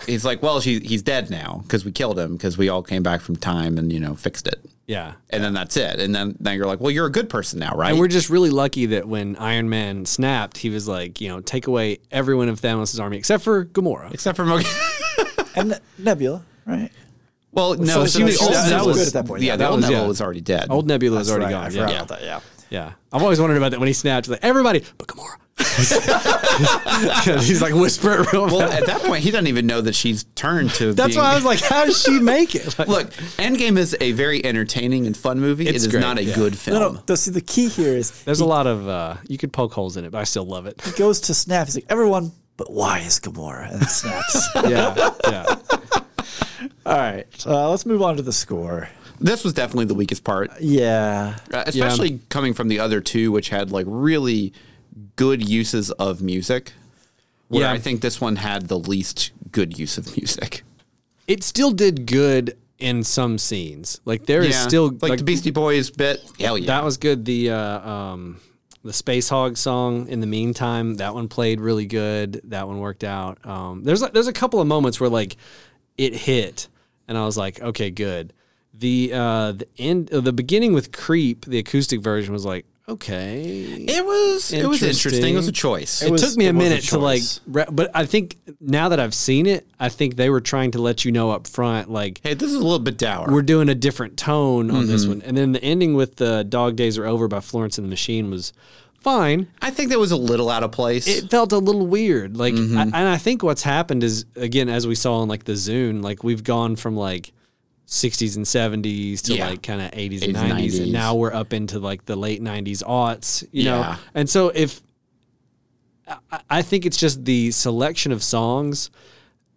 C: he's like, well, she he's dead now because we killed him because we all came back from time and you know fixed it.
B: yeah.
C: And then that's it. And then, then you're like, well, you're a good person now, right?
B: And we're just really lucky that when Iron Man snapped, he was like, you know, take away everyone of Thanos' army except for Gamora.
C: Except for Mo-
A: and Ne- Nebula, right?
C: Well, no,
A: so
C: she was,
A: she was-
C: old-
A: she
C: that
A: was
C: was
A: good at that point.
C: Yeah,
A: Yeah,
C: that,
A: that
C: old
B: was-
C: Neville
B: yeah.
C: was already dead.
B: Old Nebula was
A: That's
B: already
A: right, I
B: gone.
A: forgot
B: Yeah.
A: about that. Yeah.
B: yeah. I've always wondered about that when he snapped. Like everybody, but Gamora. Yeah, he's like whisper it real
C: well,
B: fast.
C: at that point, he doesn't even know that she's turned to.
B: That's
C: being-
B: why I was like, how does she make it? Like,
C: Look, Endgame is a very entertaining and fun movie. It's
B: It's great,
C: not a
B: yeah.
C: good film.
A: No, no. though, See, the key here is
B: there's a lot of uh, you could poke holes in it, but I still love it.
A: he goes to Snap. He's like, everyone, but why is Gamora? And snaps.
B: Yeah, yeah.
A: All right, uh, let's move on to the score.
C: This was definitely the weakest part,
A: Yeah.
C: uh, especially coming from the other two, which had like really good uses of music. Where
B: Yeah.
C: I think this one had the least good use of music.
B: It still did good in some scenes. Like there is still
C: like, the Beastie Boys bit. Hell yeah,
B: That was good. The uh, um, the Space Hog song. In the meantime, that one played really good. That one worked out. Um, there's a- there's a couple of moments where like it hit, and I was like, okay, good. The uh, the end, uh, the beginning with Creep, the acoustic version was like, okay.
C: it was it was interesting. It was a choice.
B: It,
A: was-
B: took me a
A: it was a
B: minute to like,
A: choice.
B: re- but I think now that I've seen it, I think they were trying to let you know up front, like,
C: hey, this is a little bit dour.
B: we're doing a different tone on
C: Mm-hmm.
B: this one. And then the ending with the Dog Days Are Over by Florence and the Machine was fine.
C: I think that was a little out of place.
B: It felt a little weird. Like
C: Mm-hmm.
B: I, and I think what's happened is again as we saw in like the Zune, like we've gone from like 60s and 70s to
C: Yeah.
B: like kind of 80s,
C: 80s,
B: and 90s, and
C: 90s.
B: now we're up into like the late 90s aughts, you know.
C: Yeah.
B: And so if I, I think it's just the selection of songs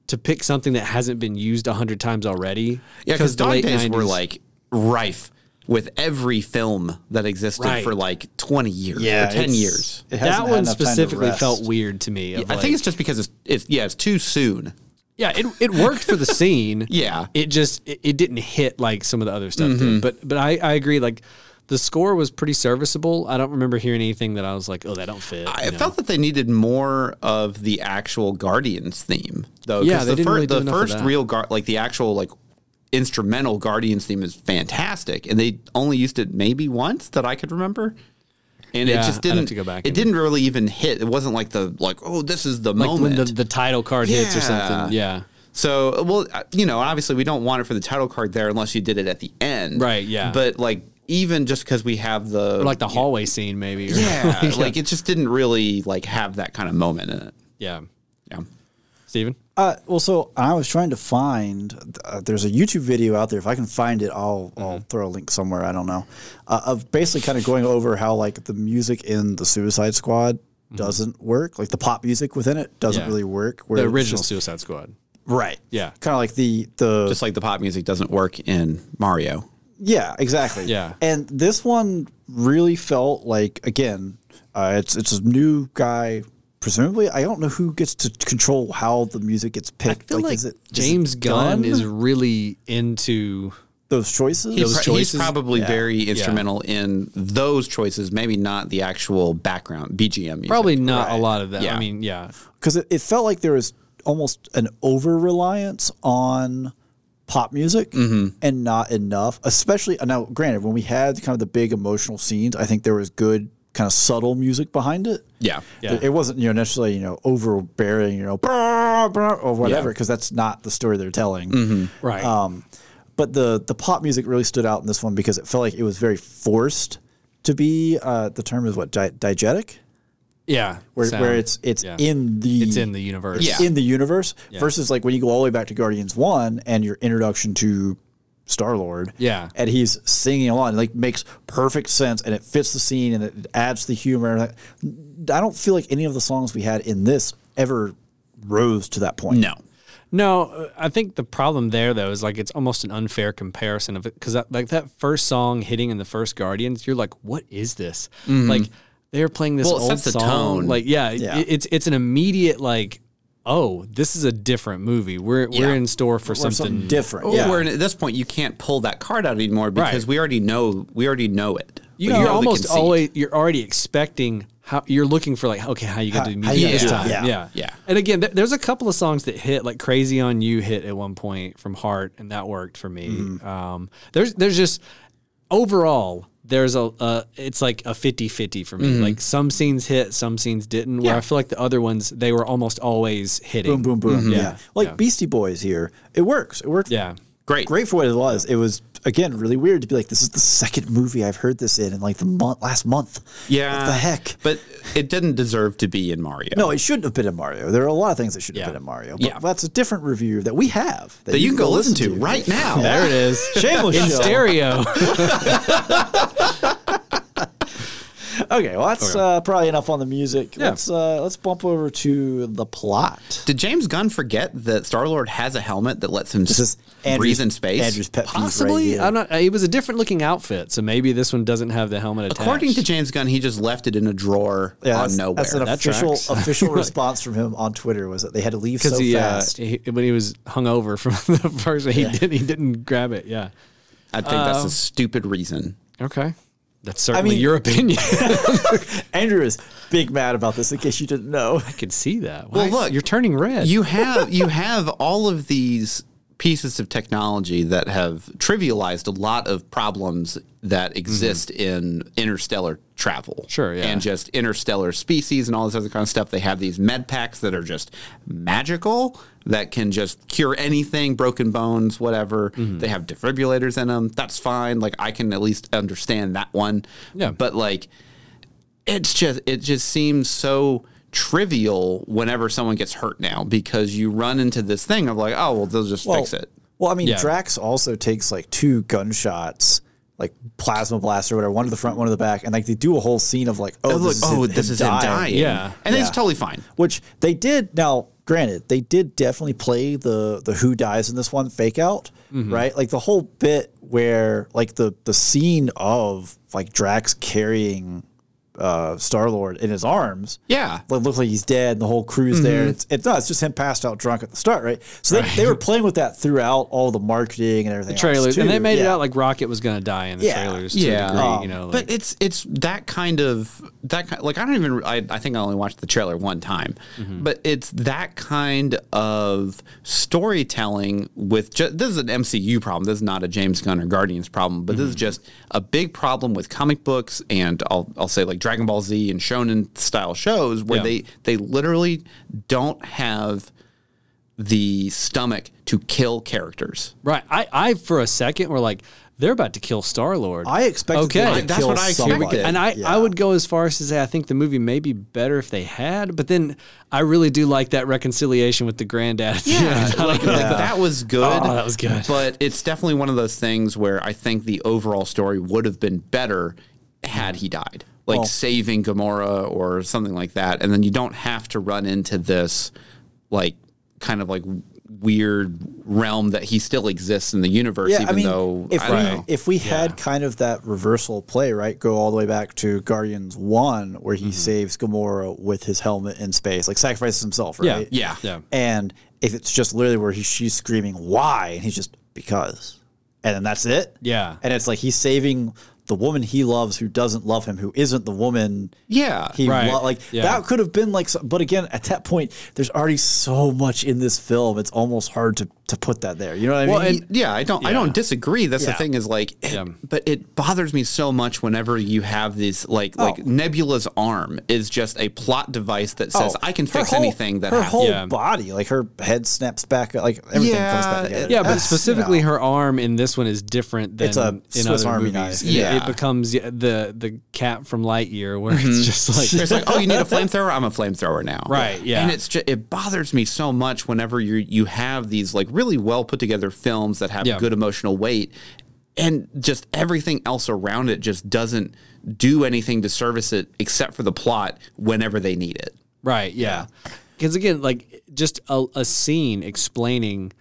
B: to pick something that hasn't been used a hundred times already.
C: yeah, because
B: the
C: Dog
B: late
C: Days were
B: 90s
C: like rife with every film that existed
B: Right.
C: for like twenty years,
A: Yeah,
C: or ten
A: it's-
C: years.
A: it hasn't
B: that
A: had
B: one
A: enough time to
B: specifically
A: rest.
B: felt weird to me. of
C: I
B: like-
C: think it's just because it's, it's yeah, it's too soon.
B: yeah, it, it worked for the scene.
C: Yeah.
B: it just it, it didn't hit like some of the other stuff did. But but I, I agree. Like the score was pretty serviceable. I don't remember hearing anything that I was like, oh, that don't fit.
C: I
B: you know?
C: felt that they needed more of the actual Guardians theme, though. 'cause
B: Yeah, they
C: the,
B: didn't really do
C: the
B: enough of
C: first
B: that.
C: real gar- like the actual like instrumental Guardians theme is fantastic, and they only used it maybe once that I could remember. And
B: Yeah,
C: it just
B: I'd have
C: didn't.
B: to go back
C: it
B: and-
C: didn't really even hit. It wasn't like the like oh this is the
B: like when
C: moment.
B: the, the title card hits or something. Yeah,
C: So well, uh, you know, obviously we don't want it for the title card there unless you did it at the end,
B: Right, yeah.
C: But like even just because we have the
B: or like the hallway scene maybe. Or,
C: yeah, like it just didn't really like have that kind of moment in it.
B: yeah,
C: Yeah.
B: Steven?
A: Uh, well, so I was trying to find. Uh, there's a YouTube video out there. If I can find it, I'll I'll throw a link somewhere. I don't know. Uh, of basically kind of going over how like the music in the Suicide Squad doesn't work. Like the pop music within it doesn't
B: Yeah.
A: really work. Where
B: The
A: it's
B: original
A: just-
B: Suicide Squad.
A: right?
B: Yeah.
A: kind of like the the
C: Just like the pop music doesn't work in Mario.
A: Yeah, exactly.
B: Yeah.
A: And this one really felt like again, uh, it's it's a new guy. Presumably, I don't know who gets to control how the music gets picked.
B: I feel like,
A: is it is it
B: James Gunn is really into
A: those choices.
B: Those
C: Pro-
B: choices-
C: He's probably very instrumental in those choices, maybe not the actual background BGM music.
B: probably not a lot of that. I
C: Yeah.
B: mean, yeah,
A: because it, it felt like there was almost an over reliance on pop music
B: Mm-hmm.
A: and not enough especially uh, now granted when we had kind of the big emotional scenes i think there was good kind of subtle music behind it
C: Yeah.
B: Yeah.
A: it wasn't you know necessarily you know overbearing you know "Brr, brr," or whatever because that's not the story they're telling
B: right.
A: um, but the the pop music really stood out in this one because it felt like it was very forced to be uh, the term is what di- diegetic
B: yeah,
A: where, where
B: sound.
A: it's it's
B: Yeah.
A: in the
B: it's in the universe.
C: Yeah.
A: in the universe versus like when you go all the way back to Guardians One and your introduction to Star Lord.
B: Yeah.
A: And he's singing along. It, like makes perfect sense and it fits the scene and it adds the humor. and that- I don't feel like any of the songs we had in this ever rose to that point.
C: No.
B: No, uh, I think the problem there though is like it's almost an unfair comparison of it because that, like that first song hitting in the first Guardians, you're like, what is this? Like they're playing this
C: Mm-hmm. Well, it
B: old
C: sets the
B: song.
C: tone.
B: Like yeah,
A: Yeah.
B: It, it's it's an immediate like, oh, this is a different movie. We're we're
C: Yeah.
B: in store for
A: Or
B: something,
A: something different.
C: Well,
A: yeah.
C: Where at this point you can't pull that card out anymore because
B: Right.
C: we already know we already know it.
B: You,
C: We
B: are
C: know the
B: almost
C: conceit.
B: always you're already expecting how you're looking for like okay how you gonna
A: How-
B: do
A: how you
B: music this
A: gonna
B: time
A: do it,
B: yeah.
A: yeah.
C: Yeah.
B: and again th- there's a couple of songs that hit like crazy on you hit at one point from heart and that worked for me
A: Mm-hmm.
B: um, there's there's just overall there's a uh, it's like a 50-50 for me
A: Mm-hmm.
B: like some scenes hit some scenes didn't where I feel like the other ones they were almost always hitting
A: Boom, boom, boom.
C: Mm-hmm.
A: Yeah. Like
B: Yeah.
A: Beastie Boys here. It works. It worked
B: yeah
C: great.
A: great for what it was. It was again really weird to be like, this is the second movie I've heard this in in like the month last month.
C: Yeah.
A: What the heck?
C: But it didn't deserve to be in Mario.
A: No, it shouldn't have been in Mario. There are a lot of things that should
B: Yeah.
A: have been in Mario. But
C: Yeah.
A: that's a different review that we have
C: That you can go listen to right now.
B: there it is
A: Shameless
B: in
A: show.
B: stereo
A: Okay, well that's
B: Okay.
A: Uh, probably enough on the music.
B: Yeah.
A: Let's uh, let's bump over to the plot.
C: Did James Gunn forget that Star Lord has a helmet that lets him
A: This is Andrew's,
C: breathe in space?
A: Andrew's pet peeve right
B: Possibly,
A: here.
B: I'm not. It was a different looking outfit, so maybe this one doesn't have the helmet attached.
C: According to James Gunn, he just left it in a drawer
A: Yeah,
C: on
A: that's,
C: nowhere.
A: that's an
B: That
A: official
B: tracks.
A: official response from him on Twitter was that they had to leave so
B: because he, uh,
A: fast.
B: he when he was hungover from the first, he didn't he didn't grab it. Yeah.
C: I think
A: Oh.
C: that's a stupid reason.
B: Okay. That's certainly
A: mean-
B: your opinion. I
A: Andrew is big mad about this. In case you didn't know,
B: could see that.
C: Well,
B: Why-
C: look,
B: you're turning red.
C: You have you have all of these pieces of technology that have trivialized a lot of problems that exist in interstellar travel.
B: Mm-hmm. Sure, yeah.
C: And just interstellar species and all this other kind of stuff. They have these med packs that are just magical that can just cure anything, broken bones, whatever.
B: Mm-hmm.
C: They have defibrillators in them. That's fine. Like I can at least understand that one.
B: Yeah.
C: But like it's just it just seems so trivial whenever someone gets hurt now because you run into this thing of like oh well they'll just fix it
A: Well, I mean,
B: Yeah.
A: Drax also takes like two gunshots, like plasma blast or whatever, one to the front, one to the back, and like they do a whole scene of like, oh,
C: oh look
A: this
C: oh
A: is him,
C: this
A: him
C: is him dying,
B: Yeah.
C: and it's
A: Yeah.
C: totally fine
A: which they did. Now, granted, they did definitely play the the who dies in this one fake out,
B: Mm-hmm.
A: right? Like the whole bit where like the the scene of like Drax carrying uh, Star Lord in his arms,
C: yeah
A: like look like he's dead and the whole crew's
B: Mm-hmm.
A: there. It's, it's not, it's just him passed out drunk at the start, right? So they, they were playing with that throughout all the marketing and everything. else,
B: trailers,
A: too.
B: and they made it
A: Yeah.
B: out like Rocket was gonna die in the
A: Yeah.
B: trailers. To
C: Yeah.
B: yeah, a degree,
A: Um,
B: you know. Like,
C: but it's it's that kind of that kind like I don't even I, I think I only watched the trailer one time,
B: Mm-hmm.
C: but it's that kind of storytelling with ju- this is an MCU problem. This is not a James Gunn or Guardians problem, but this
B: Mm-hmm.
C: is just a big problem with comic books and I'll I'll say like Dragon Ball Z and Shonen style shows where
B: Yeah.
C: they they literally don't have the stomach to kill characters.
B: right, I, I for a second were like, they're about to kill Star Lord.
A: I expected
B: Okay.
A: them to
B: I-
C: that's
A: kill
C: what I expected.
A: somebody.
B: and I,
A: Yeah.
B: I would go as far as to say I think the movie may be better if they had, but then I really do like that reconciliation with the granddad. at the
C: Yeah,
B: end.
C: like, like, that was good.
B: Oh, that was good.
C: But it's definitely one of those things where I think the overall story would have been better had he died, like saving Gamora or something like that. And then you don't have to run into this, like, kind of like weird realm that he still exists in the universe, even though
A: if
C: I
A: we
C: don't know.
A: if we had kind of that reversal play, right, go all the way back to Guardians One, where
C: Mm-hmm.
A: he saves Gamora with his helmet in space, like sacrifices himself,
B: Yeah.
A: right?
C: Yeah.
B: Yeah.
A: And if it's just literally where he, she's screaming why, and he's just because, and then that's it.
B: Yeah.
A: And it's like he's saving the woman he loves who doesn't love him, who isn't the woman.
C: Yeah.
A: He
B: Right.
A: lo- like
B: Yeah.
A: that could have been like, so- but again, at that point, there's already so much in this film. It's almost hard to, to put that there. You know what I
C: Well,
A: mean?
C: and yeah, I don't, I
B: Yeah.
C: don't disagree. That's the
A: Yeah.
C: thing is like, it- but it bothers me so much whenever you have these like, like
A: Oh.
C: Nebula's arm is just a plot device that says
A: Oh,
C: I can
A: her
C: fix
A: whole-
C: anything that
A: her
C: happens.
A: whole
B: Yeah.
A: body, like her head snaps back, like everything comes
C: Yeah,
A: back together.
B: Yeah, but
A: That's,
B: specifically
A: you know,
B: her arm in this one is different than
A: It's a
B: in
A: Swiss
B: other
A: Army
B: movies.
A: knife.
B: And it- It,
C: Yeah.
B: becomes yeah, the the cat from Lightyear where
A: Mm-hmm.
B: it's just like
C: It's like, oh, you need a flamethrower. I'm a flamethrower now.
B: Right, yeah.
C: And it's just, it bothers me so much whenever you you have these like really well put together films that have
B: Yeah.
C: good emotional weight, and just everything else around it just doesn't do anything to service it except for the plot whenever they need it.
B: Right. Yeah. Because again, like just a, a scene explaining,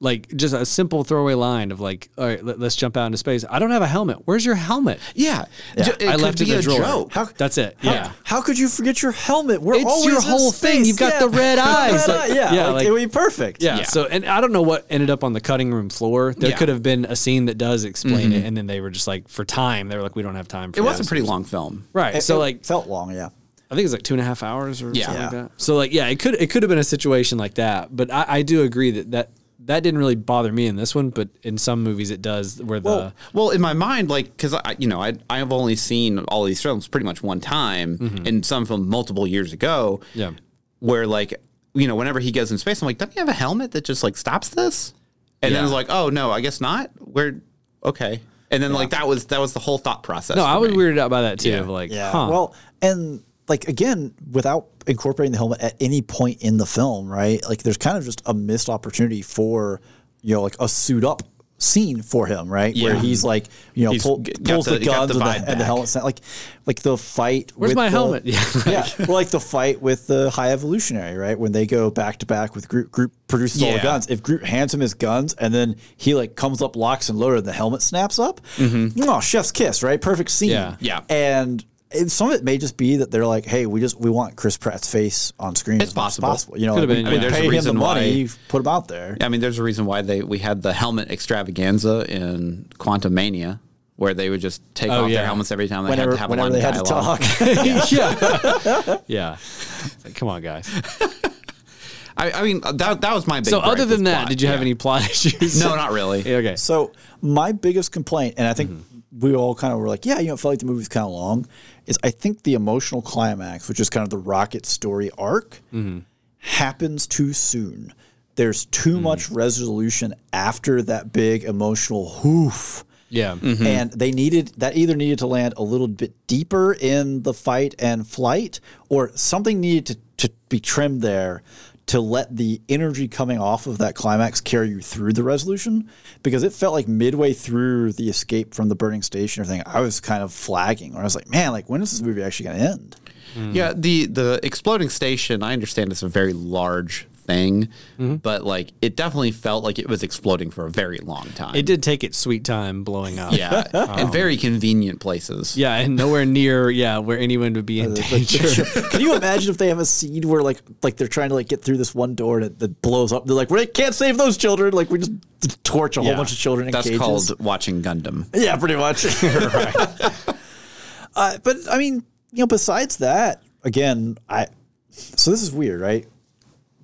B: like just a simple throwaway line of like, all right, let, us jump out into space. I don't have a helmet. Where's your helmet?
C: Yeah, Ju- it
B: I
C: could
B: left it
C: be
B: in
C: a
B: the drawer.
C: joke.
A: How-
B: That's it.
A: How,
B: yeah.
A: How could you forget your helmet? We're
B: It's
A: always
B: your
A: in
B: whole
A: space.
B: thing. You've got the red eyes.
A: red
B: Like-
A: eye, yeah,
B: yeah,
A: like,
B: like-
A: it would be perfect.
B: Yeah,
C: Yeah.
B: So, and I don't know what ended up on the cutting room floor. There
C: Yeah.
B: could have been a scene that does explain
A: Mm-hmm.
B: it, and then they were just like, for time, they were like, we don't have time for
C: It was
B: that.
C: a pretty long film.
B: Right.
A: It-
B: so,
A: it
B: like,
A: felt long. Yeah.
B: I think it's like two and a half hours or
C: Yeah.
B: something like
A: Yeah.
B: that. So like yeah, it could it could have been a situation like that. But I, I do agree that, that that didn't really bother me in this one, but in some movies it does where the
C: Well, well, in my mind, like because I, you know, I I have only seen all these films pretty much one time, and some from multiple years ago.
B: Mm-hmm. Yeah.
C: where like you know, whenever he goes in space, I'm like, doesn't he have a helmet that just like stops this? And then
B: Yeah.
C: it's like, oh no, I guess not. We're okay. And then like that was that was the whole thought process.
B: No,
C: for
B: Oh, I was
C: me.
B: weirded out by that too.
C: Yeah.
B: Of like,
A: Yeah.
B: huh.
A: Well, and like again, without incorporating the helmet at any point in the film, right? Like there's kind of just a missed opportunity for you know like a suit up scene for him, right? Where
C: Yeah.
A: he's like, you know,
C: He's
A: pull,
C: g- got
A: pulls
C: the-
A: the,
C: he got
A: guns
C: the
A: and,
C: vibe
A: the, and the
C: back.
A: helmet, sound- like like the fight.
B: Where's
A: with
B: my
A: the-
B: helmet? Yeah,
A: yeah, well, like the fight with the High Evolutionary, right? When they go back to back with Groot, Groot produces all the
C: Yeah.
A: guns. If Groot hands him his guns and then he like comes up, locks and loaded, and the helmet snaps up.
C: Mm-hmm.
A: Oh, chef's kiss, right? Perfect scene.
B: Yeah.
C: Yeah.
A: And. and some of it may just be that they're like, "Hey, we just we want Chris Pratt's face on screen
C: It's
A: as much as
C: possible.
A: possible." You know,
B: Could've
A: like,
B: been,
A: we-
B: I mean,
A: we
B: there's
C: a
A: pay him the
C: reason why-
A: money, put him out there.
C: I mean, there's a reason why they we had the helmet extravaganza in Quantum Mania, where they would just take
B: Oh,
C: off
B: yeah.
C: their helmets every time they
A: whenever
C: had to have
A: whenever
C: one
A: they had to
C: dialogue.
A: talk.
B: yeah, yeah. It's like, Come on, guys.
C: I, I mean, that that was my big.
B: So,
C: gripe
B: other than
C: with
B: that,
C: plot.
B: did you have
C: Yeah.
B: any plot issues?
C: No, not really.
B: Yeah, okay.
A: So my biggest complaint, and I think
C: Mm-hmm.
A: we all kind of were like, yeah, you know, it felt like the movie's kind of long, is I think the emotional climax, which is kind of the rocket story arc,
C: Mm-hmm.
A: happens too soon. There's
C: Mm.
A: too much resolution after that big emotional hoof.
B: Yeah.
C: Mm-hmm.
A: And they needed that either needed to land a little bit deeper in the fight and flight, or something needed to, to be trimmed there to let the energy coming off of that climax carry you through the resolution. Because it felt like midway through the escape from the burning station or thing, I was kind of flagging, or I was like, man, like when is this movie actually going to end?
C: Yeah, the the exploding station. I understand it's a very large thing,
B: Mm-hmm.
C: but like it definitely felt like it was exploding for a very long time.
B: It did take its sweet time blowing up.
C: Yeah, and very convenient places.
B: Yeah, and nowhere near, yeah, where anyone would be
C: Uh,
B: in danger.
A: Can you imagine if they have a scene where like like they're trying to like get through this one door and it, it blows up? They're like, we can't save those children. Like we just torch a
B: Yeah.
A: whole bunch of children in
C: That's
A: cages.
C: called watching Gundam.
A: Yeah, pretty much. uh, but I mean, you know, besides that, again, I so this is weird, right?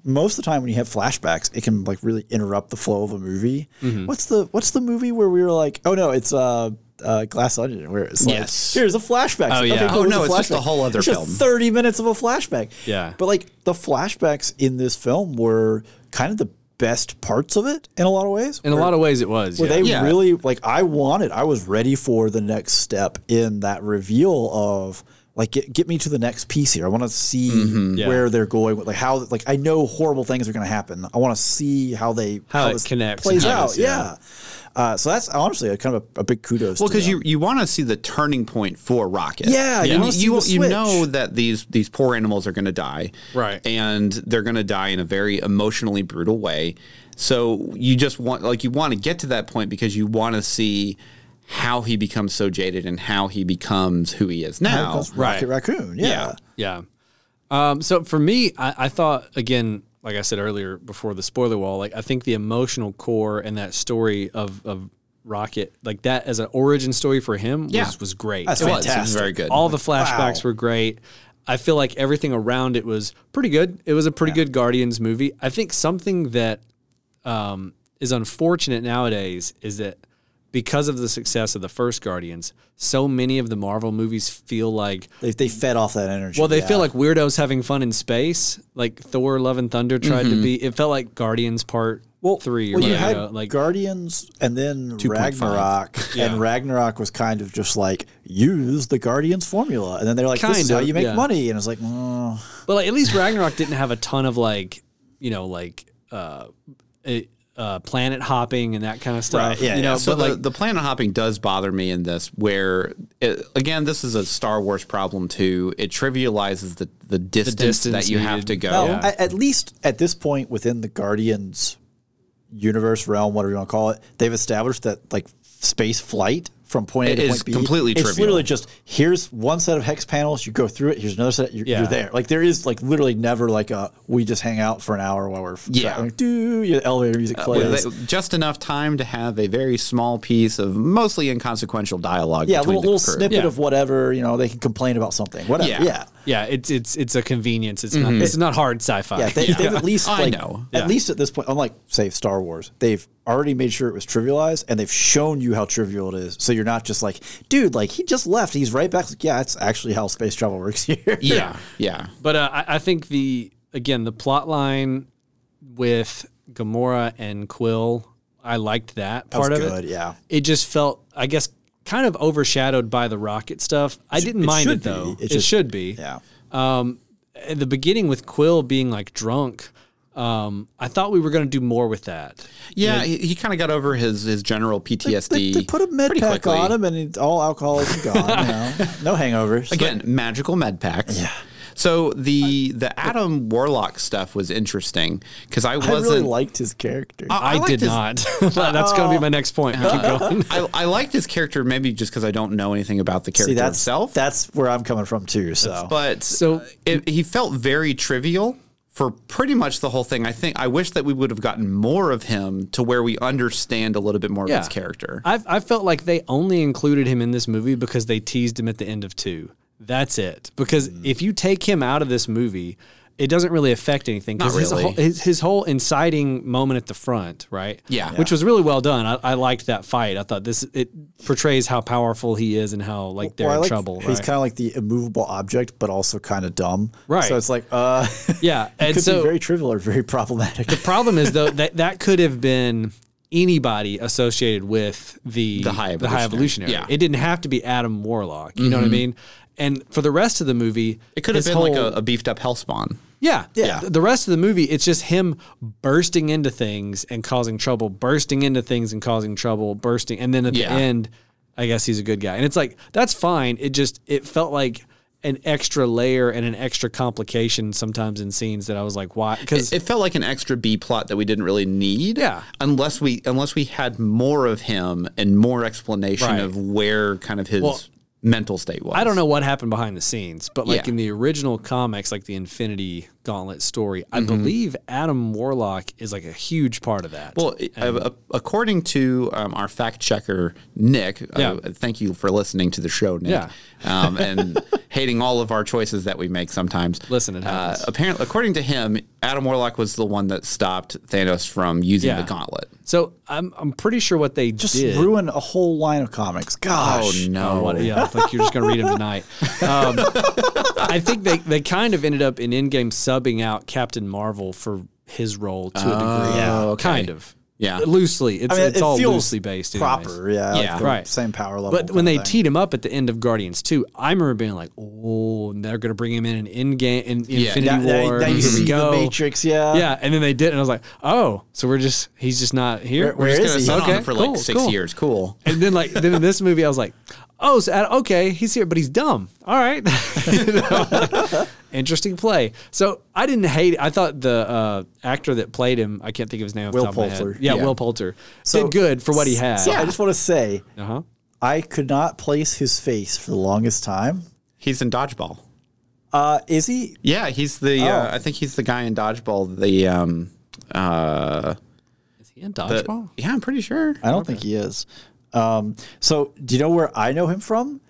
A: Most of the time when you have flashbacks, it can like really interrupt the flow of a movie.
C: Mm-hmm.
A: What's the what's the movie where we were like, oh no, it's uh, uh Glass Onion, where it's like,
C: Yes.
A: here's a flashback.
B: Oh, yeah.
C: Oh,
A: there's
C: no,
A: a
C: it's just a
A: flashback.
C: whole other
A: It's just
C: film.
A: 30 minutes of a flashback.
B: Yeah.
A: But like the flashbacks in this film were kind of the best parts of it in a lot of ways.
B: In a lot of ways, it was.
A: Were
B: yeah.
A: they
C: Yeah.
A: really like I wanted? I was ready for the next step in that reveal of like get, get me to the next piece here. I want to see
B: Mm-hmm. Yeah.
A: where they're going. With, like how like I know horrible things are going to happen. I want to see how they
B: How it connects
A: plays
B: and how
A: out.
B: it's-
A: Yeah. Uh, so that's honestly a kind of a, a big kudos.
C: Well,
A: because
C: because you you want to see the turning point for Rocket.
A: Yeah, you
C: you
A: wanna see
C: you,
A: the
C: you
A: switch.
C: know that these these poor animals are going to die,
B: Right.
C: And they're going to die in a very emotionally brutal way. So you just want like you want to get to that point because you want to see how he becomes so jaded and how he becomes who he is now.
A: Rocket
B: right.
A: Raccoon. Yeah.
C: Yeah.
B: Yeah. Um, so for me, I, I thought again, like I said earlier before the spoiler wall, like I think the emotional core and that story of of Rocket, like that as an origin story for him,
C: Yeah.
B: was was great.
A: That's
C: It was, it was
A: Fantastic.
C: very good.
B: All the flashbacks
A: wow.
B: were great. I feel like everything around it was pretty good. It was a pretty good Guardians movie. I think something that um, is unfortunate nowadays is that because of the success of the first Guardians, so many of the Marvel movies feel like
A: They, they fed off that energy.
B: well, they
A: yeah.
B: feel like weirdos having fun in space, like Thor: Love and Thunder tried to be. It felt like Guardians Part Three, or
A: Mm-hmm. Well, you
B: whatever,
A: had
B: like
A: Guardians and then
C: 2.5.
A: Ragnarok, and Ragnarok was kind of just like use the Guardians formula, and then they're like, "This
B: Kind
A: is how
B: of,
A: you make
B: yeah.
A: money," and it's like, mm,
B: But like, at least Ragnarok didn't have a ton of like, you know, like uh, eh, uh, planet hopping and that kind of stuff.
A: Right, yeah,
B: you know,
A: yeah.
B: but
C: So the,
B: like,
C: the planet hopping does bother me in this, where it, again, this is a Star Wars problem too. It trivializes the, the, distance
B: distance
C: that you
B: needed.
C: have to go.
A: Well,
B: Yeah.
A: a- at least at this point within the Guardians universe realm, whatever you want to call it, they've established that like space flight from point A
C: It
A: to
C: is
A: point B.
C: completely
A: it's
C: trivial.
A: literally just here's one set of hex panels, you go through it. Here's another set, you're,
B: Yeah.
A: you're there. Like there is like literally never like a we just hang out for an hour while we're
C: Yeah.
A: traveling. do your elevator music
B: Uh,
A: plays.
C: With it- just enough time to have a very small piece of mostly inconsequential dialogue.
A: Yeah, a
C: between
A: little, little
C: the crew.
A: snippet
B: Yeah.
A: of whatever, you know, they can complain about something. Whatever. Yeah.
C: Yeah.
A: Yeah.
B: yeah, it's it's it's a convenience. It's not it's not hard sci-fi.
A: Mm-hmm. they, They've at least
C: I
A: like,
C: know.
A: at
B: Yeah.
A: least at this point, unlike say Star Wars, they've already made sure it was trivialized and they've shown you how trivial it is. So you're not just like, dude, like he just left, he's right back. It's like, yeah, that's actually how space travel works here.
C: Yeah, yeah.
B: But uh, I, I think the again the plot line with Gamora and Quill, I liked that
A: was
B: part of
A: good,
B: it.
A: yeah.
B: it just felt, I guess, kind of overshadowed by the rocket stuff. I didn't
A: it
B: mind
A: should
B: it Um, though.
A: be. It
B: It,
A: just-
B: should be.
A: Yeah.
B: At the beginning with Quill being like drunk. Um, I thought we were going to do more with that.
C: Yeah, he, he kind of got over his his general PTSD.
A: They, they put a med
C: pretty
A: pack
C: quickly.
A: on him, and it, all alcohol is gone. now. No hangovers.
C: Again, magical med packs. Yeah. So the the Adam Warlock stuff was interesting because I
A: I
C: wasn't
A: really liked his character.
B: I,
C: liked
B: did
C: his-
B: not. That's going to be my next point.
A: Oh.
B: Keep going.
C: I, I liked his character maybe just because I don't know anything about the character
A: See, that's
C: itself.
A: that's where I'm coming from too. So
C: but
B: So-
C: so it, he felt very trivial for pretty much the whole thing. I think I wish that we would have gotten more of him to where we understand a little bit more of his character.
B: I've, I felt like they only included him in this movie because they teased him at the end of two. That's it. Because
C: Hmm.
B: if you take him out of this movie, it doesn't really affect anything. Because
C: Not
B: his,
C: really.
B: whole- his, his whole inciting moment at the front, right?
C: Yeah.
B: Which was really well done. I, I liked that fight. I thought this, it portrays how powerful he is and how like they're
A: Well, I
B: in
A: like-
B: trouble.
A: He's
B: right?
A: kind of like the immovable object, but also kind of dumb.
B: Right.
A: So it's like, uh,
B: yeah.
A: it
B: And
A: could
B: so
A: be very trivial or very problematic.
B: problem is though that that could have been anybody associated with the
C: The High
B: evolutionary.
C: Evolutionary. Yeah. Mm-hmm.
B: It didn't have to be Adam Warlock. You know what I mean? And for the rest of the movie,
C: it could have
B: his
C: been like
B: whole-
C: a, a beefed up Hellspawn.
B: yeah,
A: Yeah.
B: th- The rest of the movie, it's just him bursting into things and causing trouble, bursting into things and causing trouble, bursting, and then at
C: Yeah.
B: the end, I guess he's a good guy, and it's like that's fine. It just it felt like an extra layer and an extra complication sometimes in scenes that I was like, why? Because
C: It felt like an extra B plot that we didn't really need.
B: Yeah.
C: Unless we unless we had more of him and more explanation
B: Right.
C: of where kind of his
B: Well,
C: mental state was.
B: I don't know what happened behind the scenes, but like
C: Yeah.
B: in the original comics, like the Infinity Gauntlet story,
A: Mm-hmm.
B: I believe Adam Warlock is like a huge part of that.
C: Well, i- uh, according to um, our fact checker Nick,
B: Yeah.
C: uh, thank you for listening to the show, Nick,
B: Yeah.
C: um, and hating all of our choices that we make sometimes.
B: Listen, it
C: uh,
B: happens.
C: apparently, according to him, Adam Warlock was the one that stopped Thanos from using
B: Yeah.
C: the gauntlet.
B: so I'm I'm pretty sure what they
A: Just
B: did.
A: ruin a whole line of comics. Gosh.
B: Oh, what- yeah, like you're just gonna read them tonight. Um, I think they they kind of ended up in Endgame subbing out Captain Marvel for his role to a degree.
A: Yeah,
B: kind of.
C: Yeah.
B: loosely. It's
A: Oh, I mean,
B: it's
A: it
B: all
A: feels
B: loosely based. anyways.
A: proper. Yeah.
C: Yeah.
A: the
B: Right.
A: Same power level.
B: But when they
A: kinda thing.
B: teed him up at the end of Guardians 2, I remember being like, oh, they're going to bring him in an in game, in Infinity
A: Now- now-
B: War.
A: now you
B: here we
A: see
B: go.
A: the Matrix. Yeah.
B: Yeah, and then they did, and I was like, oh, so we're just, he's just not here.
A: Where-
B: We're
A: where
B: just
A: is
B: gonna
A: he?
B: sit
C: Been
B: on him
C: for like six years. Cool.
B: And then, like, then in this movie, I was like, oh, so, Ad- okay, he's here, but he's dumb. All right. You know, like, interesting play. So I didn't hate it. I thought the uh, actor that played him, I can't think of his name off the
A: Will
B: top of my
A: Poulter.
B: head. Yeah,
C: Yeah.
B: Will Poulter.
A: So-
B: did good for what he had.
A: So I just want to say,
B: Uh-huh.
A: I could not place his face for the longest time.
C: He's in dodgeball.
A: Uh, is he?
C: Yeah, he's the. Uh,
B: Oh.
C: I think he's the guy in dodgeball. The. Um, uh,
B: Is he in dodgeball?
C: yeah, I'm pretty sure.
A: I don't think he is. Um, so do you know where I know him from?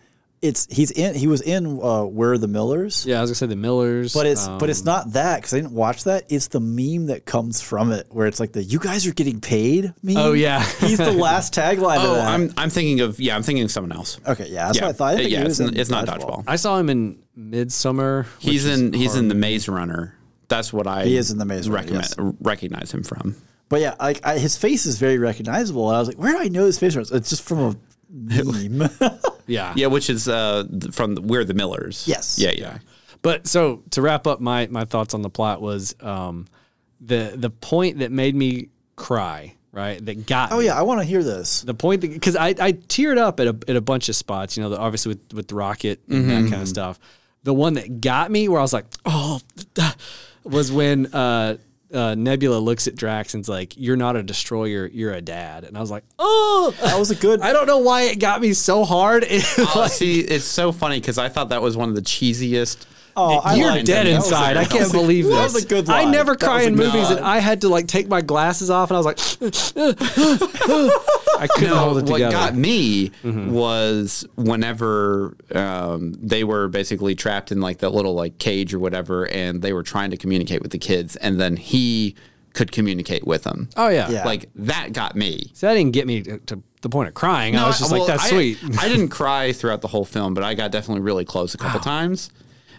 A: It's he's in. He was in uh, Where Are the Millers.
B: Yeah, I was gonna say the Millers,
A: But it's
B: um,
A: but it's not that because I didn't watch that. It's the meme that comes from it where it's like the "you guys are getting paid" meme.
B: Oh, yeah.
A: he's the last tagline of
C: Oh,
A: that.
C: I'm I'm thinking of yeah, I'm thinking of someone else.
A: okay, yeah, that's
C: yeah, Uh,
A: what I thought. I didn't think
C: yeah,
A: he
C: it's,
A: was
C: n-
A: in
C: it's not dodgeball.
B: I saw him in Midsummer. which
C: He's
B: is
C: in he's in
B: hard.
C: the Maze Runner. That's what I
A: He is in The Maze Runner,
C: recommend- recognize him from.
A: But yeah, like I, his face is very recognizable, and I was like, "Where do I know his face from?" It's just from a meme. Oh,
B: yeah.
C: Yeah, which is uh, th- from We're the Millers.
A: Ah. Yes.
C: Yeah, yeah.
B: But so to wrap up my my thoughts on the plot was um, the the point that made me cry, right? That got
A: oh yeah, I want to hear this.
B: the point because I, I teared up at a, at a bunch of spots you know the, obviously with, with the rocket and
C: Mm-hmm.
B: that kind of stuff the one that got me where i was like oh was when uh, uh, nebula looks at drax and's like you're not a destroyer you're a dad and i was like oh
A: That was a good.
B: i don't know why it got me so hard It-
C: Oh, see, it's so funny because I thought that was one of the cheesiest.
A: oh, I
B: You're
A: liked
B: dead
A: it. That was a-
B: inside. I
A: that was
B: can't
A: a-
B: believe this.
A: That was a good line.
B: I never
A: That
B: cry
A: was a
B: in
A: good
B: movies,
A: line.
B: and I had to like take my glasses off, and I was like, I couldn't hold it
C: what
B: together.
C: got me
A: Mm-hmm.
C: was whenever um, they were basically trapped in like that little like cage or whatever, and they were trying to communicate with the kids, and then he could communicate with them.
B: oh yeah,
A: Yeah.
C: Like that got me.
B: So that didn't get me to, to the point of crying. I was just
C: well,
B: like, that's
C: I-
B: sweet.
C: I didn't cry throughout the whole film, but I got definitely really close a couple times.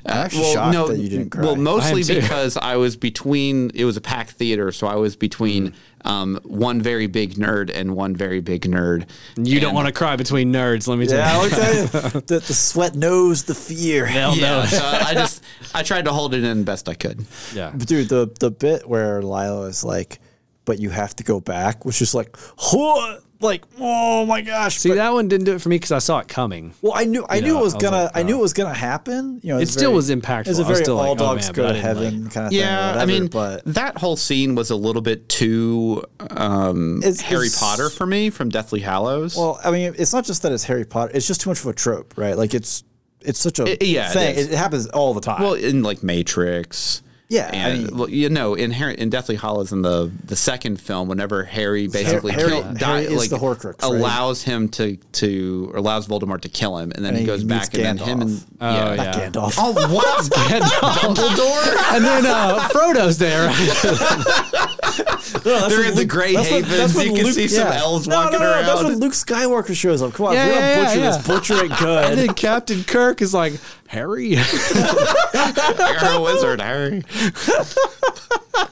C: Uh,
A: I'm actually shocked that you didn't cry.
C: Well,
B: I
C: mostly
B: am too.
C: because I was between. It was a packed theater, so I was between
B: Mm.
C: um, one very big nerd and one very big nerd.
B: You don't want to cry between nerds, let me tell
A: yeah,
B: you.
A: I'll tell you. The, the sweat knows the fear.
B: They'll know.
C: Yeah, so I just I tried to hold it in best I could.
B: Yeah.
A: But dude, the the bit where Lila is like, "But you have to go back," which is like, "Huh," like, oh my gosh.
B: See,
A: but-
B: that one didn't do it for me because I saw it coming.
A: well, I knew I knew
B: know,
A: it was
B: I was
A: gonna
B: like,
A: I knew it was gonna happen. You know,
B: It
A: it's
B: still
A: very-
B: was
A: It
B: impactful.
A: was a
B: I was
A: very
B: still like,
A: all
B: "Oh,
A: dogs
B: man,"
A: go
B: but I
A: to
B: didn't,
A: heaven kind of
C: Yeah,
A: thing. Or whatever,
C: I mean
A: but
C: that whole scene was a little bit too um,
A: It's-
C: Harry
A: it's-
C: Potter for me from Deathly Hallows.
A: well, I mean, it's not just that it's Harry Potter. It's just too much of a trope, right? Like it's it's such a
C: It- yeah, it
A: thing.
C: is.
A: It, happens all the time.
C: Well, in like Matrix.
A: Yeah, I
C: and
A: mean-
C: well, you know, in Harry, in Deathly Hollows, in the the second film, whenever Harry basically
A: Harry-
C: kill-
A: Harry
C: die-
A: is
C: like,
A: the Horcrux, right?
C: allows him to to allows Voldemort to kill him, and then
A: And
C: he
A: he
C: goes
A: meets
C: back, and then him and
B: Oh, yeah.
A: Not Gandalf.
C: oh what Dumbledore?
B: And then uh, Frodo's there.
A: No, that's
C: They're
A: when
C: in the Grey Havens. You can see some elves walking
A: That's
C: around.
A: when Luke Skywalker shows up. Come on,
B: Yeah,
A: we're
B: yeah,
A: gonna butcher
B: yeah,
A: this. Butcher it good.
B: and then Captain Kirk is like, Harry.
C: You're a wizard, Harry.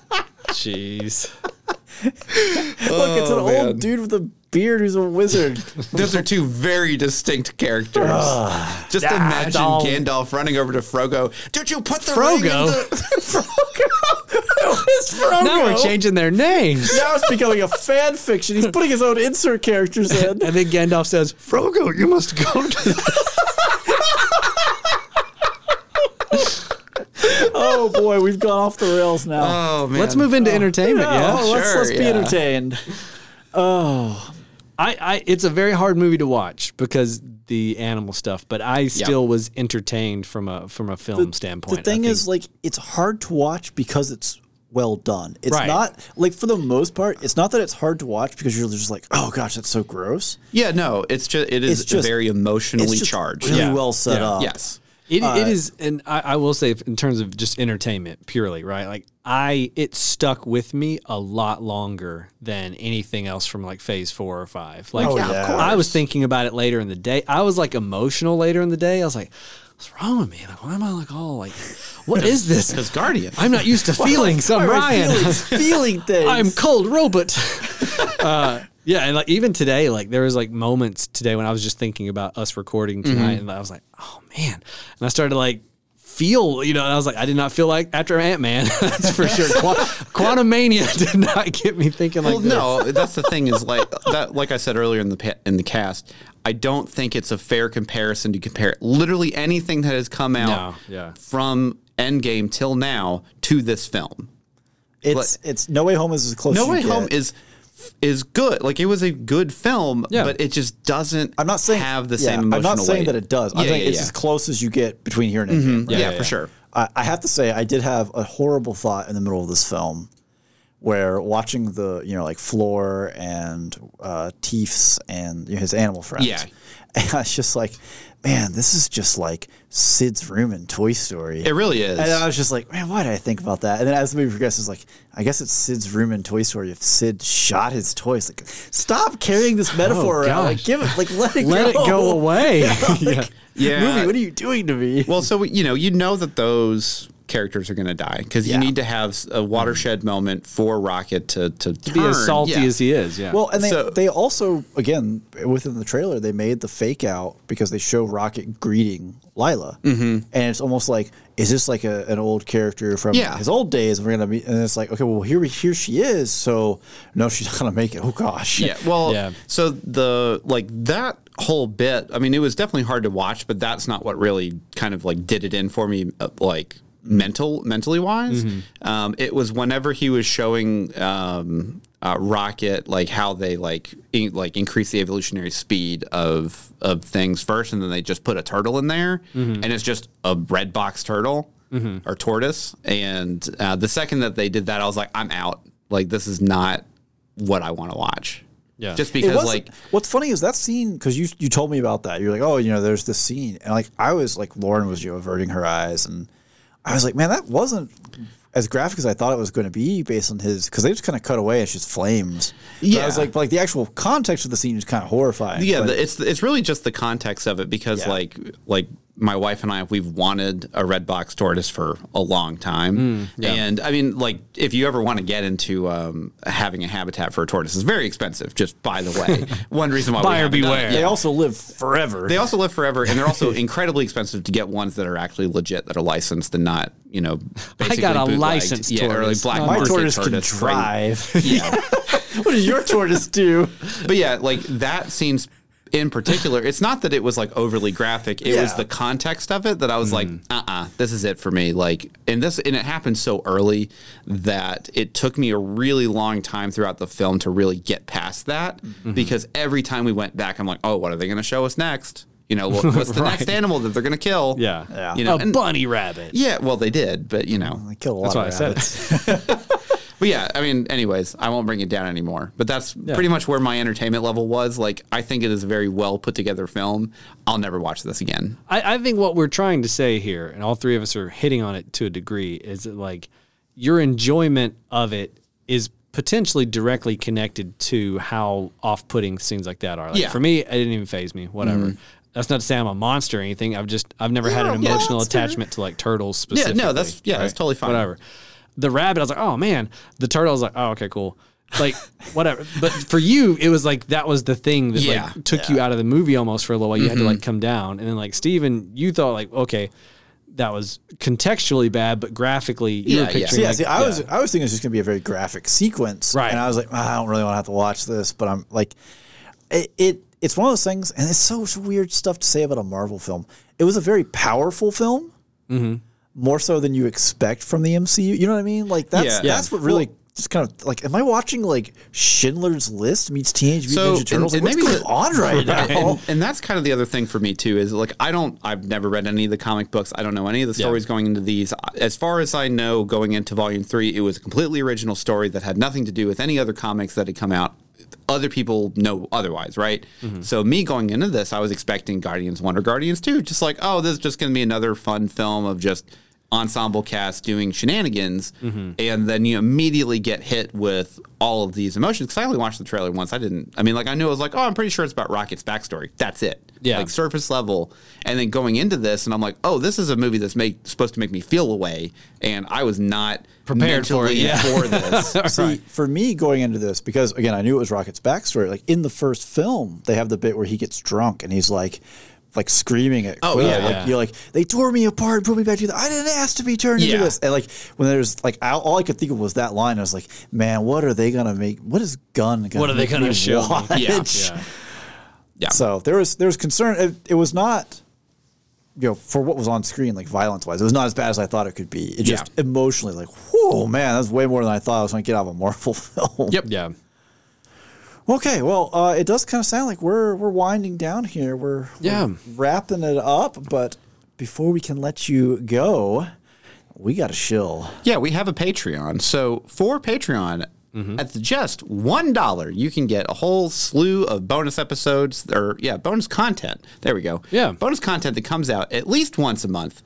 B: Jeez.
A: Look, it's an old dude with a beard who's a wizard.
C: Those are two very distinct characters. Just
B: Ah,
C: imagine
B: it's all-
C: Gandalf running over to Frogo. Did you put the ring in
B: Frogo?
C: the-
A: it's Frodo.
B: Now we're changing their names.
A: Now it's becoming a fan fiction. He's putting his own insert characters in.
B: And then Gandalf says, Frogo, you must go to the
A: Oh boy, we've gone off the rails now.
C: Oh man.
B: Let's move into entertainment, yeah?
A: oh, let's,
C: sure,
A: let's be
C: yeah.
A: entertained.
B: I, I it's a very hard movie to watch because the animal stuff, but I still was entertained from a from a film standpoint.
A: The
B: I
A: thing
B: think.
A: is, like, it's hard to watch because it's well done. It's
B: Right.
A: not like for the most part, it's not that it's hard to watch because you're just like, oh gosh, that's so gross.
C: Yeah, no, it's just it is
A: It's just-
C: very
A: It's
C: emotionally
A: just
C: charged.
A: really
B: Yeah.
A: well set
B: Yeah.
A: up.
C: Yes.
B: It, it is, and I, I will say, in terms of just entertainment purely, right? Like I, it stuck with me a lot longer than anything else from like Phase Four or Five. Like
A: Oh, Yeah, of yeah. course.
B: I was thinking about it later in the day. I was like emotional later in the day. I was like, "What's wrong with me? Like, why am I like all like, what is this?
C: Because Guardian.
B: I'm not used to feelings.
A: All
B: I'm
A: right,
B: Ryan.
A: feelings, feeling things.
B: I'm cold robot. uh, yeah, and like even today, like there was like moments today when I was just thinking about us recording
C: Mm-hmm.
B: tonight, and I was like, oh man, and I started like feel, you know, and I was like, I did not feel like after Ant Man, that's for sure. Quantum Mania did not get me thinking like
C: well,
B: this.
C: no, that's the thing is like that. Like I said earlier in the pa- in the cast, I don't think it's a fair comparison to compare literally anything that has come out
B: No, yeah.
C: from Endgame till now to this film.
A: It's it's No Way Home is as close.
C: No
A: as you
C: Way
A: get.
C: Home is is good. Like it was a good film,
B: Yeah.
C: but it just doesn't.
A: I'm not saying
C: have the
A: yeah,
C: same. Emotional
A: I'm not saying
C: weight.
A: that it does. I'm
C: Yeah,
A: saying
C: yeah,
A: it's
C: yeah.
A: as close as you get between here and Endgame. right?
C: yeah,
B: yeah, yeah.
C: for sure.
A: I, I have to say, I did have a horrible thought in the middle of this film, where watching the you know like Floor and uh, Teefs and you know, his animal friends.
C: Yeah.
A: and I was just like, man, this is just like Sid's room in Toy Story.
C: It really is.
A: and uh, I was just like, man, why did I think about that? And then as the movie progresses, like, I guess it's Sid's room in Toy Story. If Sid shot his toys, like, stop carrying this
C: Oh,
A: metaphor around. Like,
B: gosh.
A: give it, like, let it
B: Let
A: go.
B: it go away. yeah.
C: Yeah.
A: Movie, what are you doing to me?
C: Well, so you know, you know that those characters are going to die because
A: Yeah.
C: you need to have a watershed moment for Rocket to to,
B: Mm-hmm. Be as
C: turn.
B: salty
C: Yeah.
B: as he is. Yeah.
A: Well, and they
C: So-
A: they also again within the trailer they made the fake out because they show Rocket greeting Lila, mm-hmm. and it's almost like is this like a, an old character from
C: Yeah.
A: his old days? And we're gonna be, and it's like okay, well here we here she is. So no, she's not gonna make it. Oh gosh,
C: Yeah. Well,
B: Yeah.
C: so the like that whole bit. I mean, it was definitely hard to watch, but that's not what really kind of like did it in for me. uh, Like mental, mentally wise, um, it was whenever he was showing. Um, uh, rocket like how they like in, like increase the evolutionary speed of of things first and then they just put a turtle in there and it's just a red box turtle or tortoise and uh, the second that they did that i was like i'm out like this is not what I want to watch.
B: Yeah.
C: Just
A: It
C: because
A: was
C: like
A: like what's funny is that scene because you you told me about that. You're like, oh, you know, there's this scene, and like I was like, Lauren was you know, averting her eyes, and I was like, man, that wasn't as graphic as I thought it was going to be based on his because they just kind of cut away. It's just flames. But I
C: Yeah.
A: was like, but, like the actual context of the scene is kind of horrifying.
C: yeah,
A: but
C: the, it's it's really just the context of it because
A: Yeah.
C: like like my wife and I we've wanted a red box tortoise for a long time, and I mean, like if you ever want to get into um, having a habitat for a tortoise, it's very expensive. Just by the way, one reason why we
B: Buyer
C: haven't done it
B: beware.
C: yet.
A: They also live forever.
C: They also live forever, and they're also incredibly expensive to get ones that are actually legit, that are licensed, and not you know. Basically
B: got a
C: bootlegged.
B: licensed
C: yeah, or
B: tortoise.
C: like black
B: No,
A: My
C: market
A: tortoise,
C: tortoise,
A: can
C: right?
A: drive.
C: Yeah,
A: what does your tortoise do?
C: but yeah, like that seems in particular. It's not that it was like overly graphic. It was
A: Yeah.
C: the context of it that I was like, uh, uh this is it for me. Like, and this and it happened so early that it took me a really long time throughout the film to really get past that because every time we went back, I'm like, oh, what are they going to show us next? You know, what- what's the next animal that they're going to kill?
B: Yeah. Uh, Yeah.
C: you know,
B: a
C: and-
B: bunny rabbit.
C: yeah, well, they did, but you know,
A: I kill a lot
B: That's why I
A: of
B: said
A: rabbits.
B: it.
C: But yeah, I mean, anyways, I won't bring it down anymore. But that's pretty much where my entertainment level was. Like, I think it is a very well put together film. I'll never watch this again.
B: I, I think what we're trying to say here, and all three of us are hitting on it to a degree, is that like your enjoyment of it is potentially directly connected to how off-putting scenes like that are. Like
C: Yeah. Mm-hmm.
B: For me, it didn't even phase me. Whatever. That's not to say I'm a monster or anything. I've just I've never had
C: You're
B: an
C: a
B: emotional
C: monster.
B: attachment to like turtles
C: Yeah,
B: specifically.
C: no, that's yeah, that's totally fine.
B: Whatever. The rabbit, I was like, oh man. The turtle, I was like, oh okay, cool. Like whatever. But for you, it was like that was the thing that
C: Yeah.
B: like took you out of the movie almost for a little while. You had to like come down, and then like Steven, you thought like okay, that was contextually bad, but graphically you
C: Yeah,
B: were
C: yeah.
B: picturing
A: See, yeah,
B: like,
A: see, I was I was thinking it's just gonna be a very graphic sequence,
B: Right.
A: And I was like, "Ah, I don't really want to have to watch this, but I'm like, it, it it's one of those things, and it's so weird stuff to say about a Marvel film. It was a very powerful film,
C: Mm-hmm.
A: more so than you expect from the MCU. You know what I mean? Like that's
C: Yeah.
A: that's what really. just kind of like, am I watching like Schindler's List meets Teenage Mutant
C: So,
A: Ninja Turtles?
C: and-
A: Like,
C: and
A: what's
C: maybe
A: going on right, now?
C: And, and that's kind of the other thing for me too is like I don't I've never read any of the comic books. I don't know any of the stories going into these. As far as I know, going into volume three, it was a completely original story that had nothing to do with any other comics that had come out. Other people know otherwise, right? So me going into this, I was expecting Guardians One or Guardians Two, just like oh, this is just going to be another fun film of just ensemble cast doing shenanigans,
B: Mm-hmm.
C: and then you immediately get hit with all of these emotions. Because I only watched the trailer once. I didn't. I mean, like I knew I was like, oh, I'm pretty sure it's about Rocket's backstory. That's it.
B: Yeah.
C: Like surface level, and then going into this, and I'm like, oh, this is a movie that's make, supposed to make me feel away, and I was not
B: Prepared for it,
C: mentally
B: yeah.
C: for this.
A: See, for me going into this, because again, I knew it was Rocket's backstory. Like in the first film, they have the bit where he gets drunk and he's like, like screaming at.
C: Oh,
A: Quill.
C: yeah.
A: Like,
B: Yeah.
A: You're like, they tore me apart and put me back to the. I didn't ask to be turned
C: Yeah.
A: into this. And like when there's like, I, all I could think of was that line. I was like, man, what are they gonna make? What is Gun gonna?
B: What are they
A: make
B: gonna
A: me
B: show me?
A: watch?
C: Yeah.
B: yeah.
C: yeah.
A: So there was there was concern. It, it was not, you know, for what was on screen, like violence wise, it was not as bad as I thought it could be. It
C: Yeah.
A: just emotionally, like, whoa, man, that's way more than I thought I was going to get out of a Marvel film.
C: Yep.
B: yeah.
A: Okay, well, uh, it does kind of sound like we're we're winding down here. We're, we're
B: Yeah.
A: wrapping it up. But before we can let you go, we got to shill.
C: Yeah, we have a Patreon. So for Patreon,
B: Mm-hmm.
C: at the just one dollar, you can get a whole slew of bonus episodes or yeah, bonus content. There we go.
B: Yeah.
C: bonus content that comes out at least once a month.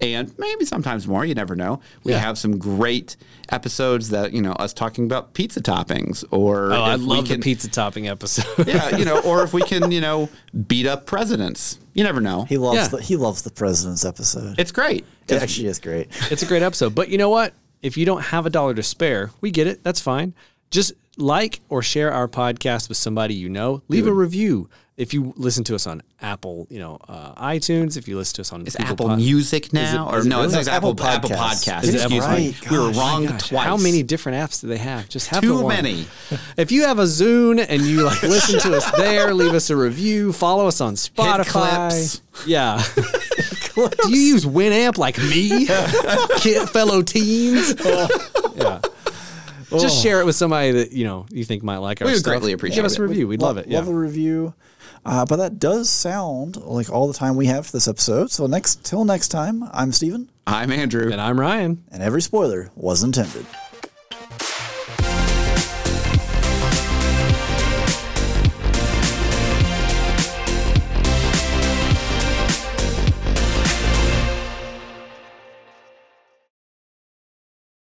C: And maybe sometimes more, you never know. We
B: Yeah.
C: have some great episodes that, you know, us talking about pizza toppings or.
B: Oh, I
C: if we
B: love
C: can-
B: the pizza topping episode.
C: Yeah, you know, or if we can, you know, beat up presidents. You never know.
A: He loves
B: Yeah.
A: the he loves the president's episode.
C: It's great.
A: it actually is great.
B: It's a great episode. But you know what? If you don't have a dollar to spare, we get it. That's fine. Just like or share our podcast with somebody you know. Leave a review if you listen to us on Apple, you know, uh, iTunes. If you listen to us on
C: It's Apple Music now, or no?
A: really?
C: It's,
A: No, it's
C: Apple,
A: Apple
C: Apple
A: Podcasts.
C: Podcast.
A: It is
B: Apple
C: Excuse me,
A: Podcasts.
C: we were
A: Gosh,
C: wrong
B: Gosh,
C: twice.
B: How many different apps do they have? Just have
C: Too
B: the one.
C: many.
B: If you have a Zune and you like listen to us there, leave us a review. Follow us on Spotify.
C: clips.
B: Yeah. Do you use Winamp like me, Kid, fellow teens? yeah. Just share it with somebody that you know you think might like our
C: Oh. We would
B: stuff.
C: greatly appreciate
B: Give us a
C: it.
B: review. We'd love, it. Yeah.
A: Love a review. Uh, but that does sound like all the time we have for this episode. So next till next time, I'm Steven,
C: I'm Andrew.
B: and I'm Ryan.
A: and every spoiler was intended.